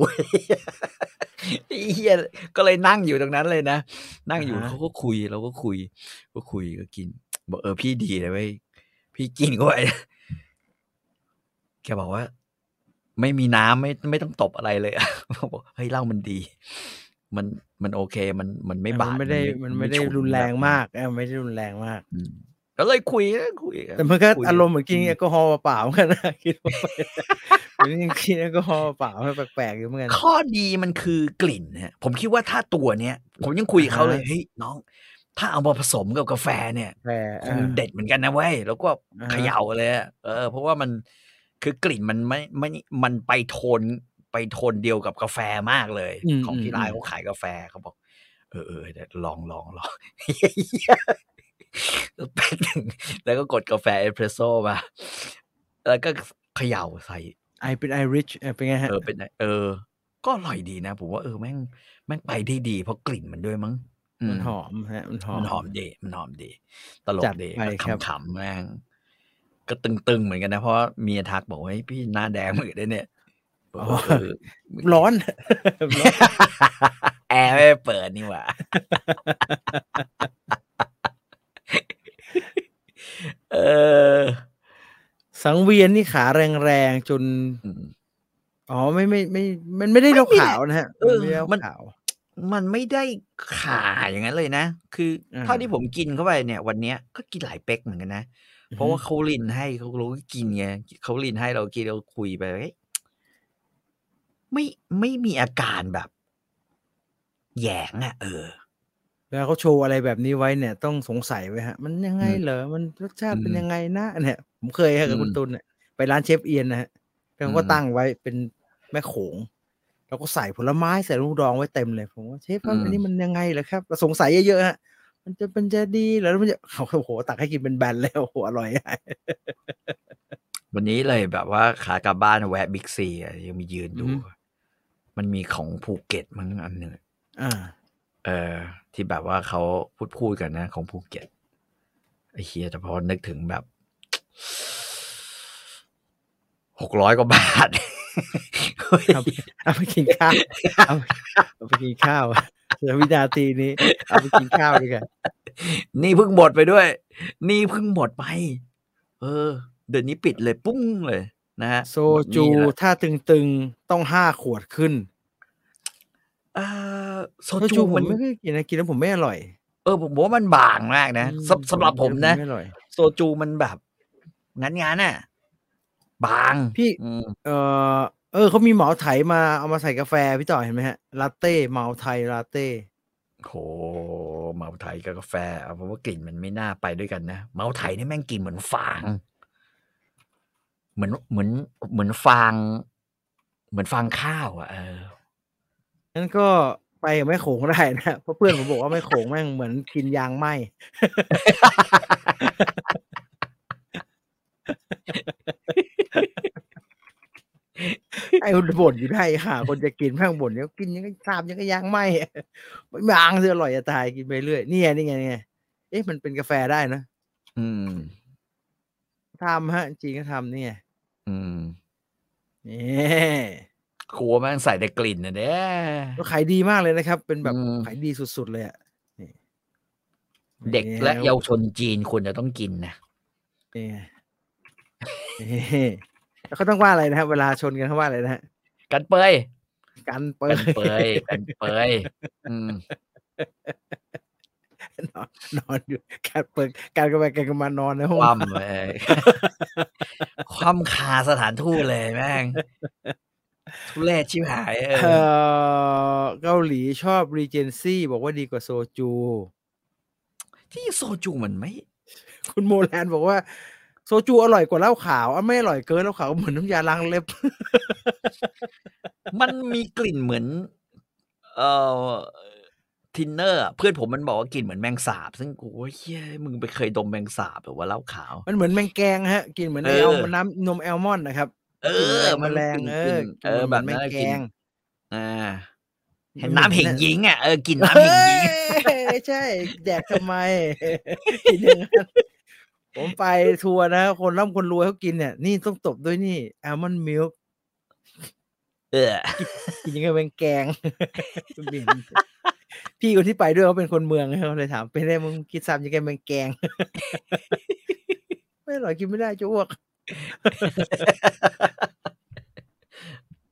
ไอ้เฮียก็เลยนั่งอยู่ตรงนั้นเลยนะ นั่งอยู่เขาก็คุยเราก็คุย ก็คุยก็กิน บอกเออพี่ดีเลยเว้ยพี่กินก็ไป นะแกบอกว่า ไม่มีน้ำไม่ไม่ต้องตบอะไรเลย บอกเฮ้ยเหล้ามันดี มันมันโอเค มันมันไม่บาด มันไม่ได้มันไม่ได้ ฉุ รุนแรงมากเออไม่ได้รุนแรงมาก อืมก็เลยคุยคุยกัน แต่มันก็ คุย อารมณ์เหมือนกินแอลกอฮอล์เปล่าๆเหมือนกันนะ คิดว่าไปมันยังกินแอลกอฮอล์เปล่าๆมันแปลกๆอยู่เหมือนกัน ข้อดีมันคือกลิ่นฮะผมคิดว่าถ้าตัวเนี้ย ผมยังคุยกับเขาเลย อ่าฮะ เฮ้ยน้อง ถ้าเอามาผสมกับกาแฟเนี่ย แต่ ค เอง อ เด็ดเหมือนกันนะเว้ยแล้วก็ อ่าฮะ เขย่าเลยอะเออ เพราะว่ามันคือกลิ่นมันไม่ไม่มันไปโทนไปโทนเดียวกับกาแฟมากเลย อืม ของที่ร้าน อืม เขาขายกาแฟเขาบอก เออเออเดี๋ยวลองลองล องแป๊บหนึ่งแล้วก็กดกาแฟเอสเปรสโซ่มาแล้วก็เขย่าใส่ ไอเป็นไอริชเป็นไงฮะ เออ เป็นไงเออ ก็อร่อยดีนะ ผมว่าเออแม่งแม่งไปได้ดี เพราะกลิ่นมันด้วยมั้งอื มันหอมฮะมันหอม มันหอมดีมันหอมดี ตล จั ก ด ดี ไปครั ก็ บ ขำๆแม่งก็ตึงๆเหมือนกันนะ เพราะว่าเมียทักบอกว่าเฮ้ยพี่หน้าแดงเหมือนกันนะเนี่ยบอกว่าเออ ร้อน ร้ อน แอร์ไม่เปิดนี่หว่า เออ สังเวียนนี่ขาแรงๆจน อืม อ๋อไม่ไม่ไม่มันไม่ได้เราขาวนะฮะ เออ ไม่ได้เรา มัน ขาว มันไม่ได้ขาอย่างนั้นเลยนะ คืออา เท่าที่ผมกินเข้าไปเนี่ย วันเนี้ยก็กินหลายเป๊กเหมือนกันนะ เพราะว่าเขาลินให้เขาเราก็กินไงเขาลินให้เรากินเราคุยไปเฮ้ยไม่ไม่มีอาการแบบแหยงอะเออ แล้วเขาโชว์อะไรแบบนี้ไว้เนี่ย ต้องสงสัยไว้ฮะ มันยังไงเหรอมันรสชาติเป็น อืม ยังไงนะเนี่ยผมเคยฮะกับ อืม คุณตุลเนี่ยไปร้านเชฟเอียนนะฮะแล้วเขาก็ อืม ตั้งไว้เป็นแม่โขง แล้วก็ใส่ผลไม้ใส่ลูกดองไว้เต็มเลยผมว่าเชฟครับ อืม อันนี้มันยังไงเหรอครับเราสงสัยเยอะๆฮะมันจะเป็นจะดีเหรอแล้วมันจะโอ้โหตักให้กินเป็นแบนเลย โอ้โหอร่อยอะ วันนี้เลยแบบว่าขากลับบ้านแวะบิ๊กซีอะยังมียืนดู มันมีของภูเก็ตมั้งอันหนึ่ง อ่า เออที่แบบว่าเขาพูดพูดกันนะ ของภูเก็ตไอ้เฮียแต่พอนึกถึงแบบหกร้อยกว่าบาท ครับ เอาไปกินข้าวเอาไปเอาไปกินข้าวอะแล้ววินาทีนี้เอาไปกินข้าวดีกว่า นี่เพิ่งหมดไปด้วย นี่เพิ่งหมดไป เออ เดี๋ยวนี้ปิดเลยปุ้งเลยนะฮะ โซจู นี่แหละ ถ้าตึงๆต้องห้าขวดขึ้น เออโซ โซจู จู ผมมัน ไม่เคยกินนะกินแล้วผมไม่อร่อย เออผมบอกว่ามันบางมากนะ อื สำสำหรับผมนะ ไม่อร่อย โซจูมันแบบงั้นงานน่ะ บาง พี่ อืม เออเออเขามีเหมาไถมาเอามาใส่กาแฟพี่ต่อเห็นไหมฮะลาเต้เหมาไทยลาเต้ โหเมาไถกับกาแฟเอาเพราะว่ากลิ่นมันไม่น่าไปด้วยกันนะเมาไถนี่แม่งกลิ่นเหมือนฟาง เหมือนเหมือนเหมือนฟาง เหมือนฟางข้าวอ่ะเออ งั้นก็ไปกับแม่โขงได้นะเพราะเพื่อนผมบอก ว่าแม่โขงแม่งเหมือนกินยางไหม ไอ้คนบ่นอยู่ได้ค่ะ คนจะกินแม่งบ่นเนี่ยกินยังก็ทราบยังก็ยางไหมไม่บางเสืออ ร่อยจะตายกินไปเรื่อยนี่ไงนี่ไงนี่ไงเอ๊ะมันเป็นกาแฟได้นะ อืม ทำฮะจริงก็ทำนี่ไง อืม นี่ ครัวแม่งใส่แต่กลิ่นนะเด้ ก็ขายดีมากเลยนะครับ เป็นแบบ อืม ขายดีสุดๆเลยอะนี่ เด็กและเยาวชนจีนควรจะต้องกินนะ นี่ไงนี่ แล้วเขาต้องว่าอะไรนะฮะเวลาชนกันเขาว่าอะไรนะฮะ กันเปย กันเปิ กั ด นเปยกันเปยอืม นอนนอนอยู่ กันเปิดกันกันไปกันกันมานอนในห้อง คว่ำเลย คว่ำคาสถานทูตเลยแม่ง ทุเรศชิบหายเอ เอ อ อเกาหลีชอบรีเจนซี่บอกว่าดีกว่าโซจู ที่โซจูมันไม่ คุณโมแลนบอกว่า โซจูอร่อยกว่าเหล้าขาวอ่ะไม่อร่อยเกินเหล้าขาวเหมือนน้ำยาล้างเล็บ มันมีกลิ่นเหมือน เอ่อทินเนอร์เพื่อนผมมันบอกว่ากลิ่นเหมือนแมงสาบ ซึ่งกูว่าเฮ้ยมึงไปเคยดมแมงสาบหรือว่าเหล้าขาว มันเหมือนแมงแกงฮะกินเหมือน เออ แอลมน้ำนมแอลมอนด์นะครับ เออ มัน แรง กลิ่น เออก ลิ่นเออ กิน แบบ เหมื นั้ อน น นะ แมงแกงกลิ่นอ่าเห็นน้ำเห็งหญิงอ่ะเออกลิ่นน้ำ เฮ เห็งหญิง ้ยใช่ แดกทำไม กินอย่างนั้นผมไปทัวร์นะ คนร่ำคนรวยเขากินเนี่ย นี่ต้องตบด้วยนี่แอลมอนด์มิลค์ เออ กินยังไงเป็นแกง เปลี่ยนพี่คนที่ไปด้วยเขาเป็นคนเมืองนะเขาเลยถามเป็นไรมึงกินซ้ำยังไงเป็นแกง ไม่อร่อยกินไม่ได้จะอ้วก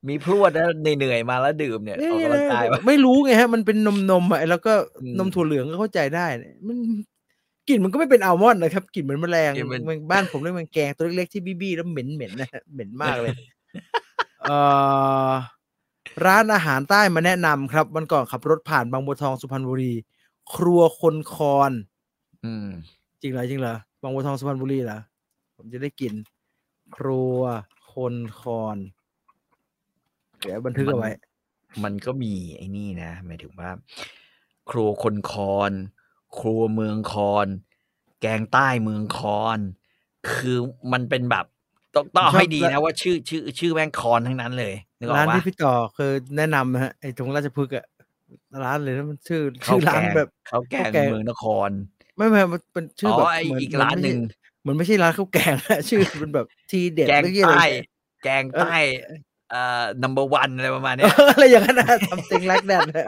มีพรวดแล้วเหนื่อยๆมาแล้วดื่มเนี่ยออกกำลังกาย ไม่ วะ ไม่รู้ไงฮะ มันเป็นนมนมๆอ่ะแล้วก็ อืม นมถั่วเหลืองก็เข้าใจได้เนี่ยมันกลิ่นมันก็ไม่เป็นอัลมอนด์นะครับกลิ่นเหมือนแมลง กลิ่นเหมือน แมงบ้านผมเรียกแมงแกงตัวเล็กๆที่บี้ๆแล้วเหม็นๆนะฮะเหม็นมาก เลยเอ่อร้านอาหารใต้มาแนะนำครับ วันก่อนขับรถผ่านบางบัวทองสุพรรณบุรี ครัวคนคอน อืม จริงเหรอจริงเหรอบางบัวทองสุพรรณบุรีเหรอผมจะได้กิน ครัวคนคอนเดี๋ยวบันทึกเอาไว้ มันก็มีไอ้นี่นะหมายถึงว่า ครัวคนคอน ครัวเมืองคอน แกงใต้เมืองคอน คือมันเป็นแบบ ต้องต้องเอาให้ดีนะว่าชื่อชื่อ ชื่อแม่งคอนทั้งนั้นเลยนึกออก ร้าน ปะ ที่พี่ต่อเคยแนะนำนะฮะไอ้ตรงราชพฤกษ์อะร้านเลยนะมันชื่อ ข้า ชื่ ว อร้าน แกง แบบ เขาวแกง แกง เมืองนคร ไม่ไม่มันเป็นชื่อ อ๋ แบบ อไอ้ เหมือน อีก เหมื ร้านหนึ่ง เหมือนไม่ใช่ร้านข้าวแกงนะ ชื่อมันแบบทีเด็ด แกง หรืออะไร ใต้ เงี้ย แกง เออ ใต้เอ่อ number one อะไรประมาณ เอ เนี้ย ออะไรอย่างนั้นนะทำเต็งแรกแดด นะ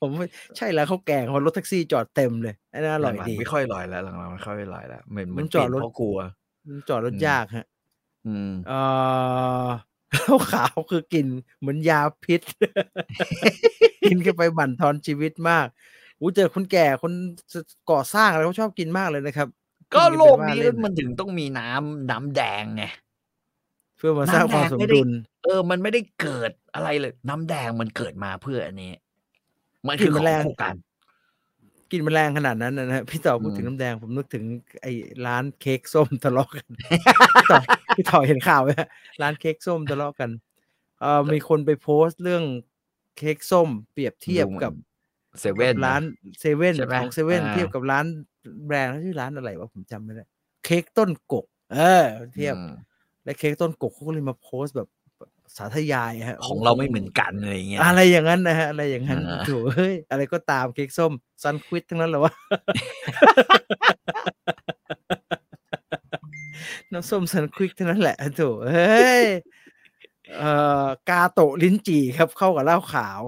ผมว่าใช่แล้วข้าวแกงเพราะรถแท็กซี่จอดเต็มเลยอันนั้นอร่อย หลังๆ ดี ไม่ค่อยอร่อยแล้วหลังๆไม่ค่อยอร่อยแล้วเหมือนเห มั มัน น จ จ อ อ ด ด รถรถกลัว มันจอดรถ อืม ยากฮะ อืม เออ ข้าวขาวคือกลิ่นเหมือนยาพิษ กินเข้าไปบั่นทอนชีวิตมากอู้เจอคนแก่คนก่อสร้างอะไรเขาชอบกินมากเลยนะครับ ก็ น โลก เป็นว่า นี้ เล่ มันถึงต้องมีน้ำน้ำแดงไง เพื่อมาสร้างความสมดุล เออ มันไม่ได้เกิดอะไรเลย น้ำแดงมันเกิดมาเพื่ออันนี้ มัน กลิ่ คือน ข แม อง ลง คู่กัน กินแมลงขนาดนั้นนะฮะพี่ต่อพูด อืม ถึงน้ำแดงผมนึกถึงไอ้ร้านเค้กส้มทะเลาะกัน พี่ต่อพี่ต่อเห็นข่าวไหมฮะร้านเค้กส้มทะเลาะกันเอ่อมีคนไปโพสต์เรื่องเค้กส้มเปรียบเทียบกับ เซเว่น ร้านเซเว่น ใช่ไหม ของเซเว่น อ่า เทียบกับร้านแบรนด์ชื่อร้านอะไรวะผมจำไม่ได้เค้กต้นกก เออ เทียบและเค้กต้นกกเขาก็เลยมาโพสต์แบบสาธยายฮะ ของเราไม่เหมือนกันอะไรอย่างเงี้ย อะไรอย่างนั้นนะฮะอะไรอย่างนั้น อ่า โถูเฮ้ยอะไรก็ตามเค้กส้มซันควิดทั้งนั้นเหรอวะ น้ำส้มซันควิดทั้งนั้นแหละโถูเฮ้ยเอ่อกาโตะลิ้นจี่ครับเข้ากับเหล้าขาว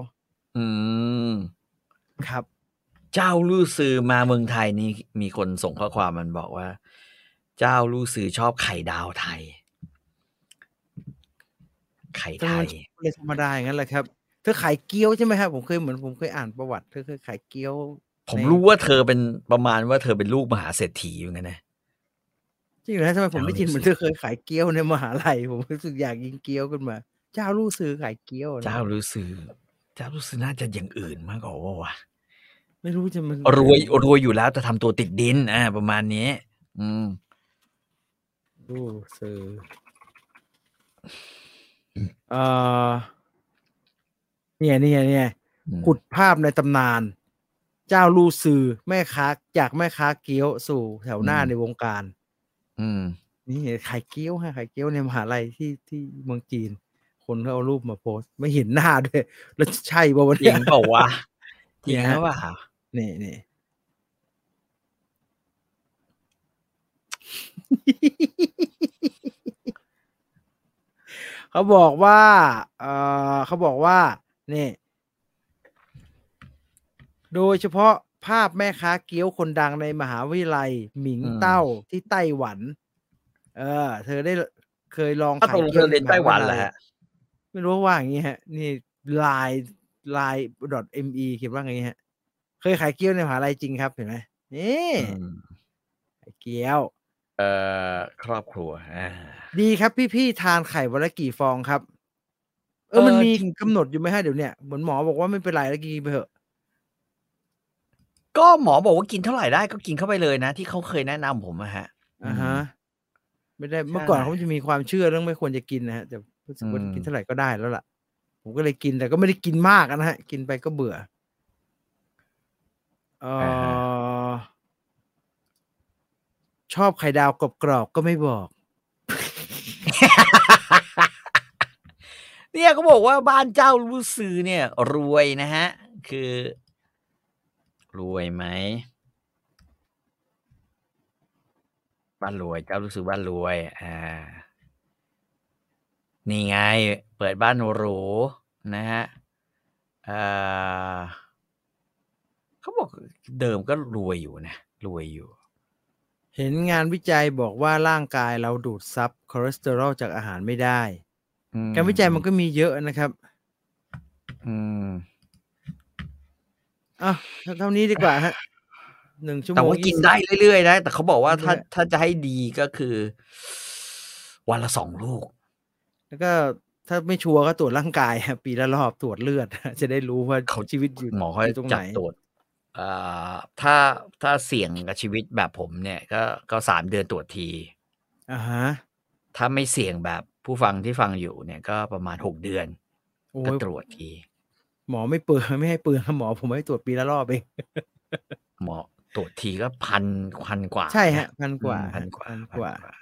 อืม ครับ เจ้าลู่ซือมาเมืองไทยนี่มีคนส่งข้อความมันบอกว่า เจ้าลู่ซือชอบไข่ดาวไทย ไข่ไทย เลยธรรมดาอย่างนั้นแหละครับ เธอขายเกี๊ยวใช่ไหมครับผมเคยเหมือนผมเคยอ่านประวัติ เธอเคยขายเกี๊ยว ผมรู้ว่าเธอเป็นประมาณว่าเธอเป็นลูกมหาเศรษฐีอยู่ไงนะ จริงเหรอทำไมผมได้ยินเหเจ้ารู้มือนเธสึก อเคยขายเกี๊ยวในมหาลัยผมรู้สึกอยากกินเกี๊ยวขึ้นมา เจ้าลู่ซื้อขายเกี๊ยวนะ เจ้าลู่ซือเจ้าลู่ซือน่าจะอย่างอื่นมากกว่าวะ ไม่รู้จะมัน รวยรวยอยู่แล้วแต่ทำตัวติดดินอ่าประมาณนี้ อืม ลู่ซื้อเอ่อเนี่ยเนี่ยเนี่ยขุดภาพในตำนาน เจ้าลู่ซื้อแม่ค้าจากแม่ค้าเกี๊ยวสู่แถวหน้า อืม ในวงการ อืม นี่ขายเกี๊ยวฮะขายเกี๊ยวในมหาลัยที่ที่เมืองจีน คนเขาเอารูปมาโพสต์ไม่เห็นหน้าด้วย แล้วใช่ป่าววัน จริ นี้ งเปล่าวะจ เนี่ ริยงหรือเปล่า นี่นี่ เขาบอกว่าเออเขาบอกว่านี่โดยเฉพาะภาพแม่ค้าเกี๊ยวคนดังในมหาวิทยาลัย หมิงเต้าที่ไต้หวัน เออ เธอได้เคยลอง ถ้า ขา ต ย กลง เกี๊ยวเธอเรียนไต้หวันแหละ ไม่รู้ว่าอย่างนี้ฮะ นี่ลายลาย .me เขียนว่าไงฮะ เคยขายเกี๊ยวในมหาลัยจริงครับเห็นไหมนี่ขายเกี๊ยว เอ่อครอบครัวอ่า ดีครับพี่พี่ๆทานไข่วันละกี่ฟองครับ เออมัน เออ มี จริง กำหนดอยู่ไหมฮะเดี๋ยวเนี่ยเหมือนหมอบอกว่าไม่เป็นไรแล้วกินไปเถอะ ก็หมอบอกว่ากินเท่าไหร่ได้ก็กินเข้าไปเลยนะ ที่เขาเคยแนะนำผมอะฮะ อ่าฮะ ไม่ได้ ใช่ เมื่อก่อนเขาจะมีความเชื่อเรื่องไม่ควรจะกินนะฮะแต่รู้สึกว่า อืม กินเท่าไหร่ก็ได้แล้วล่ะ ผมก็เลยกินแต่ก็ไม่ได้กินมากนะฮะ กินไปก็เบื่อเอออชอบไข่ดาวกรอบๆก็ไม่บอก เนี่ยเขาบอกว่าบ้านเจ้ารู้ซือเนี่ย รวยนะฮะ คือ รวยไหมบ้านรวยเจ้ารู้สึกบ้านรวย อ่า นี่ไง เปิดบ้านหรูนะฮะเอ่อเขาบอกเดิมก็รวยอยู่นะรวยอยู่ เห็นงานวิจัยบอกว่าร่างกายเราดูดซับคอเลสเตอรอลจากอาหารไม่ได้ อื การวิจัยมันก็มีเยอะนะครับ อืม อ่ะเท่านี้ดีกว่าฮะหนึ่งชั่วโม แต่ ง ว่ากิน ยี่สิบ ได้เรื่อยๆนะแต่เขาบอกว่าถ้า เรื่อย ถ้าจะให้ดีก็คือ วันละสองลูก แล้วก็ถ้าไม่ชัวร์ก็ตรวจร่างกายฮะปีละรอบตรวจเลือด จะได้รู้ว่า เขา ชีวิตอยู่ หมอเขา ยู่ตรงไห จั น ดตรวจเอ่อถ้าถ้าเสี่ยงกับชีวิตแบบผมเนี่ย ก็ก็สามเดือนตรวจที อ่าฮะ ถ้าไม่เสี่ยงแบบผู้ฟังที่ฟังอยู่เนี่ย ก็ประมาณหกเดือน โอ้ ก็ ย ตรวจที หมอไม่เปือ ไม่ให้เปือหมอผมให้ตรวจปีละรอบเอง หมอตรวจทีก็พันพันกว่า ใช่ฮะพันกว่า อืมพัน ฮะ กว่า พัน พัน ก ก ว่า ว่า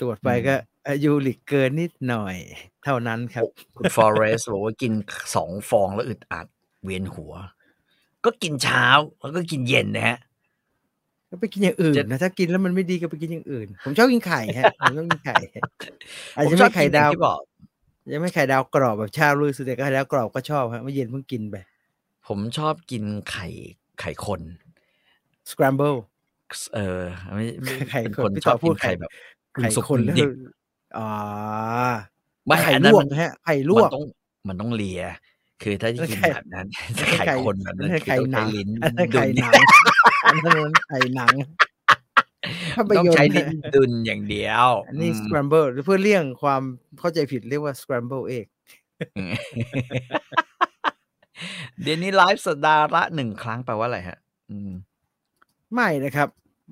ตรวจไปก็อายุหลิกเกินนิดหน่อย เท่านั้นครับ คุณฟอเรสบอกว่ากินสองฟองแล้วอึดอัด เวียนหัว ก็กินเช้าแล้วก็กินเย็นนะฮะ ก็ไปกินอย่างอื่น จะ นะถ้ากินแล้วมันไม่ดีก็ไปกินอย่างอื่น ผมชอบกินไข่ ฮะผมชอบกินไข่อาจ ผม จะ ชอ ไม่ บกิน ไข่ดาว อย่างที่บอก ยังไม่ไข่ดาวกรอบแบบชาลูสุดแต่ไข่ดาวกรอบก็ชอบฮะเมื่อเย็นเพิ่งกินไป ผมชอบกินไข่ไข่คน สครัมเบิล เออไม่ไม่ ไข่ เป็น คน คน พี่ ช ต่ อ อบ พูดกินไข่ ไข่ แบบ ไข่ สุก คนแล้ว ดิบ อ๋อ ไม่ ไข่ อัน ล นั้น วก มัน นะฮะไข่ล มั วน ก ต้องมันต้องเลีย คือถ้าจะกิน ไข่ แบบนั้น ไข่ ไข่คนแบบนั้น ไม่ คือ ใช่ ต้อง ไข่หนั ใช้ ง ลิ้น อันนั้น ดุ ไข่หนนังอันนั้นไข่ หนังภาพ ต้อง ยนต ใช้ ร์ ลิ้น นะ ดุนอย่างเดียว อันนี้ส อืม ครัมเบิลเพื่อเลี่ยงความเข้าใจผิดเรียกว่าสครัมเบิลเอก เดี๋ยวนี้ไลฟ์สัปดาห์ละหนึ่งครั้งแปลว่าอะไรฮะ อืม ไม่นะครับ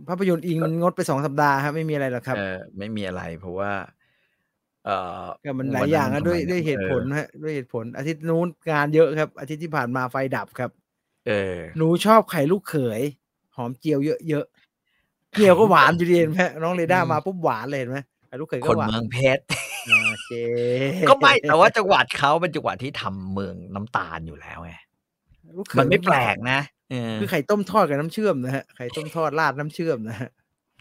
ภาพยนตร์อิงมันงดไปสองสัปดาห์ฮะไม่มีอะไรหรอกครับ เออไม่มีอะไรเพราะว่า เออ ก็มันหลายอย่างนะด้วยด้วยเหตุผล ออ นะฮะด้วยเหตุผล อาทิตย์นู้นงานเยอะครับ อาทิตย์ที่ผ่านมาไฟดับครับ เออ หนูชอบไข่ลูกเขย หอมเจียวเยอะๆเจียวก็หวานอยู่ดีเห็นไหมน้องเรด้า อืม มาปุ๊บหวานเลยเห็นไหมไข่ลูกเขย ค ก็ น หวาน เมืองเพชร โอเค ก็ไม่แต่ว่าจังหวัดเขาเป็นจังหวัดที่ทำเมืองน้ำตาลอยู่แล้วไง ลูกเขย มันไม่แปลกนะเออ คือไข่ต้มทอดกับน้ำเชื่อมนะฮะไข่ต้มทอดราดน้ำเชื่อมนะฮะ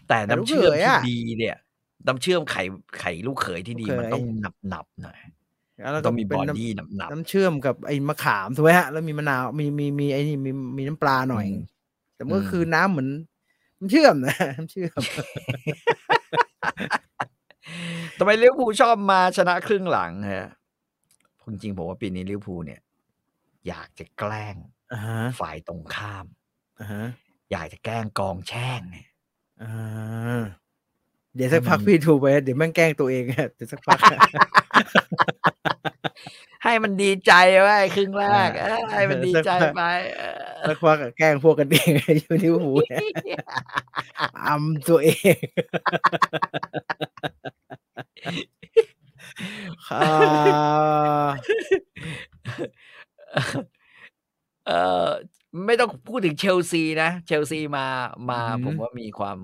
แต่น้ำเชื่อลูมกเขยอะที่ดีเนี่ยน้ำเชื่อมไข่ไข่ลูกเขยที่ดี ลูกเขย มันต้องหนับหนับๆหน่อย แล้วก็ ต้องมี เป็ บ น อ น้ ดี้หนับหนั ำ บ น้ำเชื่อมกับไอ้มะขามถูกไหมฮะแล้วมีมะนาวมีมีมีไอ้นี่มีมีน้ำปลาหน่อย ม แต่มันก็ อืม คือน้ำเหมือนน้ำเชื่อมนะ น้ำเชื่อม ทำไมลิเวอร์พูลชอบมาชนะครึ่งหลังฮะจริงๆผมว่าปีนี้ลิเวอร์พูลเนี่ย อยากจะแกล้ง อ่าฮะ ฝ่ายตรงข้าม อ่าฮะ อยากจะแกล้งกองแช่งเนี่ย อ่าเดี๋ยวสักพัก ให้มัน พี่ถูกไปเดี๋ยวแม่งแกล้งตัวเองอะเดี๋ยวสักพั ก ให้มันดีใจไว้ครึ่งแรก อ่า เอ้ยให้มันดีใจ สักพัก ไปเออ สักพักอะแกล้งพวกกันเอง อยู่ที่หูเนี่ยอำตัวเอง อ่า เออไม่ต้องพูดถึงเชลซีนะ เชลซีมามาผมว่ามีความ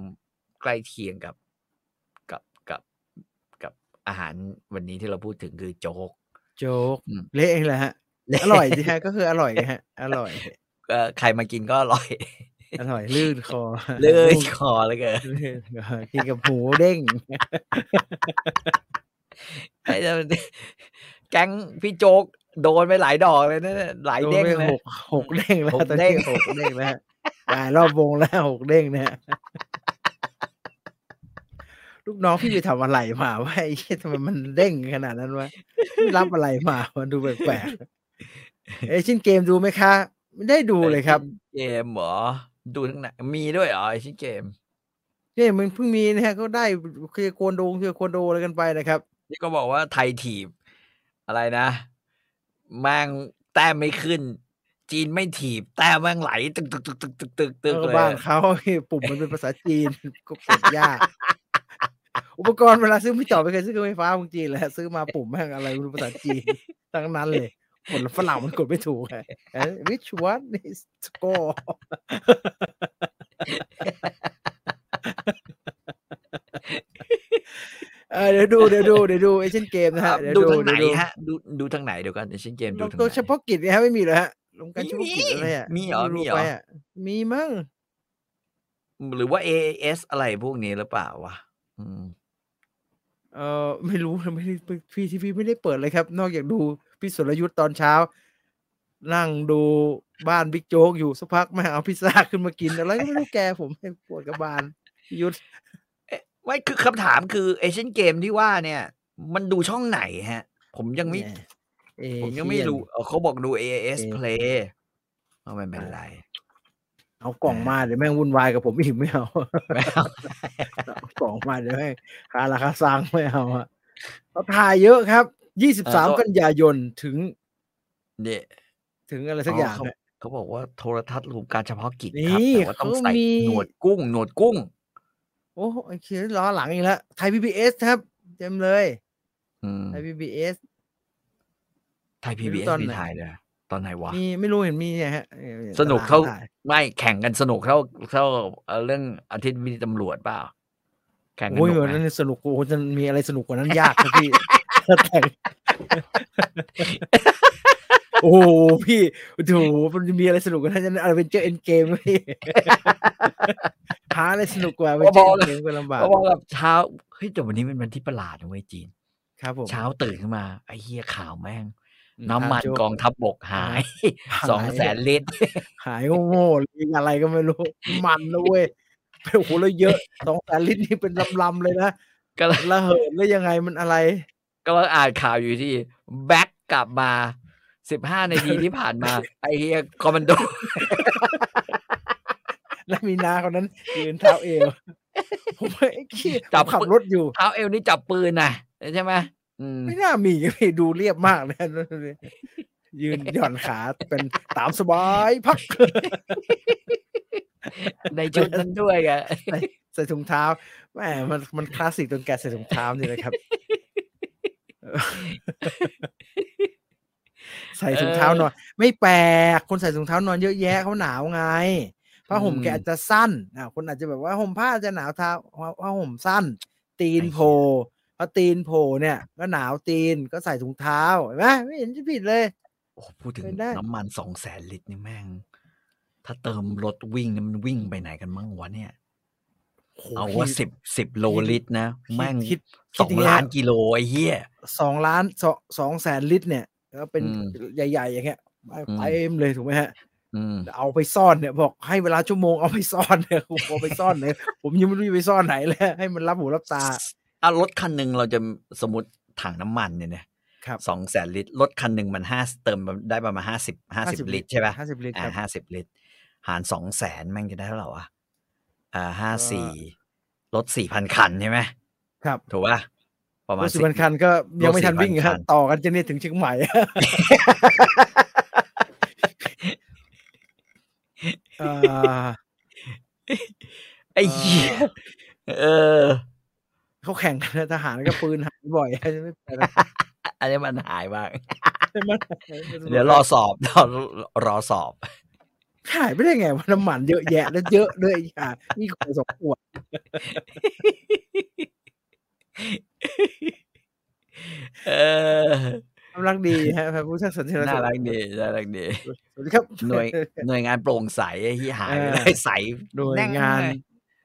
ใกล้เคียงกับกับกับกับอาหารวันนี้ที่เราพูดถึงคือโจ๊ก โจ๊ก อืม เละเองแหละฮะ อร่อยสิฮะก็คืออร่อยไงฮะ อร่อย เอ่อใครมากินก็อร่อย อร่อยลื่นคอ เลยคอแล้ วเกิน ลื่นคอกินกับหมูเด้ง ไอ้เจ้าแก๊งพี่โจ๊กโดนไปหลายดอกเลยนะเนี่ยหลายเด้ง โดน เล ไปหยกหกเด้งแล้ว หก ตอน เด้ นี้ ง หกเด้งแล้วหลายรอบวงแล้วหกเด้งเนี่ยลูกน้องพี่ไปทำอะไรมาวะไอ้เหี้ยทำไมมันเด้งขนาดนั้นวะไม่รับอะไรมามันดูแปลกๆเอเชินเกมดูไหมคะ ไม่ได้ดูเลยครับ เกมเหรอดูทั้งไหนมีด้วยเหรอไอ้ชิ้นเกม เนี่ยมันเพิ่งมีนะฮะก็ได้เคลียร์โกนโดงเคลียร์โกนโดอะไรกันไปนะครับ นี่ก็บอกว่าไทยทีบอะไรนะแม่งแต้มไม่ขึ้น จีนไม่ถีบ แต้มแม่งไหล ตึกตึกตึกตึกตึกตึกตึก เอ เล อย บ้าน อะ เขา ปุ่มมันเป็นภาษาจีน ก็กดยาก อุปกรณ์เวลาซื้อไม่ต่อไปเคยซื้อเครื่องไฟฟ้าของจีนเลยซื้อมาปุ่มแม่งอะไรไม่รู้ภาษาจีนทั้งนั้นเลยคนฝรั่งมันกดไม่ถูกไงเอ้ย which one is score เออเดี๋ยวดูเดี๋ยวดูเดี๋ยวดูเอเชียนเกมนะ ครั ฮะ บ เยว ดูทางไหน เยวดู ฮะ ดูดูทางไหนเดี๋ยวกันเอเชียนเกม ล ดู ง ทาง ตัว ไห เฉ น พาะกิจเนี่ยฮะไม่มีเลยฮะลงการเฉพาะกิจ มี อะไรอ่ะ มีเหรอมีเหรอไไปะมีมั้ง หรือว่า AAS อะไรพวกนี้หรือเปล่าวะอืม เออ ไม่รู้นะไม่ได้พีทีวีไม่ได้เปิดเลยครับ นอกจากดูพี่สุรยุทธ์ตอนเช้า นั่งดูบ้านบิ๊กโจ๊กอยู่สักพักแม่งเอาพิซซ่าขึ้นมากินอะไรก็ไม่รู้แกผมให้ปวดกระบาลพี่ยุทธ ไม่คือคำถามคือเอเชียนเกมที่ว่าเนี่ย มันดูช่องไหนฮะ ผมยังไม่ เอเชียน ผมยังไม่รู้เออเขาบอกดู AAS เอ Play เอาไม่เป็นไร เอากล่องมาเดี๋ยวแม่งวุ่นวายกับผมอีกไม่เอา ไม่เอา เอากล่องมาเดี๋ยวแม่งคาราคาซังไม่เอาอะเขาถ่ายเยอะครับยี่สิบสามกันยายนถึง เนี่ย ถึงอะไรสักอย่าง เขเขาบอกว่าโทรทัศน์รวมการเฉพาะกิจ นี่ ครับแต่ว่าต้อง เขา ใส่ มี หนวดกุ้ง หนวดกุ้ง โอ้โหไอ้เขียนล้อหลังอีกแล้วไทยพีบีเอสครับ เต็มเลย อืม ไทยพีบีเอส ไทยพี ไม่รู้ บีเอส ตอนไหน มีถ่ายเลยตอนไหนวะ มีไม่รู้เห็นมีเนี่ยฮะเออ สนุกเขา ตลดถ่ย ไม่แข่งกันสนุกเท่าเท่าเอ่อเรื่องอาทิตย์มีตำรวจเปล่า แข่งกัน โอ้ย สนุก วัน ไหม นั้นสนุกโอ้โหจะมีอะไรสนุกกว่านั้นยากครับพี่ แต่ง โอ้โหพี่โอ้โหมันจะมีอะไรสนุกกว่านั้นจะอะไรเป็นเจอเอ็นเกมพี่ หาอะไรสนุกกว่าเป็นเจอเกมก็ลำบาก เขาบอกแบบเช้าเฮ้ยแต่วันนี้เป็นวันที่ประหลาดนะเว้ยจีน ครับผม เช้าตื่นขึ้นมาไอ้เหี้ยข่าวแม่ง น้ำมัน โจ๊ กองทัพบกหายสองแสนลิตร หายโง่ๆเลยอะไรก็ไม่รู้ มันนะเว้ยโอ้โหแล้วเยอะสองแสนลิตรนี่เป็นลำๆเลยนะ ก็เลย ระเหิดแล้วยังไงมันอะไร ก็ลังอ่านข่าวอยู่ที่แบ็กกลับมาสิบห้านาทีที่ผ่านมา ไอเฮียคอมมานโด แล้วมีนาคนนั้นยืนเท้าเอว ผมว่าไอ้ขี้ย จับ ผมขับรถอยู่ เท้าเอวนี่จับปืนนะใช่ไหมอืม ไม่น่ามี พี่ดูเรียบมากเลย ยืนหย่อนขาเป็นตามสบายพัก ในชุดนั้นด้วยอะ ใส่ถุงเท้าแหมมันมันคลาสสิกตรงแกใส่ถุงเท้านี่เลยครับ ใส่ถุงเท้านอน ไม่แปลกคนใส่ถุงเท้านอนเยอะแยะเขาหนาวไงผ้าห่ม อืม แกอาจจะสั้นอ่ะคนอาจจะแบบว่าห่มผ้าอาจจะหนาวเท้าผ้าห่มสั้น ตีน ไอ้เหี้ย โผล่พอตีนโผล่เนี่ย ก็หนาวตีนก็ใส่ถุงเท้าเห็นไหมไม่เห็นจะผิดเลย โอ้โหพูดถึง เป็นได้ น้ำมันสองแสนลิตรนี่แม่ง ถ้าเติมรถวิ่งนี่มันวิ่งไปไหนกันมั่งวะเนี่ย โโห เอาว่า พี่ สิบสิบโลลิตรนะ พี่ แม่ง คิดคิ ส ด อง อย่างเงี้ย ล้านกิโลไอ้เหี้ย สองล้านสองสองแสนลิตรเนี่ยก็เป็น อืม ใหญ่ ๆ อย่างเงี้ยไป อืม เต็มเลยถูกไหมฮะ อืม เอาไปซ่อนเนี่ยบอกให้เวลาชั่วโมงเอาไปซ่อนเนี่ย ผมเอาไปซ่อนเลยผมยังไม่รู้จะไปซ่อนไหนเลยให้มันรับหูรับตา อ่ะรถคันหนึ่งเราจะสมมติถังน้ำมันเนี่ยนะครับ สองแสนลิตรรถคันหนึ่งมันห้าเติมได้ประมาณห้าสิบห้าสิบลิตรใช่ปะ ห้าสิบลิตรค อ่า รับ ห้าสิบลิตร หารสองแสนแม่งจะได้เท่าไหร่วะอ่าห้าสี่รถสี่พันคันใช่ไหม ครับ ถูกป่ะประมาณ รถสิบ 10 พันคันก็ยังไม่ทัน รถ10,000 วิ่งฮะ คัน ต่อกันจะเนี่ยถึงเชียงใหม่ เอ่อ ไอ้เหี้ยเออ เขาแข่งกันนะทหารก็ปืนหายบ่อย ไม่เป็นไร อันนี้มันหายบ้าง มัน เดี๋ยวรอสอบ รอรอสอบ หายไปได้ไงว่าน้ำมันเยอะแย ะแล้วเยอะด้วยอ่ะมีขวดสองขวด เออ น่ารักดีฮะพระผู้ช่างสันติ น่ารักดีน่ารักดี สวัสดีครับ หน่ วย หน่วยงานโปร่งใสไอ้ที่หาย เออ ไปใส หน่วยงาน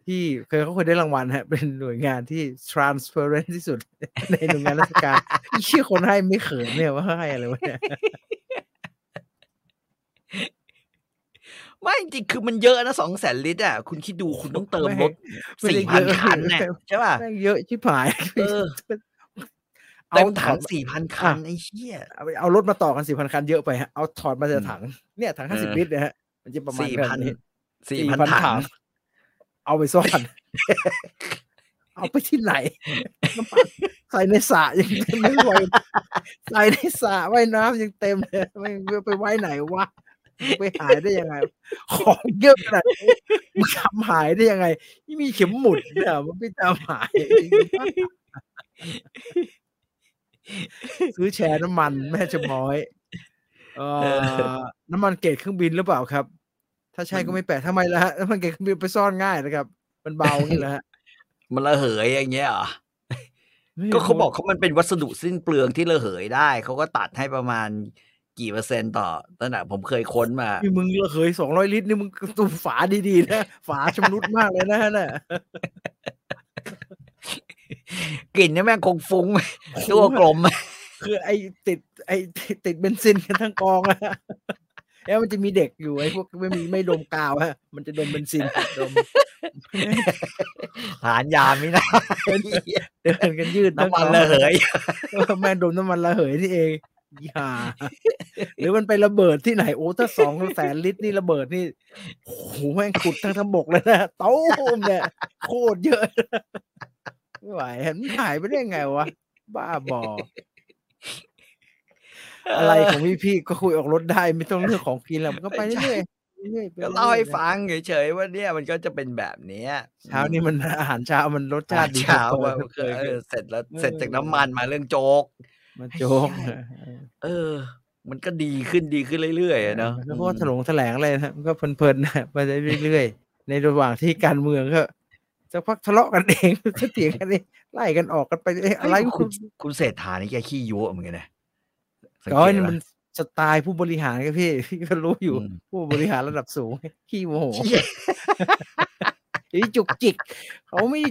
ที่เคยเขาเคยได้รางวัลฮะ เป็นหน่วยงานที่ transparent ที่สุด ในหน่วยงานราชการชื่อคนให้ไม่เขินเนี่ยว่าให้อะไรวะเนี่ย ไม่จริงๆคือมันเยอะนะสองแสนลิตรอ่ะ คุณคิดดูคุณต้องเติมรถ ไม่ สี่ ได้เยอะพันคันน่ะใช่ป่ะ แม่งเยอะชิบหาย เออ เอา เต็ม ถ ถั อง ด สี่พันคัน อ่ะ ไอ้เหี้ย เอาเอารถมาต่อกันสี่พันคันเยอะไปฮะเอาถอดมาจาก อืม ถังเนี่ยถังห้าสิบ เออ ลิตรเนี่ยฮะมันจะประมาณ สี่ แบบ พัน นี้ สี่พันถัง เอาไปซ่อน เอาไปที่ไหนน้ำมันใส่ในสระยังเต็มไม่ไหวใส่ในสระว่ายน้ำยังเต็มเลยไม่ไม่ไปไว้ไหนวะ ไปหายได้ยังไง ของเยอะขนาดนี้ มึงทำหายได้ยังไงนี่มีเข็มหมุดเนี่ยมันไม่ทำหาย ซื้อแชร์น้ำมันแม่จะม้อยเอ่อ น้ำมันเกรดเครื่องบินหรือเปล่าครับ ถ้าใช่ก็ไม่แปลกทำไมล่ะฮะน้ำมันเกรดเครื่องบินไปซ่อนง่ายนะครับ มันเบานี่แหละฮะ มันระเหยอย่างเงี้ยเหรอ ก็เขาบอกเขามันเป็นวัสดุสิ้นเปลืองที่ระเหยได้ เขาก็ตัดให้ประมาณกี่เปอร์เซ็นต์ต่อตั้งแต่ผมเคยค้นมา มีมึงระเหยสองร้อยลิตรนี่มึงตูฝาดีๆนะฝาชำรุดมากเลยนะฮะน่ะ กลิ่นเนี่ยแม่งคงฟุ้ง ตัวกลม คือไอติดไอ ติดเบนซินกันทั้งกองอะ แล้วมันจะมีเด็กอยู่ไอพวกไม่มีไม่ดมกาวอะมันจะดมเบนซินดม ฐานยาไม่น่า เดิน กันยืด น้ำมันระเหย เออ แม่ดมน้ำมันระเหยนี่เองอย่า หรือมันไประเบิดที่ไหนโอ้ถ้าสองแสนลิตรนี่ระเบิดนี่โอ้โหแม่งขุดทั้งทั้งบกเลยนะเต้มเนี่ยโคตรเยอะ ไม่ไหวเห็นมันหายไปได้ยังไงวะบ้าบอ อะไรของพี่พี่ก็คุยออกรถได้ไม่ต้องเลือกของกินแล้วมันก็ไปเรื่อยๆเรื่อยๆไป ก็เล่ารื่ให้อยๆ ฟังเฉยๆว่าเนี่ยมันก็จะเป็นแบบเนี้ย เช้านี้มันอาหารเช้ามันรสชาติดี เช้าว่า เกิน เอ เคย อเสร็จแล้ว เออ เสร็จจากน้ำมันมาเรื่องโจ๊ก มันโจ๊ก ใช่ เออ มันก็ดีขึ้นดีขึ้นเรื่อยๆอะเนาะ แล้วก็ถลงแถลงอะไรนะมันก็เพลินๆนะไปได้เรื่อยๆ ในระหว่างที่การเมืองก็สักพักทะเลาะกันเอง เถียงกันเองไล่กันออกกันไปเรื่อยๆ เฮ้ย อะไร คุ คุณ ณ คุณเศรษฐานี่แกขี้ยั่วเหมือนกันนะสัง ก้อ เก ย ต นี่ ปะ มันสไตล์ผู้บริหารครับพี่ พี่ก็รู้อยู่ ม ผู้บริหารระดับสูง ขี้โมโห หรือจุกจิก เขาไม่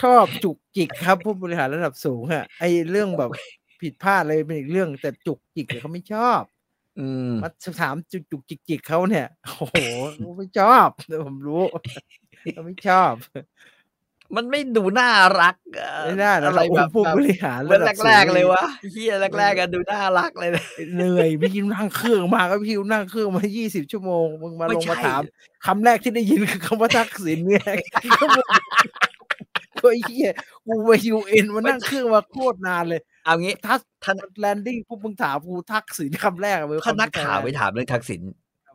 ชอบจุกจิกครับผู้บริหารระดับสูงอะไอเรื่องแบบผิดพลาดเลยเป็นอีกเรื่องแต่จุกจิกเนี่ยเขาไม่ชอบ อืม มาถามจุกจุกจิกจิกเขาเนี่ยโอ้โหเขาไม่ชอบผมรู้เขาไม่ชอบ มันไม่ดูน่ารักเอ่อ ไม่ได้นะ อะ เรา ไร โอ้ แบบ ผู้บ แบบ ริหาร เหมื่ ระ อ ดับสูง แรก ๆ เลยวะเฮียแรกๆกันดูน่ารักเลยนะ เหนื่อยพี่นั่งเครื่องมาก็พี่นั่งเครื่องมายี่สิบชั่วโมงมึงมา ไม่ ลงมา ใช่ ถามคำแรกที่ได้ยินคือคำว่าทักษิณ เนี่ยก็เฮียกูไปยูเอ็นมานั่งเครื่องมาโคตรนานเลย เอางี้ ทัก ท่าน แลนดิ้งปุ๊บมึงถามกูทักษิณคำแรกอะมึง ถ้านัก คำ ข่าวไป แร ถามเรื่องทักษิณ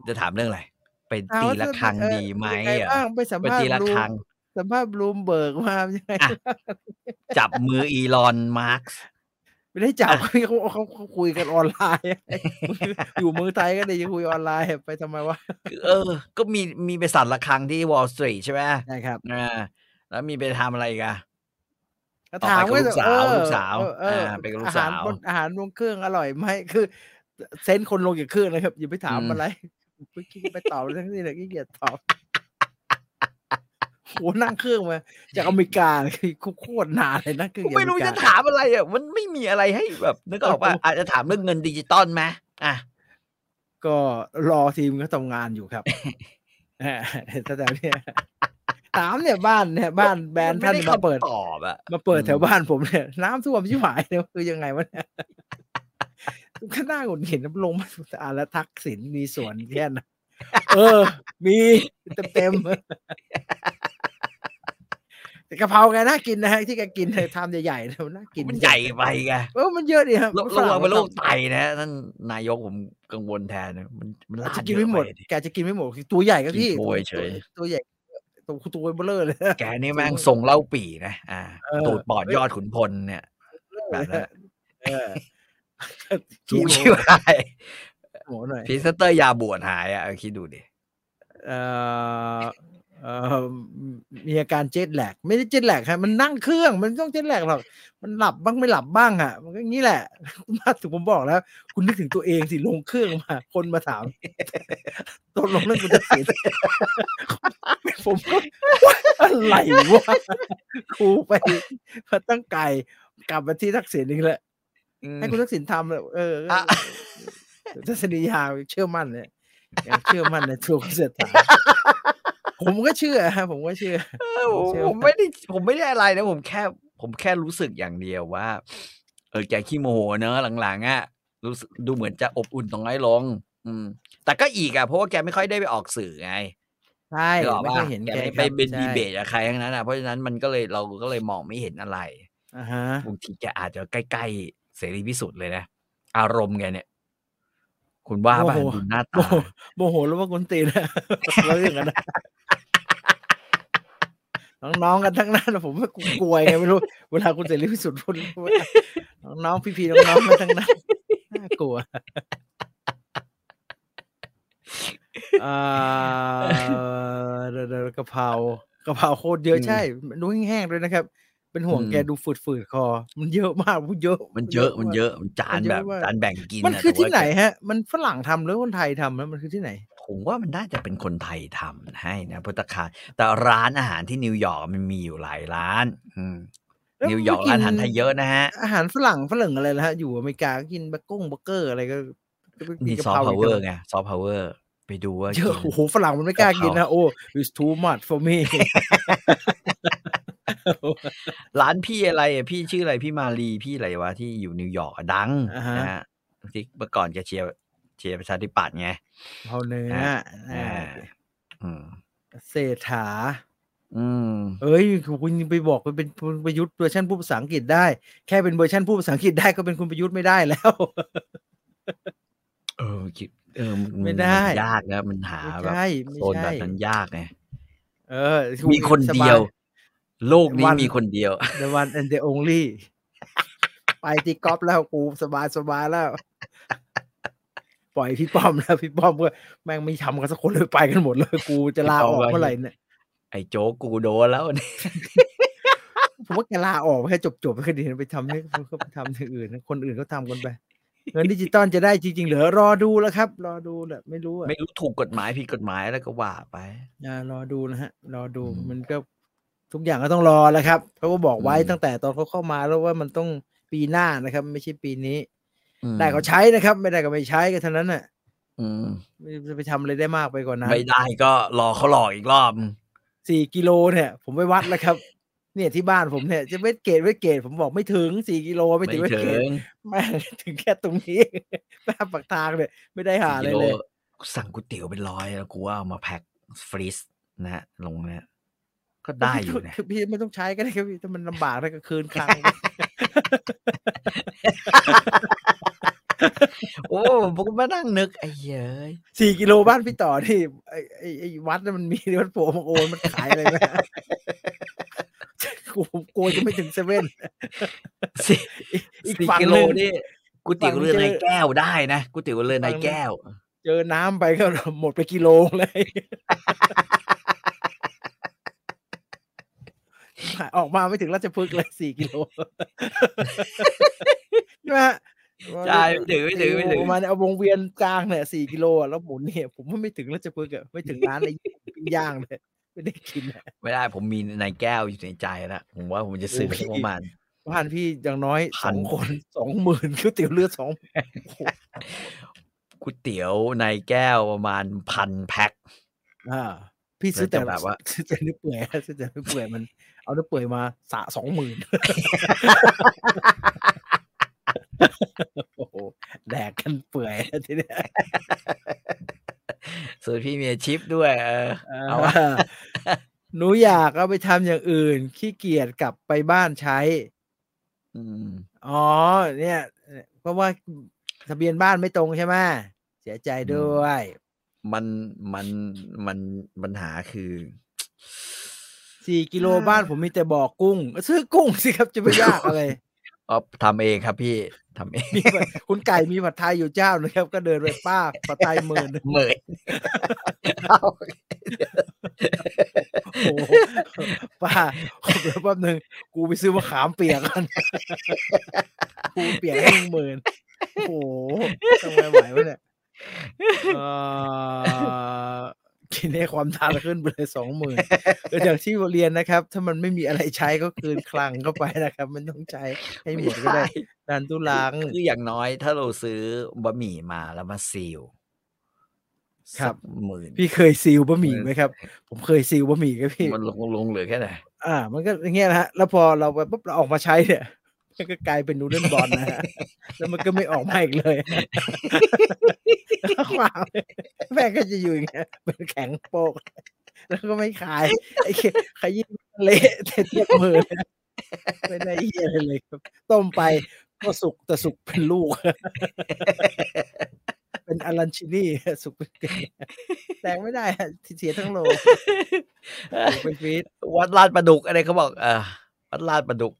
จะถามเรื่องอะไร ไป ถาม ตี ว่า ละครัง เออ ดีไหม เป็นง อ่ะ บ้างไปสัม ไป ภาษ ตี ณ์ ละ บลู ค ม รัง สัมภาษณ์บลูมเบิร์กมายังไง อ่ะ จับมืออีลอนมาร์ก ไม่ได้จับพี่เขาเขาเขาคุยกันออนไลน์ อะอยู่เมืองไทยก็ได้ยังคุยออนไลน์ไปทำไมวะ เออ ก็มีมีไปสั่นละครังที่วอลสตรีทใช่ไหม ใช่ครับ อ่าแล้วมีไปทำอะไรอีกัน ก็ ต่อไป ถาม กับลูกสาว เออ ลูกสาว เออเออ ไปกับลูก อาหาร สาว บนอาหารลงเครื่องอร่อยไหมคือเซนส์คนลงจากเครื่องนะครับอย่าไปถามอะไรไปคิดไปตอบเรื่องนี้เลยขี้เกียจตอบโหนั่งเครื่องมาจากอเมริกาคือโคตรนานเลยนะเครื่องจากอ ไม่ เริ รู้ กา จะถามอะไรอ่ะมันไม่มีอะไรให้แบบนึกออกป่ะอาจจะถามเรื่องเงินดิจิตอลไหมอ่ะ ก็รอทีมก็ทำงานอยู่ ครับ เอ อแต่แต่เนี่ย ถามเนี่ยบ้านเนี่ยบ้านแบรนด์ท่านมาเปิด ตอบอะ มาเปิด อืม แถวบ้านผมเนี่ยน้ำท่วมชิบหายเนี่ยคือยังไงวะเนี่ยข้างหน้าหงุดหงิดน้ำลงมาอ่านแล้วทักษิณมีส่วนแค่นะเออ มีเต็มเต็มๆแต่กะเพราแกน่ากินนะฮะที่แกกินในทามใหญ่ๆนะมันน่ากิน มันใหญ่ไปไง เออมันเยอะดีครับ โรค มันฝ ระ รั่ วังเป็นโรค ทำ ไตนะท่านนายกผมกังวลแทนนะมันมันลา จะ ด กิน เย ไม่หมดอะปดิ แกจะกินไม่หมดคือตัวใหญ่ก็ กิน พี่ โปรยเฉย ตัวตัวใหญ่ ตัวตัวเบลเลอร์เลย แกนี่แม่งทรงเล่าปี่นะ อ่า เออ ตูดปอดยอดขุนพลเนี่ย แบบนั้น เออ สูขี้งชิบหาย โหหน่อย พรีเซนเตอร์ยาบวชหายอ่ะเออคิดดูดิ เออเออมีอาการเจ็ตแลกไม่ได้เจ็ตแลกครับมันนั่งเครื่องมันไม่ต้องเจ็ตแลกหรอกมันหลับบ้างไม่หลับบ้างอ่ะ มันก็อย่างนี้แหละ มาถึงผมบอกแล้ว คุณนึกถึงตัวเองสิลงเครื่องมา คนมาถามตกลงเรื่องคุณจะเสีย ผมก็ อะไรวะ กูไปมาตั้งไกลกลับมาที่ทักษิณนึงแหละ ให้คุณทักษิณทำเลยเออ อ่ะ ก็ ทัศนียาเชื่อมั่นเนี่ยยังเชื่อมั่นในตัวคุณเศรษ ฐาผมก็เชื่อฮะผมก็เชื่อ เออผม เชื่อ ผมไม่ได้ผมไม่ได้อะไรนะ ผมแค่ ผมแค่รู้สึกอย่างเดียวว่า เออแกขี้โมโหเนอะหลังๆอ่ะรู้สึกดูเหมือนจะอบอุ่นตรงน้อยลง อืม แต่ก็อีกอ่ะเพราะว่าแกไม่ค่อยได้ไปออกสื่อไง ใช่ นึกออก ไม่เคปะยเห็นแกแกไม่ ค ไป รับ เป็น ใช่ ดีเบตกับใครทั้งนั้นอ่ะเพราะฉะนั้นมันก็เลยเราก็เลยมองไม่เห็นอะไร อ่าฮะ บางทีแกอาจจะใกล้ๆเสรีพิสุทธิ์เลยนะ อารมณ์แกเนี่ย คุณว่าป่ะ โอ้โห ดูหน้า โม ตา โหโมโหแล้วว่ากวนตีนนะเราอย่าง นั้นนะ น้องๆกันทั้งนั้นผมว่ากลัวยังไงไม่รู้ เวลาคุณเสรีพิสุทธิ์พูดน้องๆพี่ๆน้องๆกันทั้งนั้น น่ากลัว เอ่อเดี๋ยวๆกะเพรากะเพราโคตรเยอะใช่ดูแห้งๆด้วยนะครับ เป็นห่วงแกดูฝืดๆคอ มันเยอะมากพูดเยอะ มันเยอะมันเยอะมันจาน มันเยอะ แบบ มาก จานแบ่งกิน มัน อะ คือ แต่ ที่ ว่า ไหนฮะ มันฝรั่งทำหรือคนไทยทำแล้วมันคือที่ไหน ผมว่ามันน่าจะเป็นคนไทยทำให้นะพุทธคาแต่ร้านอาหารที่นิวยอร์กมันมีอยู่หลายร้าน อืม แล้ว นิวยอร์ก ไม่กิน ร้านอาหารไทยเยอะนะฮะ อาหารฝรั่งฝรั่งอะไรนะฮะ อยู่อเมริกาก็กินเบะก้งเบอร์เกอร์อะไรก็ก็ไปกิ นี่ กะ ซอฟ พ ต์พาวเวอร์ ก ไงซอฟต์พาวเวอร์ไปดูว่า เยอะ กิ โอ้ น โหฝรั่งมันไม่กล้ากินนะ โอ้ it's too much for me ร้านพี่อะไรอ่ะพี่ชื่ออะไรพี่มารีพี่อะไรวะที่อยู่นิวยอร์กอ่ะดัง อ่าฮะ นะฮะที่เมื่อก่อนแกเชียร์เชียร์ประชาธิปัตย์ไง เอาเนื้อ อ่า อ่า อ่าอืม เศรษฐา อืม เอ้ยคุณไปบอกไปเป็นคุณประยุทธ์เวอร์ชันพูดภาษาอังกฤษได้ แค่เป็นเวอร์ชันพูดภาษาอังกฤษได้ก็เป็นคุณประยุทธ์ไม่ได้แล้ว เออคิดเออมัน ไม่ได้ นยากนะมันหา ไม่ แบบ ใช่ไม่ โซนแบ ใช่ บนั้นยากไง เออ มีคนเดียว โลกนี้ วัน มีคนเดียว The one and the only ไปตีกอล์ฟแล้วกูสบายสบายแล้ว ปล่อยพี่ป้อมแล้วพี่ป้อมก็แม่งไม่ทำกันสักคนเลยไปกันหมดเลย กูจะลาออกเมื่อไหร่เนี่ย ไอ้โจ๊กกูโดนแล้ว เนี่ย ผมว่าแกลาออกแค่จบจบๆคดีไปทำให้ เขาไปทำอย่างอื่นนะคนอื่นเขาทำกันไปเงินดิจิตอลจะได้จริงๆเหรอรอดูแล้วครับ รอดูแหละไม่รู้อะ ไม่รู้ถูกกฎหมายผิดกฎหมายแล้วก็ว่าไป อ่ารอดูนะฮะ รอดู อืม มันก็ทุกอย่างก็ต้องรอแล้วครับเขาก็บอกไว้ อืม ตั้งแต่ตอนเขาเข้ามาแล้วว่ามันต้องปีหน้านะครับ ไม่ใช่ปีนี้ อืม ได้ก็ใช้นะครับ ไม่ได้ก็ไม่ใช้ก็เท่านั้นน่ะ อืม ไม่จะไปทำอะไรได้มากไปกว่านั้น ไม่ได้ก็รอเขาหลอกอีกรอบ สี่กิโลเนี่ย ผมไปวัดแล้วครับ เนี่ยที่บ้านผมเนี่ย จะเวทเกตเวทเกตผมบอกไม่ถึงสี่กิโลไม่ ไม่ ถึงเวท ถึ เกต ง แม่งถึงแค่ตรงนี้ แม่งปากทางเนี่ยไม่ได้หาอะไร กิโ เลย สั่งก๋วยเตี๋ยวเป็นร้อยแล้วกูว่าเอามาแพ็คฟรีซนะฮะลงนะฮะก็ได้อยู่นะ พี่ไม่ต้องใช้ก็ได้ครับพี่ถ้ามันลำบากได้ก็คืนคลัง โอ้ผมก็มานั่งนึกไอ้เย้ย สี่กิโลบ้านพี่ต่อที่ไอ้ไอ้ไอ้วัดน่ะมันมีวัดโผล่มังโอนมันขาย อะไรไหมกูโกลัวจะไม่ถึงเซเว่น สี่ อีก สี่ ฝั่ง กิ ห โล นึ่ง นี่ก๋วยเตี๋ยวเรือในแก้วได้นะก๋วยเตี๋ยวเรือในแก้ว เจอน้ำไปก็หมดไปกิโลเลย ออกมาไม่ถึงราชพฤกษ์เลยสี่กิโล ใช่ไหมฮะ ใช่ไม่ถึงไม่ถึงไม่ถึง ประมาณเนี่ยเอาวงเวียนกลางเนี่ยสี่กิโลอะแล้วหมุนเนี่ย ผมว่าไม่ถึงราชพฤกษ์อะไม่ถึงร้านอะไรปิ้งย่ างเลยไม่ได้กินอะ ไม่ได้ผมมีในแก้วอยู่ในใจแล้วผมว่าผมจะซื้อไปสักประมาณ บ้านพี่อย่างน้อย พั สอน งคนสองหมื่นก๋วยเตี๋ยวเรือสองโอ้โห ก๋วยเตี๋ยวในแก้วประมาณพันแพ็ค อ่า พี่ซื้อแต่ แล้วจะแบบว่า ซื้อแต่เนื้อเปื่อยซื้อแต่เนื้อเปื่อยมันเอาเนื้อเปื่อยมาสะสองหมื่น โอ้โหแดกกันเปื่อย ทีเนี้ย ส่วนพี่เมียชิปด้วย เออ เอาวะ อ่า หนูอยากเอาไปทำอย่างอื่น ขี้เกียจกลับไปบ้านใช้ อืม อ๋อ เนี่ย เพราะว่าทะเบียนบ้านไม่ตรงใช่ไหมเสียใจด้วย มันมันมันปัญหาคือ สี่กิโลบ้านผมมีแต่บ่อกุ้ง ซื้อกุ้งสิครับจะไม่ยากอะไร อ๋อทำเองครับพี่ทำเอง มีผัดคุณไก่มีผัดไทยอยู่เจ้าหนะครับ ก็เดินไปป้าผัดไทยหมื่น เหมย โอ้โหป้าเดี๋ยวแป๊บหนึงกูไปซื้อมะขามเปียกกันกูเปียกให้มึงหมื่นโอ้โหทำไมไหววะเนี่ยเอ่อกินให้ความดันขึ้นไปเลยสองหมื่นอย่างที่เรียนนะครับ ถ้ามันไม่มีอะไรใช้ก็คืนคลังเข้าไปนะครับ มันต้องใช้ให้หมดก็ได้ดันตุลัง คืออย่างน้อยถ้าเราซื้อบะหมี่มาแล้วมาซีล ครับ สักหมื่น พี่เคยซีลบะหมี่ไหมครับ ผมเคยซีลบะหมี่ครับพี่ มันลงลงเหลือแค่ไหน อ่า มันก็อย่างเงี้ยนะฮะ แล้วพอเราไปปุ๊บเราออกมาใช้เนี่ย มันก็กลายเป็นนูเดิลบอลนะ ฮะ แล้วมันก็ไม่ออกมาอีกเลย ขวางแม่งก็จะอยู่อย่างเงี้ยเป็นแข็งโปก แล้วก็ไม่ขาย ไอ้เหี้ยขยี้เละ เต็มมือเลย ไม่ได้เหี้ยอะไรเลยครับ ต้มไปก็สุกแต่สุกเป็นลูก ไป เป็นอารันชินี่ สุกเป็นเกลียวแตงไม่ได้อะเสียทั้งโล สุกเป็นฟีด วัดลาดประดุกอะไรเขาบอกเออวัดลาดประดุก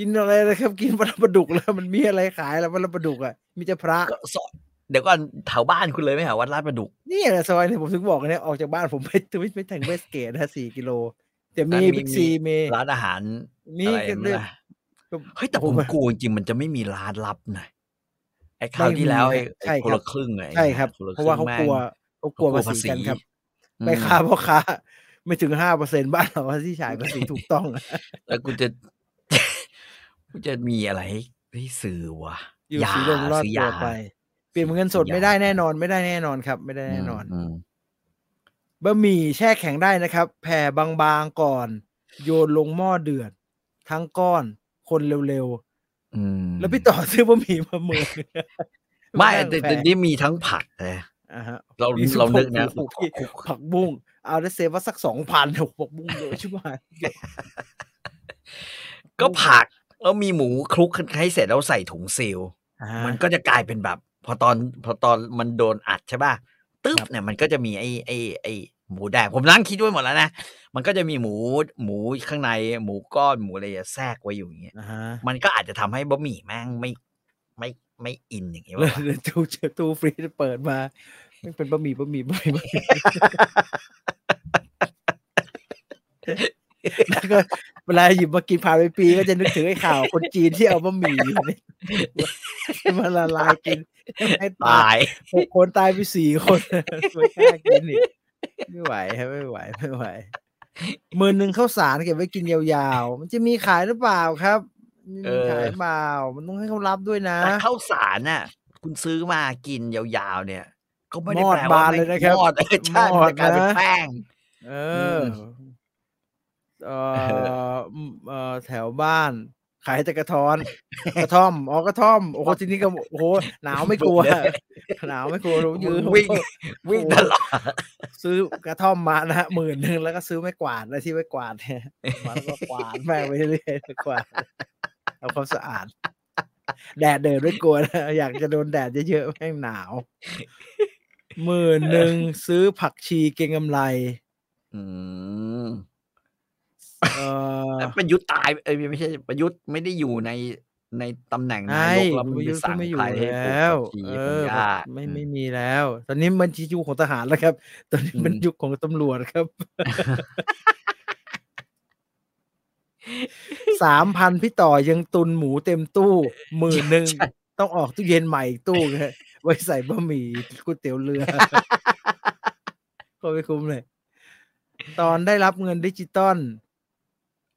กินอะไรนะครับ กินปลาปลาดุกแล้ว มันมีอะไรขายแล้วปลาปลาดุกอ่ะมีแต่พระ ก็สอนเดี๋ยวก่อนแถวบ้านคุณเลยไหมฮะวัดลาดประดุก นี่แหละซอยเนี่ยผมถึงบอกเนี่ยออกจากบ้านผมไป ทวิตไปถึงเวสเกตนะสี่กิโลแต่มี ร้านมี บิ๊ก มี ซีมี ร้านอาหาร นี่ อะไร ก็ นั่น เลย นะเฮ้ยแต่ผม ผมว่าก ลัวจริงๆมันจะไม่มีร้านลับนะไอ้คราว ไม่มี ที่แล้วไอ้ นะใช่ ไอ้คคนรับ ละครึ่งไง ใช่ครับ นล เพราะว่าเขา คง กลัว แม่ง เขากลัว เขากลัว ภาษีกัน ภาษี ครับ อืม ไปค้าพ่อค้าไม่ถึงห้าเปอร์เซ็นบ้านเราที่จ่ายภาษีถูกต้อง แล้วกูจะ กูจะมีอะไรให้สื่อวะ อยู่ า สีลมรอด ซื้ ตั ยา วไป เปลี่ยนเป็นเงินสด ซื้อยา ไม่ได้แน่นอนไม่ได้แน่นอนครับ ไม่ได้แน่นอน มม บะหมี่แช่แข็งได้นะครับ แผ่บางๆก่อน โยนลงหม้อเดือด ทั้งก้อนคนเร็ว อืม ๆ แล้วพี่ต่อซื้อบะหมี่มาเมือง ไม่แต่แต่นี่มีทั้งผักนะ อ่าฮะ เรา มี เรานึกนะ สุกพี่ผักบุ้งเอาได้เซฟว่าสักสองพันเถอะผักบุ้งเยอะชิบหาย ก็ผักแล้วมีหมูคลุกให้เสร็จแล้วใส่ถุงซีล มั มัน นก็จะกลายเป็นแบบ พอตอนพอตอนมันโดนอัดใช่ป่ะตึ๊บ ครับ เนี่ยมันก็จะมีไอ้ไอ้ไอ้หมูแดงผมนั่งคิดด้วยหมดแล้วนะมันก็จะมีหมูหมูข้างในหมูก้อนหมูอะไรอะแทรกไว้อยู่อย่างเงี้ย อ่าฮะ มันก็อาจจะทำให้บะหมี่แม่งไม่ไม่ไม่อินอย่างเงี้ย แล้ว วะ เดี๋ยวตู้เจอตู้ฟรีจะเปิดมา มันเป็นบะหมี่บะหมี่บะหมี่บะหมี่แล้วก็เวลาหยิบมากินผ่านไปปีก็จะนึกถึงไอ้ข่าวคนจีน ที่เอาบะหมี่เนี่ยมาละลายกินให้ตา ตาย ย หกคนตายไป สี่คนไม่กล้ากินอีกไม่ไหวครับไม่ไหวไม่ไหวหมือหนึ่งข้าวสารเก็บไว้กินยาวๆ มันจะมีขายหรือเปล่าครับมี เออ ขายเปล่ามันต้องให้เขารับด้วยนะ แต่ข้าวสารน่ะคุณซื้อมากินยาวๆเนี่ย ก็ไม่ได้ มอด แปลว่า บาน ไม่ เลยนะครับ มอดเอ อใช่ ม มั อน ด จะกลายเป็น นะ แป้ง เอ ม อเอออืมเออแถวบ้าน ขายแต่กระท้อน กระท่อมอ๋อกระท่อม โอ้โหทีนี้ก็โอ้โหหนาวไม่กลัว บุกเลย หนาวไม่กลัวรู้ยืน วิ่ง วิ่งตลอด ซื้อกระท่อมมานะฮะหมื่นหนึ่งแล้วก็ซื้อไม้กวาดนะที่ไม้กวาดเนี่ยมันก็กวาดแม่งไปเรื่อยๆกวาดเอาความสะอาด แดดเดินไม่กลัวนะอยากจะโดนแดดเยอะๆแม่งหนาวหมื่นหนึ่งซื้อผักชีเกงกำไร อืม เออ แต่ประยุทธ์ตายเอ้ยไม่ใช่ประยุทธ์ไม่ได้อยู่ในในตำแหน่งนายกแล้ว ประยุทธ์ก็ สั่ง ไม่อ ใค ยู่ รให้ป แล้ว กขี่ เอ ปัอญญา ไม่ อื ไม่มีแล้ว ตอนนี้มันชียุคของทหารแล้วครับ ตอนนี้มัน อืม ยุคของตำรวจครับ สามพันพี่ต่อยังตุนหมูเต็มตู้หมื่นหนึ่งต้องออกตู้เย็นใหม่อีกตู้นะไว้ใส่บะหมี่ก๋วยเตี๋ยวเรือ ก็ไม่คุ้มเลย ตอนได้รับเงินดิจิตอล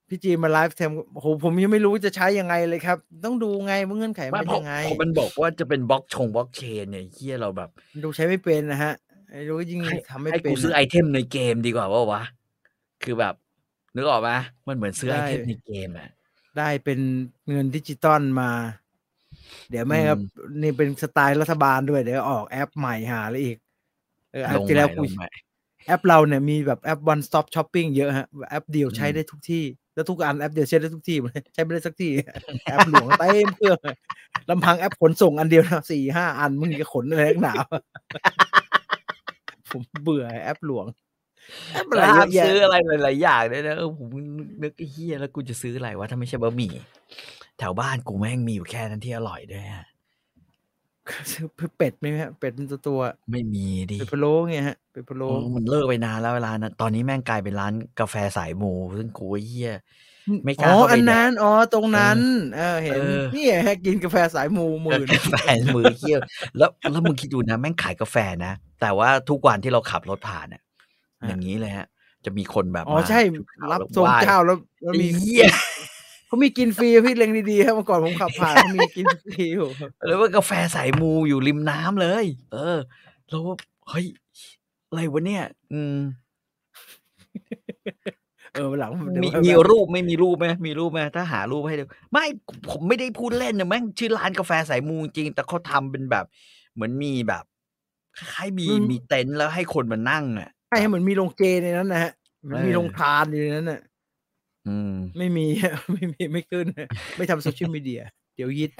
พี่จีนมาไลฟ์แทมโอ้โหผมยังไม่รู้จะใช้ยังไงเลยครับ ต้องดูไงว่าเงื่อนไขมัน ไม่ เป็น เพราะ ยังไง เพราะมันบอกว่าจะเป็นบล็อกชงบล็อกเชนเนี่ยเฮียเราแบบ ดูใช้ไม่เป็นนะฮะไอ้รู้ยิ่ง ให้ ทำไม่ ให้ เป็ กู น ซื้อ อะ ไอเทมในเกมดีกว่าว่าวะคือแบบ นึกออกไหมมันเหมือนซื้อ ได้ ไอเทมในเกมอะ ได้เป็นเงินดิจิตอลมา เดี๋ยวไม่ อืม ครับ นี่เป็นสไตล์รัฐบาลด้วย เดี๋ยวออกแอปใหม่หาแล้วอีก เออแอป ง ที่แล้ว ใหกูม่งใหม่ แอปเราเนี่ยมีแบบแอป one stop shopping เยอะฮะ แอปเดียวใช้ อืม ได้ทุกที่ แล้วทุกอันแอปเดียวใช้ได้ทุกที่ ใช้ไม่ได้สักที่ แอปหลวงเต็มเครื่องลำพังแอปขนส่งอันเดียวนะสี่ห้าอันมึงจะขนอะไรนักหนาวะ ผมเบื่อแอปหลวงแอปอะไร แล้ว เยอะแยะห้ามซื้ออะไรหลายๆอย่างด้วยนะเออผมนึกไอ้เฮียแล้วกูจะซื้ออะไรวะถ้าไม่ใช่บะหมี่แถวบ้านกูแม่งมีอยู่แค่นั้นที่อร่อยด้วยฮะ ซื้อเป็ดไหมฮะเป็ดเป็นตัวตัวๆอะ ไม่มีดิ เป็ดพะโล้ไงฮะเป็ดพะโล้ โอ้มันเลิกไปนานแล้วเวลานะตอนนี้แม่งกลายเป็นร้านกาแฟสายมูซึ่งกูไอ้เฮีย ไม่กล้า อ๋อ เข้าไป อันนั้นอ๋อตรงนั้นเออเห็น เออ นี่ฮะกินกาแฟสายมูหมื่น กาแฟมือเฮียแล้วแล้วมึงคิดดูนะ แม่งขายกาแฟนะ แต่ว่าทุกวันที่เราขับรถผ่านเนี่ยอย่างนี้เลยฮะ จะมีคนแบบ อ๋อ มา ใช่ ชุดขว รับ แล้ว ทรง ไหว้ เจ้าแล้วแล้ว ไอ้ มี เฮีย เขามีกินฟรีพี่เล็งดีๆครับเมื่อก่อนผมขับ ผ่านเขามีกินฟรีอยู่ แล้วว่ากาแฟสายมูอยู่ริมน้ำเลย เออ แล้วว่าเฮ้ยอะไรวะเนี่ย อืม เออวันหลังผม มี ดู มี แบบ รูปไม่มีรูปไหมมีรูปไหมถ้าหารูปให้ดูไม่ผมไม่ได้พูดเล่นนะแม่งชื่อร้านกาแฟสายมูจริง แต่เขาทำเป็นแบบ เหมือนมีแบบคล้ายๆมีมีเต็นท์แล้วให้คนมานั่งอ่ะ ใช่ฮะเหมือนมีโรงเจในนั้นนะฮะมันมี เออ โรงทานอยู่ในนั้นน่ะ อืม ไม่มี ไม่มีไม่ขึ้นฮะไม่ทำโซเชียลมีเดียเดี๋ยวยิด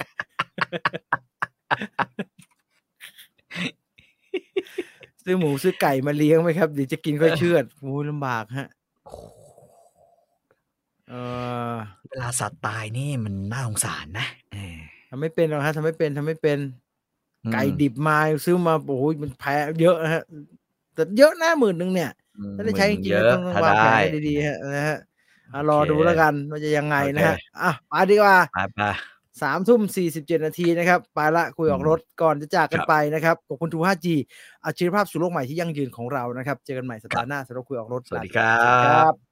ซื้อหมูซื้อไก่มาเลี้ยงไหมครับเดี๋ยวจะกินก็เชือดโอ้ยลำบากฮะ โอ้โห เออ เวลาสัตว์ตายนี่มันน่าสงสารนะเออ ทำไม่เป็นหรอกฮะทำไม่เป็นทำไม่เป็น ไก่ อืม ดิบมาซื้อมาโอ้โหมันแพงเยอะฮะแต่เยอะนะหมื่นหนึ่งเนี่ย ถ้าได้ใช้จริง เย ๆก็ต้อะอง ถ้าว างแผน ได้ ให้ดีๆฮะนะฮะอ่ะรอ โอเค ดูแล้วกันว่าจะยังไงนะฮะ โอเค อ่ะไปดีกว่า ไปไป สามทุ่มสี่สิบเจ็ดนาทีนะครับ ไปละคุยออกรถก่อนจะจากกัน ครับ ไปนะครับ ขอบคุณทู 5G อาชีพภาพสู่โลกใหม่ที่ยั่งยืนของเรานะครับ เจอกันใหม่สัปดาห์หน้าสำหรับคุยออกรถ สวัสดี ลาไปก่อน ครับ บ